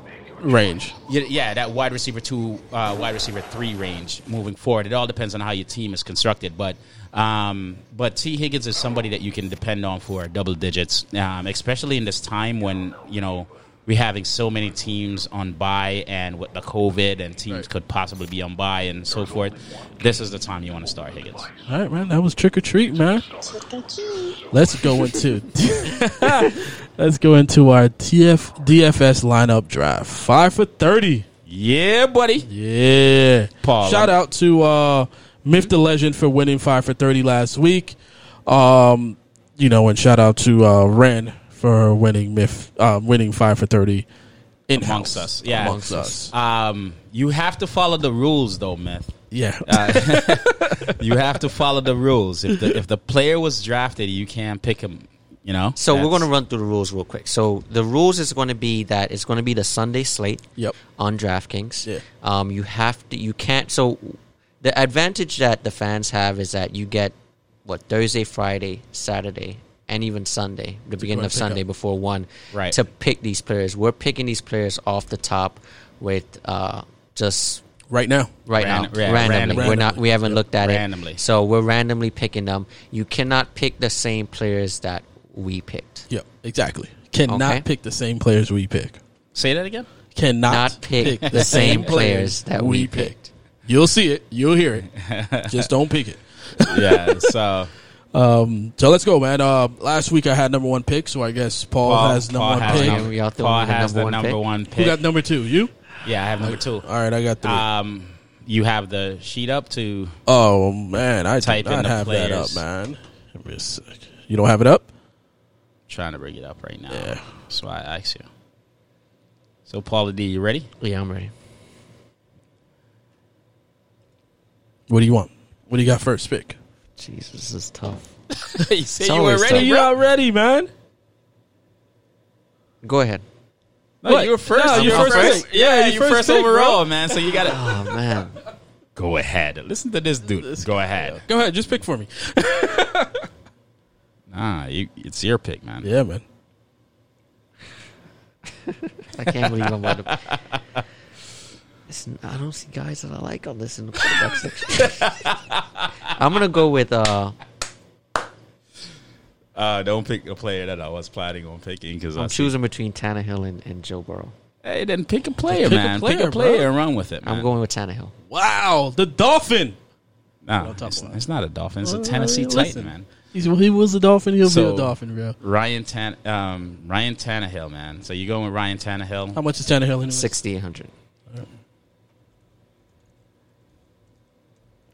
S1: range.
S2: yeah, yeah, that wide receiver two, uh, wide receiver three range moving forward. It all depends on how your team is constructed, but um, but T Higgins is somebody that you can depend on for double digits, um, especially in this time when you know we're having so many teams on bye and with the COVID and teams could possibly be on bye and so forth. This is the time you want to start Higgins.
S1: All right, man. That was trick or treat, man.
S8: Take a key.
S1: Let's go into let's go into our TF DFS lineup draft. Five for thirty.
S2: Yeah, buddy.
S1: Yeah.
S2: Paul,
S1: Shout
S2: I'm-
S1: out to uh Myth the Legend for winning five for thirty last week. Um, you know, and shout out to uh Ren for winning Myth uh, winning five for thirty in
S2: Amongst us, yeah.
S1: Amongst us. Uh,
S2: Um, you have to follow the rules, though, myth.
S1: yeah.
S2: Uh, you have to follow the rules. If the if the player was drafted, you can't pick him. You know.
S5: So we're
S2: That's-
S5: going to run through the rules real quick. So the rules is going to be that it's going to be the Sunday slate.
S1: Yep.
S5: On DraftKings.
S1: Yeah.
S5: Um, you have to. You can't. So the advantage that the fans have is that you get what Thursday, Friday, Saturday, and even Sunday, the beginning
S1: and
S5: of
S1: pick
S5: Sunday
S1: up.
S5: before one,
S2: Right.
S5: to pick these players. We're picking these players off the top with uh, just
S1: right now.
S5: right
S2: Ran-
S5: now
S2: yeah,
S5: randomly.
S2: randomly.
S5: We're not. We haven't looked at
S2: Randomly.
S5: it. So we're randomly picking them. You cannot pick the same players that we picked.
S1: Yep, exactly. Cannot
S5: Okay.
S1: pick the same players we pick.
S2: say that again.
S1: Cannot
S5: Not pick the same players that we picked.
S1: You'll see it. You'll hear it. Just don't pick it.
S2: Yeah. So
S1: So let's go, man. Uh, last week I had number one pick, so I guess Paul,
S2: Paul
S1: has number
S2: Paul
S1: one
S2: has
S1: pick.
S2: number-
S5: We all thought
S2: Paul
S5: we had
S2: has
S5: number
S2: the
S5: one
S2: number
S5: pick.
S2: one
S1: Who
S2: pick.
S1: got number two? You?
S2: yeah, I have number two.
S1: All right, I got three.
S2: Um, you have the sheet up to
S1: oh man, I did
S2: type in
S1: not
S2: the
S1: have that up,
S2: players.
S1: man. Give me a sec. You don't have it up?
S2: trying to bring it up right now.
S1: Yeah.
S2: That's why I asked you. So Paula D, you ready?
S5: Yeah, I'm ready.
S1: What do you want? What do you got first pick?
S5: Jesus, this is tough.
S2: you said
S5: you were always ready, tough.
S1: You not ready, man?
S5: Go ahead.
S2: No, you were first.
S1: No,
S2: you
S1: you
S2: were
S1: first
S2: first.
S1: pick.
S2: Yeah,
S1: Yeah,
S2: you
S1: you
S2: first,
S1: first pick,
S2: overall, man. So you gotta
S5: Oh man.
S2: go ahead. Listen to this dude. go ahead.
S1: Go ahead, just pick for me.
S2: Nah, you, it's your pick, man.
S1: Yeah, man.
S5: I can't believe I'm about to. Listen, I don't see guys that I like on this in the quarterback section. I'm gonna go with uh,
S2: Uh, don't pick a player that I was planning on picking because I
S5: I'm
S2: see-
S5: choosing between Tannehill and, and Joe Burrow.
S2: Hey, then pick a player,
S1: Pick a
S2: man. pick
S1: player,
S2: a player
S1: bro.
S2: and run with it. Man.
S5: I'm going with Tannehill.
S1: Wow, the Dolphin.
S2: Nah,
S1: top
S2: it's,
S1: one.
S2: it's not a dolphin. It's a
S1: Well,
S2: Tennessee
S1: listen.
S2: Titan, man.
S1: He's, he was a Dolphin. He'll be
S2: So-
S1: a Dolphin, bro.
S2: Ryan Tan, um, Ryan Tannehill, man. So you going with Ryan Tannehill?
S1: How much is Tannehill anyway?
S5: 6,800.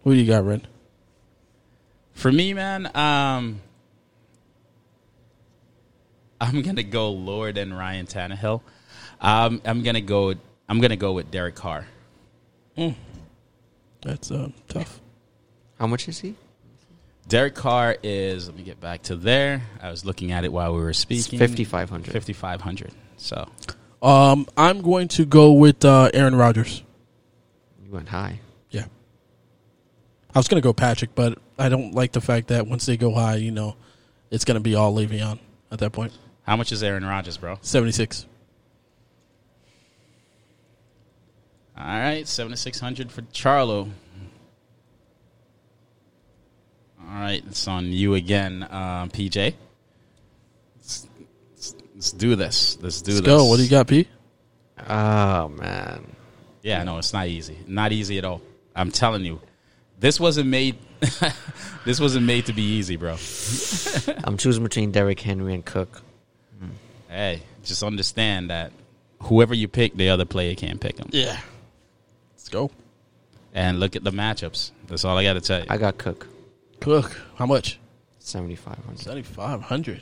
S1: Who do you got, Ren?
S2: For me, man, um, I'm gonna go lower than Ryan Tannehill. Um, I'm gonna go. I'm gonna go with Derek Carr.
S1: That's um, tough.
S5: How much is he?
S2: Derek Carr is. Let me get back to there. I was looking at it while we were
S5: It's
S2: speaking.
S5: 5,500.
S2: Fifty five hundred. So
S1: Um, I'm going to go with uh, Aaron Rodgers.
S5: You went high.
S1: Yeah. I was going to go Patrick, but I don't like the fact that once they go high, you know, it's going to be all Le'Veon at that point.
S2: how much is Aaron Rodgers, bro?
S1: 76.
S2: All right, 7600 for Charlo. All right, it's on you again, uh, PJ. Let's, let's- let's do this. Let's do
S1: Let's
S2: this.
S1: go. What do you got, P?
S5: Oh, man.
S2: Yeah, no, it's not easy. Not easy at all. I'm telling you. This wasn't made This wasn't made to be easy, bro.
S5: I'm choosing between Derrick Henry and Cook.
S2: Hey, just understand that whoever you pick, the other player can't pick them.
S1: Yeah. Let's go.
S2: And look at the matchups. That's all I got to tell you.
S5: I got Cook,
S1: Cook. How much?
S5: 7,500.
S1: 7500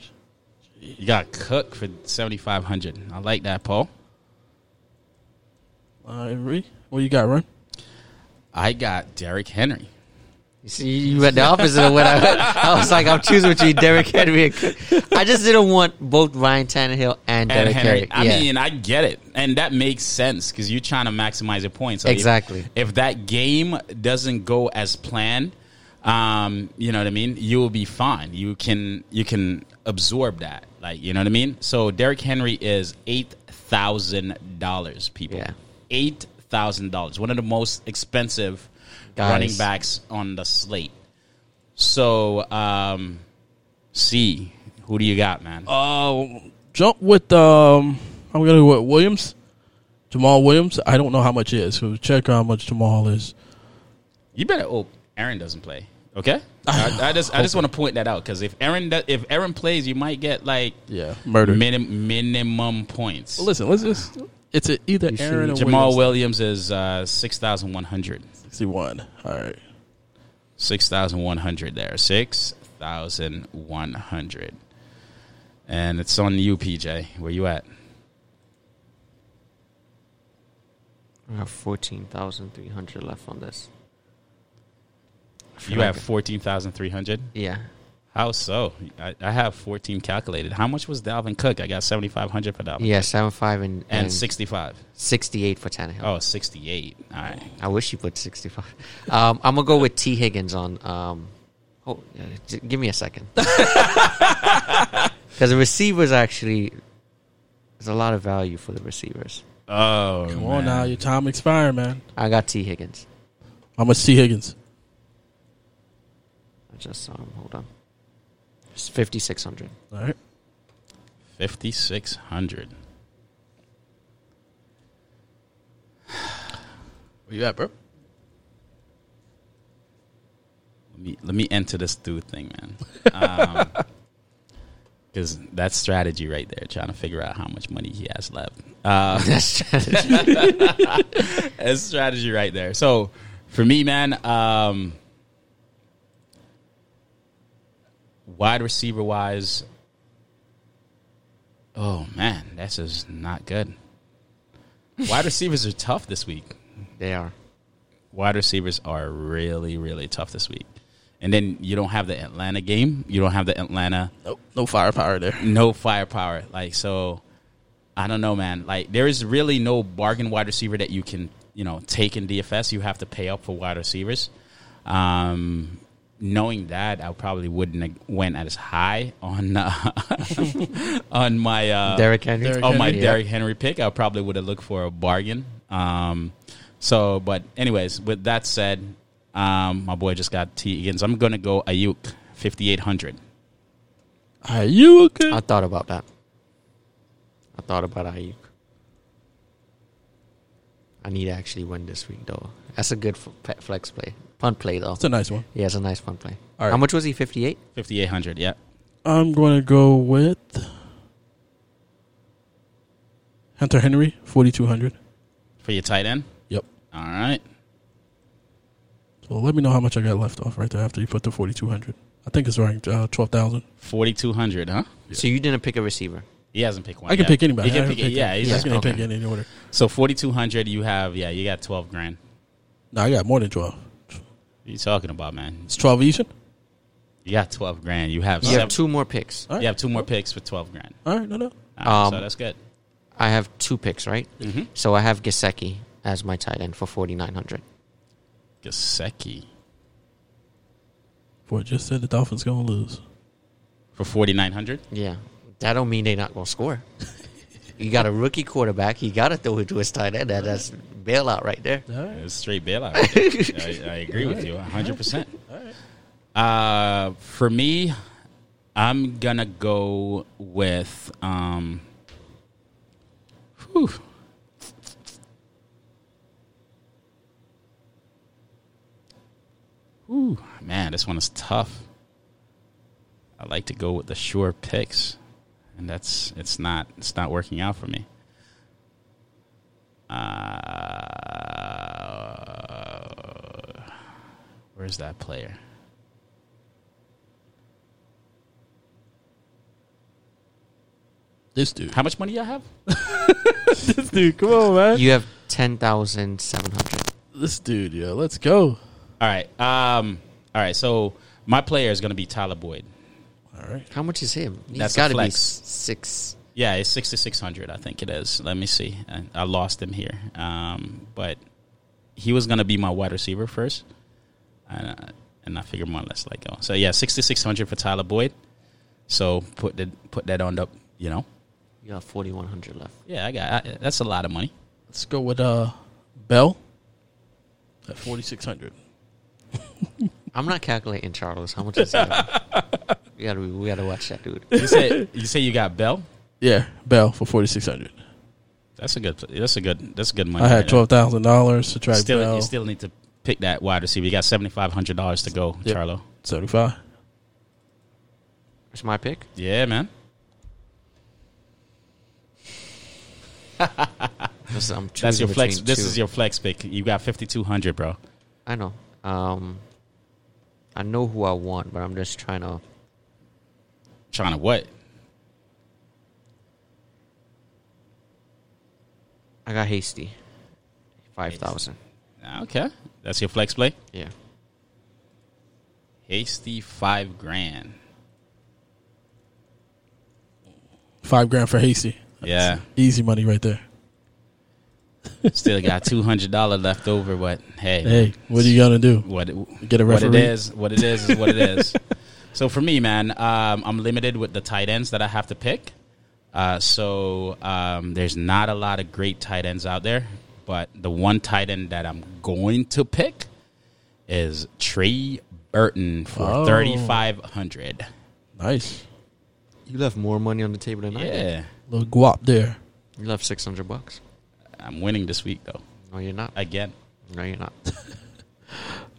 S2: You got Cook for 7500. I like that, Paul.
S1: Ivory. What you got, Ron?
S2: I got Derrick Henry.
S5: You see, you went the opposite of what I went. I was like, I'm choosing between Derrick Henry and Cook. I just didn't want both Ryan Tannehill
S2: and
S5: and, Derrick
S2: Henry.
S5: Henry.
S2: I
S5: yeah.
S2: mean, I get it, and that makes sense because you're trying to maximize your points. So if-
S5: Exactly.
S2: If, that game doesn't go as planned, um, you know what I mean. You will be fine. You can you can absorb that. Like you know what I mean. So Derrick Henry is eight thousand dollars. People,
S5: Yeah.
S2: eight thousand dollars. One of the most expensive
S5: Guys.
S2: running backs on the slate. So, um, C, who do you got, man?
S1: Jump with um, I'm gonna go with Williams, Jamal Williams. I don't know how much it is. So check how much Jamal is.
S2: You better. Oh, Aaron doesn't play. Okay, I, I just I just want to point that out because if Aaron do- if Aaron plays, you might get like
S1: Yeah, murdered.
S2: minim, minimum points.
S1: Well, listen, let's just. It's a, either Aaron or
S2: Jamal
S1: Williams.
S2: Williams is uh, six thousand one hundred.
S1: Sixty-one. All right.
S2: Six thousand one hundred there. Six thousand one hundred. And it's on you, PJ. Where you at?
S5: I have 14,300 left on this.
S2: You have fourteen thousand three hundred.
S5: Yeah.
S2: How so? I, I have fourteen calculated. How much was Dalvin Cook? I got seventy five hundred for Dalvin.
S5: Yeah, 75 and,
S2: and sixty five.
S5: 68 for Tannehill.
S2: Oh, 68. All right.
S5: I wish you put 65. Um, I'm going to go with T. Higgins on. Um, oh, yeah, j- give me a second. Because the receivers actually, there's a lot of value for the receivers.
S2: Oh,
S1: Come on now, your time expired, man.
S5: I got T. Higgins.
S1: How much T Higgins?
S5: I just saw him. Hold on. It's 5,600.
S1: All right.
S2: 5,600.
S1: Where you at, bro?
S2: Let me, let me enter this dude thing, man. Because that's strategy right there, trying to figure out how much money he has left. Uh,
S5: That's
S2: that's strategy right there. So for me, man, um, wide receiver wise, oh, man, that's just not good. Wide receivers are tough this week.
S5: they are.
S2: wide receivers are really, really tough this week. And then you don't have the Atlanta game. You don't have the Atlanta
S1: Nope. No firepower there.
S2: no firepower. Like so, I don't know, man. Like there is really no bargain wide receiver that you can you know take in DFS. You have to pay up for wide receivers. Um, knowing that, I probably wouldn't have went as high on uh, on my uh,
S5: Derrick Henry.
S1: Derrick
S2: on my
S1: Henry.
S2: Derrick Henry pick, I probably would have looked for a bargain. Um, so, but anyways, with that said, um, my boy just got T Higgins. I'm gonna go Ayuk, fifty eight hundred.
S1: Are you okay?
S5: I thought about that. I thought about Ayuk. I need to actually win this week, though. That's a good f- pe- flex play. Punt play, though.
S1: That's a nice one.
S5: Yeah, it's a nice punt play.
S1: All right.
S5: How much was he? 58?
S2: Fifty eight hundred. Yeah.
S1: I'm going to go with Hunter Henry, 4,200.
S2: For your tight end.
S1: Yep.
S2: All right.
S1: So let me know how much I got left off right there after you put the 4,200. I think it's around uh, 12,000.
S2: Forty two hundred, huh?
S5: So you didn't pick a receiver.
S2: He hasn't picked one.
S1: I can
S2: yet.
S1: pick anybody.
S2: He can
S1: I
S2: pick,
S1: can pick-
S2: yeah, he's
S1: I
S2: just-
S1: can
S5: okay.
S1: pick in any order.
S2: So forty two hundred you have yeah, you got twelve grand.
S1: No, I got more than 12.
S2: What are you talking about, man?
S1: It's 12 Asian?
S2: You got twelve grand. You have
S5: You
S2: seven,
S5: have two more picks.
S1: All right.
S2: you have two more picks for twelve grand.
S1: All right, no, no.
S2: All right, so
S5: Um,
S2: that's good.
S5: I have two picks, right? Mm-hmm. So I have Gasecki as my tight end for 4,900.
S2: Gasecki
S1: Boy, just said the Dolphins going to lose.
S2: for forty nine hundred.
S5: Yeah. That don't mean they're not going to score. you got a rookie quarterback. You got to throw it to his tight end. That- That's bailout right there.
S1: All right.
S2: It's straight bailout. right there. I, I agree with you 100%. Uh, for me, I'm going to go with. Um, whew. Whew, man, this one is tough. I like to go with the sure picks, and that's it's not it's not working out for me. Uh, where's that player?
S1: This dude.
S2: How much money y'all have?
S1: This dude, come on, man.
S5: You have 10,700.
S1: This dude, yo, let's go.
S2: All right. Um, all right. So my player is going to be Tyler Boyd.
S5: How much is him? He's
S2: That's a
S5: got to be
S2: flex.
S5: s- six.
S2: Yeah, it's six to six hundred. I think it is. Let me see. I, I lost him here, um, but he was gonna be my wide receiver first, and I, and I figured more or less like go. So yeah, six to six hundred for Tyler Boyd. So put the, put that on up. You know.
S5: You got forty one hundred left.
S2: Yeah, I got I, that's a lot of money.
S1: Let's go with uh Bell at forty six hundred.
S5: I'm not calculating Charles. How much is that? we gotta we gotta watch that dude.
S2: You say you say you got Bell.
S1: Yeah, Bell for forty six hundred.
S2: That's a good. That's a good. That's good money.
S1: I
S2: right
S1: had
S2: there.
S1: twelve thousand dollars to try
S2: Still,
S1: Bell.
S2: you still need to pick that wide receiver. You got seventy five hundred dollars to go,
S1: Yep.
S2: Charlo.
S1: Seventy five.
S5: It's my pick.
S2: Yeah, man.
S5: This is- I'm
S2: That's
S5: choosing
S2: your flex.
S5: between
S2: This
S5: two.
S2: is your flex pick. You got fifty two hundred, bro.
S5: I know. Um, I know who I want, but I'm just trying to.
S2: Trying to what?
S5: I got hasty. Five thousand.
S2: Okay, that's your flex play.
S5: Yeah.
S2: Hasty five grand.
S1: Five grand for Hasty.
S2: Yeah,
S1: Easy money right there.
S2: still got two hundred dollar left over. But hey,
S1: Hey, what are you gonna do?
S2: what it,
S1: Get a
S2: What
S1: referee?
S2: it is, what it is, is what it is. so for me, man, um, I'm limited with the tight ends that I have to pick. Uh, so um, there's not a lot of great tight ends out there, but the one tight end that I'm going to pick is Trey Burton for
S1: Oh.
S2: 3,500.
S1: Nice.
S5: You left more money on the table than I did.
S2: Yeah,
S1: Little guap there.
S5: You left six hundred bucks.
S2: I'm winning this week though.
S5: No, you're not.
S2: Again,
S5: no, you're not.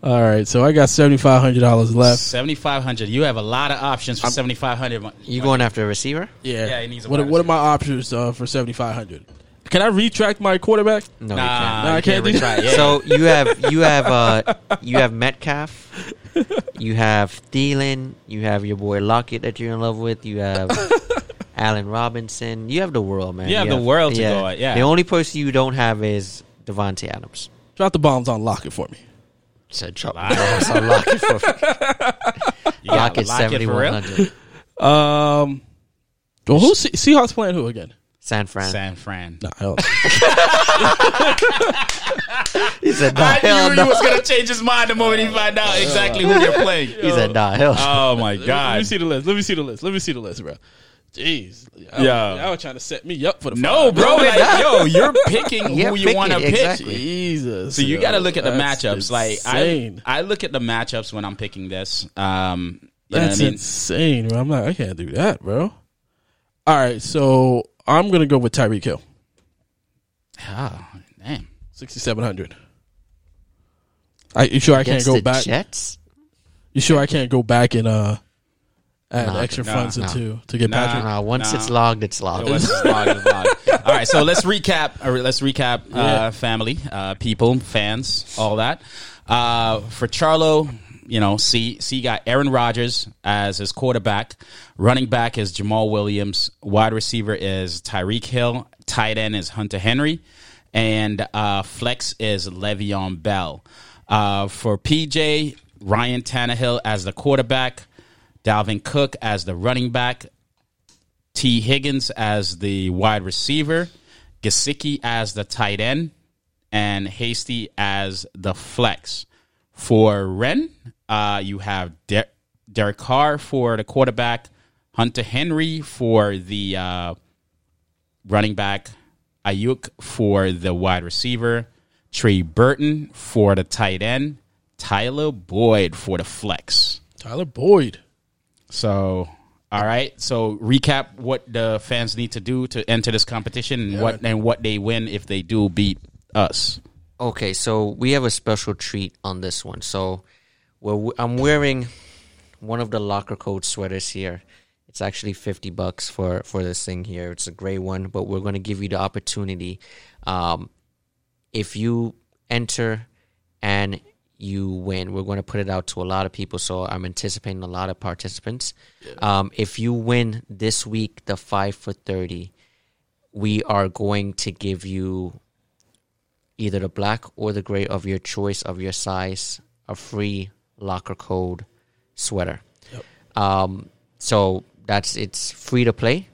S1: All right, so I got seventy five hundred dollars left.
S2: 7,500. You have a lot of options for 7,500.
S5: You going after a receiver?
S1: Yeah.
S2: Yeah, he needs a
S1: what
S2: wide
S1: what are my options uh, for seventy five hundred? Can I retract my quarterback?
S5: No, you can't.
S2: Nah,
S1: No, I
S2: you
S1: can't
S2: can't
S1: do
S2: retry.
S1: that.
S2: Yeah.
S5: So you have you have uh you have Metcalf, you have Thielen, you have your boy Lockett that you're in love with, you have Allen Robinson, you have the world, man.
S2: You have the world to go at, yeah.
S5: the only person you don't have is Devontae Adams.
S1: Drop the bombs on Lockett for me.
S5: So drop so Lockett for
S2: You gotta
S5: Lockett
S2: lock it for
S5: seventy one
S2: real.
S5: hundred.
S1: Um, well, who's Se- Seahawks playing who again?
S5: San Fran.
S2: San Fran.
S1: Nah, hell no.
S5: He said, nah,
S2: I knew
S5: hell
S2: he
S5: no. Oh.
S2: was gonna change his mind the moment he found out exactly who they're
S5: He
S2: playing.
S5: said, nah, hell.
S2: Oh my
S1: Let me
S2: god!
S1: see the list. Let me see the list. Let me see the list, bro. Jeez, I
S2: Yeah.
S1: was, y'all were trying to set me up for the
S2: No,
S1: five.
S2: bro. Like, yo, you're picking
S5: Yeah,
S2: who you
S5: pick
S2: want to
S5: it,
S2: pick.
S5: exactly.
S1: Jesus.
S2: So you got to
S1: to
S2: look at the matchups. Like I,
S1: insane.
S2: I look at the matchups when I'm picking this. Um, you know what
S1: that's
S2: I mean?
S1: insane, bro. I'm not. I can't do that, bro. All right, so I'm gonna go with Tyreek Hill,
S2: Oh, damn.
S1: sixty seven hundred. I you sure I can't
S5: Against
S1: go
S5: the
S1: back?
S5: Jets?
S1: You sure I can't go back and uh add
S5: Nah,
S1: extra
S2: nah,
S1: funds
S5: nah.
S1: into to get
S2: Nah.
S1: Patrick?
S5: Nah, Uh, once
S2: Uh, Nah.
S5: it's logged, it's
S2: It
S5: logged.
S2: was just loud, it was loud. All right, so let's recap. or Let's recap, uh, family, uh, people, fans, all that. Uh, for Charlo, you know, C C got Aaron Rodgers as his quarterback. Running back is Jamal Williams. Wide receiver is Tyreek Hill. Tight end is Hunter Henry, and uh, flex is Le'Veon Bell. Uh, for PJ, Ryan Tannehill as the quarterback. Dalvin Cook as the running back, T. Higgins as the wide receiver, Gasicki as the tight end, and Hasty as the flex. For Ren, uh, you have Der- Derek Carr for the quarterback, Hunter Henry for the uh, running back, Ayuk for the wide receiver, Trey Burton for the tight end, Tyler Boyd for the flex.
S1: Tyler Boyd.
S2: So, all right. So, recap what the fans need to do to enter this competition and what and what they win if they do beat us.
S5: Okay, so we have a special treat on this one. So, well, I'm wearing one of the locker coat sweaters here. It's actually fifty bucks for for this thing here. It's a gray one, but we're going to give you the opportunity. Um, if you enter and you win, we're going to put it out to a lot of people. So I'm anticipating a lot of participants. Um, if you win this week, the five for thirty, we are going to give you either the black or the gray of your choice of your size a free locker code sweater. Um, so that's it's free to play.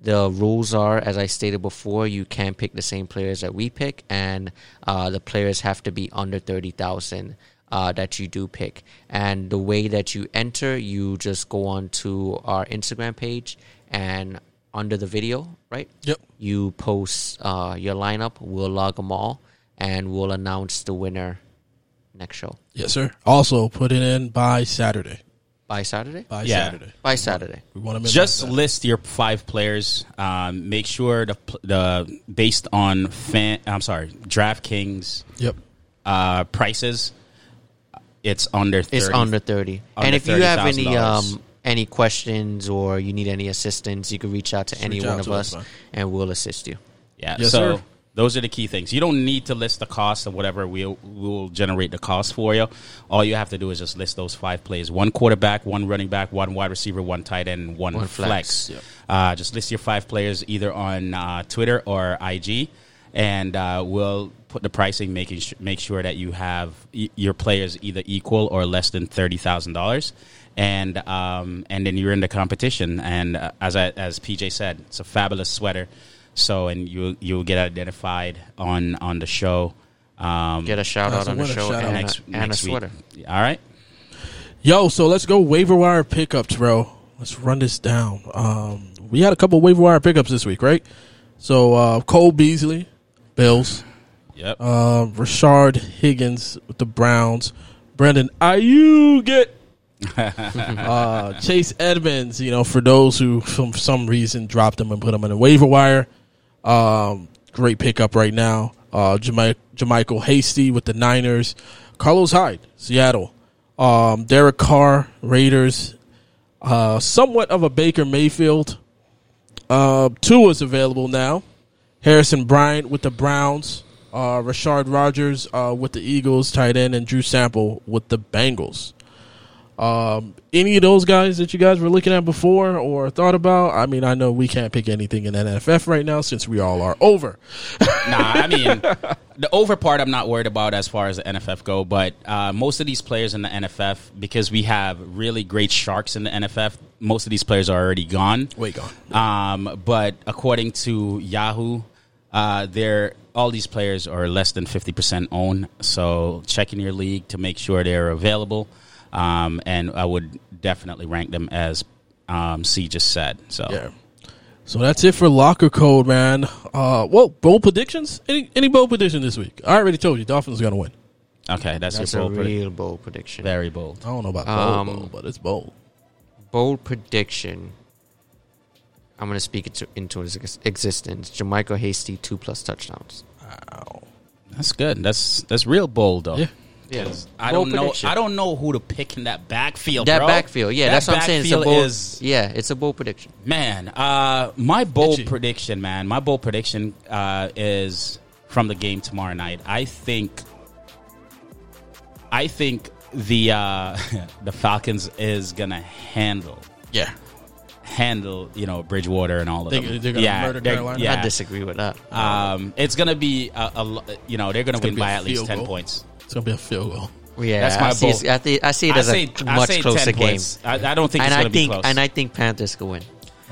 S5: The rules are, as I stated before, you can pick the same players that we pick, and uh, the players have to be under thirty thousand uh, that you do pick. And the way that you enter, you just go on to our Instagram page and under the video, right?
S1: Yep.
S5: You post uh, your lineup. We'll log them all, and we'll announce the winner next show
S1: Yes, sir. Also, put it in by Saturday.
S5: by Saturday.
S1: By
S2: Yeah.
S1: Saturday.
S5: By Saturday.
S1: We want to
S2: just list your five players. Um, make sure the pl- the based on fan. I'm sorry, DraftKings
S1: Yep.
S2: uh, prices. It's under. 30.
S5: It's under thirty.
S2: Under
S5: and if you have any
S2: $30,000.
S5: um any questions or you need any assistance, you can reach out to any
S1: reach
S5: one
S1: out
S5: of
S1: to us, Mm.
S5: us,
S1: man.
S5: and we'll assist you.
S2: Yeah.
S1: Yes,
S2: so
S1: sir.
S2: those are the key things. You don't need to list the cost of whatever we will generate the cost for you. All you have to do is just list those five plays: one quarterback, one running back, one wide receiver, one tight end, one,
S5: One
S2: flex.
S5: flex.
S2: Uh, just list your five players either on uh, Twitter or IG, and uh, we'll put the pricing, making su make sure that you have e- your players either equal or less than thirty thousand dollars, and um, and then you're in the competition. And uh, as I, as PJ said, it's a fabulous sweater. So and you you'll get identified on on the show. Um,
S5: Get a shout
S1: That's
S5: out
S1: a
S5: on the
S1: winner
S5: show
S1: shout out.
S5: and,
S2: next
S5: a, and a
S2: next week.
S5: sweater.
S2: All right.
S1: Yo, so let's go waiver wire pickups, bro. Let's run this down. Um, we had a couple waiver wire pickups this week, right? So uh, Cole Beasley, Bills.
S2: Yep.
S1: Uh, Rashard Higgins with the Browns. Brandon Ayuk get. uh, Chase Edmonds, you know, for those who for some reason dropped him and put him in a waiver wire. Um, great pickup right now. Uh, Jami- Jamichael Hasty with the Niners. Carlos Hyde, Seattle. Um, Derek Carr, Raiders. Uh, somewhat of a Baker Mayfield. Uh, Tua's available now. Harrison Bryant with the Browns, uh, Rashard Rogers uh, with the Eagles, tight end, and Drew Sample with the Bengals. Um, any of those guys that you guys were looking at before or thought about? I mean, I know we can't pick anything in NFF right now since we all are over.
S2: nah, I mean the over part I'm not worried about as far as the NFF go, but uh, most of these players in the NFF because we have really great sharks in the NFF. Most of these players are already gone.
S1: Way gone.
S2: Um, but according to Yahoo, uh, they're all these players are less than fifty percent owned. So check in your league to make sure they're available. Um, and I would definitely rank them as um, C just said. So
S1: Yeah. So that's it for locker code, man. Uh, well, bowl predictions? Any any bowl prediction this week? I already told you, Dolphins are gonna win.
S2: okay, that's,
S5: That's
S2: your
S5: a
S2: bold prediction.
S5: real bold prediction.
S2: Very bold.
S1: I don't know about bowl,
S5: Um,
S1: bowl, but it's bowl.
S5: Bold prediction. I'm going to speak it to, into his ex- existence. Jermichael Hasty, two plus touchdowns.
S2: That's good. That's that's real bold though.
S1: Yeah.
S5: Yes.
S2: I don't know. I don't know who to pick in that backfield.
S5: That
S2: Oh, bro.
S5: backfield, yeah,
S2: That
S5: that's what I'm saying. It's a
S2: backfield
S5: bold,
S2: is
S5: yeah, it's a bold prediction.
S2: man. Uh, my bold
S1: Itchy.
S2: prediction, man. My bold prediction uh, is from the game tomorrow night. I think. I think the uh, the Falcons is gonna handle
S1: Yeah.
S2: handle you know Bridgewater and all of
S1: They-
S2: them.
S1: they're gonna murder Carolina?
S2: Yeah,
S5: I disagree with that.
S2: um, it's gonna be a, a lo- you know they're gonna win
S1: be
S2: by
S1: a
S2: at least
S1: field
S2: ten
S1: goal.
S2: points.
S1: It's gonna be a field goal.
S5: yeah,
S2: that's
S5: that's
S2: my
S5: I, see,
S2: bold-
S5: I, think, I see it as
S2: I say,
S5: a
S2: I
S5: much
S2: say
S5: closer
S2: 10
S5: game.
S2: points. I, I don't think
S5: And
S2: it's
S5: I
S2: gonna
S5: think
S2: be close.
S5: and I think Panthers could win.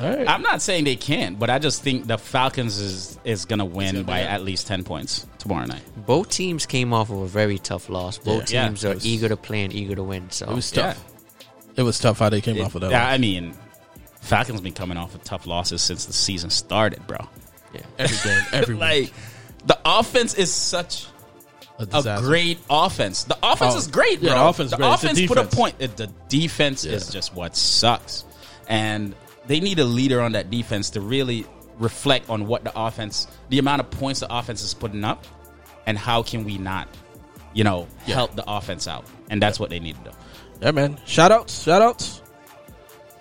S1: All right.
S2: I'm not saying they can't, but I just think the Falcons is is gonna win
S1: gonna be
S2: by
S1: up.
S2: at least ten points tomorrow night.
S5: Both teams came off of a very tough loss. Both
S2: Yeah.
S5: teams
S2: Yeah.
S5: are eager to play and eager to win. So
S1: It was tough. It was tough how they came off of that.
S2: Yeah, I mean, Falcons been coming off of tough losses since the season started, bro.
S1: every game, every week.
S2: Like the offense is such a
S1: disaster.
S2: great offense. The offense
S1: Oh,
S2: is great, bro.
S1: yeah, the offense is great. It's the
S2: put a
S1: defense.
S2: point. It- The defense is
S1: Yeah.
S2: just what sucks, and they need a leader on that defense to really reflect on what the offense, the amount of points the offense is putting up, and how can we not, you know, help the offense out. And that's what they need to do.
S1: Yeah, man. Shout outs, shout outs.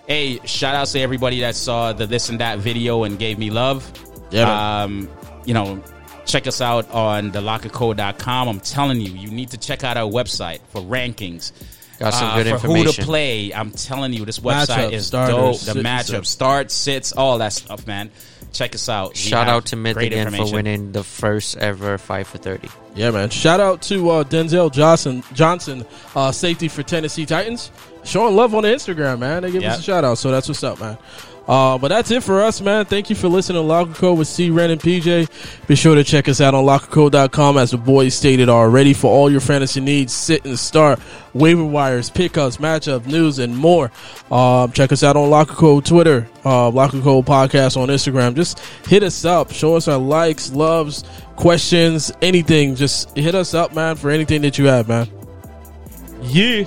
S2: Hey, shout outs to everybody that saw the this and that video and gave me love.
S1: Yeah, man.
S2: um, you know, check us out on thelockercode.com. I'm telling you, you need to check out our website for rankings.
S5: Got some
S2: Uh,
S5: good
S2: for who to
S5: information.
S2: play. I'm telling you, this website
S1: Matchup,
S2: is
S1: starters,
S2: dope.
S1: sits
S2: The
S1: and
S2: matchup,
S1: stuff.
S2: starts, sits, all that stuff, man. check us out. We
S3: Shout
S2: have
S3: out to Myth
S2: great
S3: again for
S2: information.
S3: winning the first ever five for thirty.
S1: Yeah, man. Shout out to uh, Denzel Johnson, Johnson, uh, safety for Tennessee Titans. Showing love on the Instagram, man. They give
S2: Yeah.
S1: us a shout out, so that's what's up, man. Uh, but that's it for us, man. Thank you for listening to Locker Code with C. Ren and PJ. Be sure to check us out on lockercode.com. As the boys stated already, for all your fantasy needs, sit and start, waiver wires, pickups, matchup news, and more. Um, check us out on Locker Code Twitter, uh, Locker Code Podcast on Instagram. Just hit us up. Show us our likes, loves, questions, anything. Just hit us up, man, for anything that you have, man. Yeah.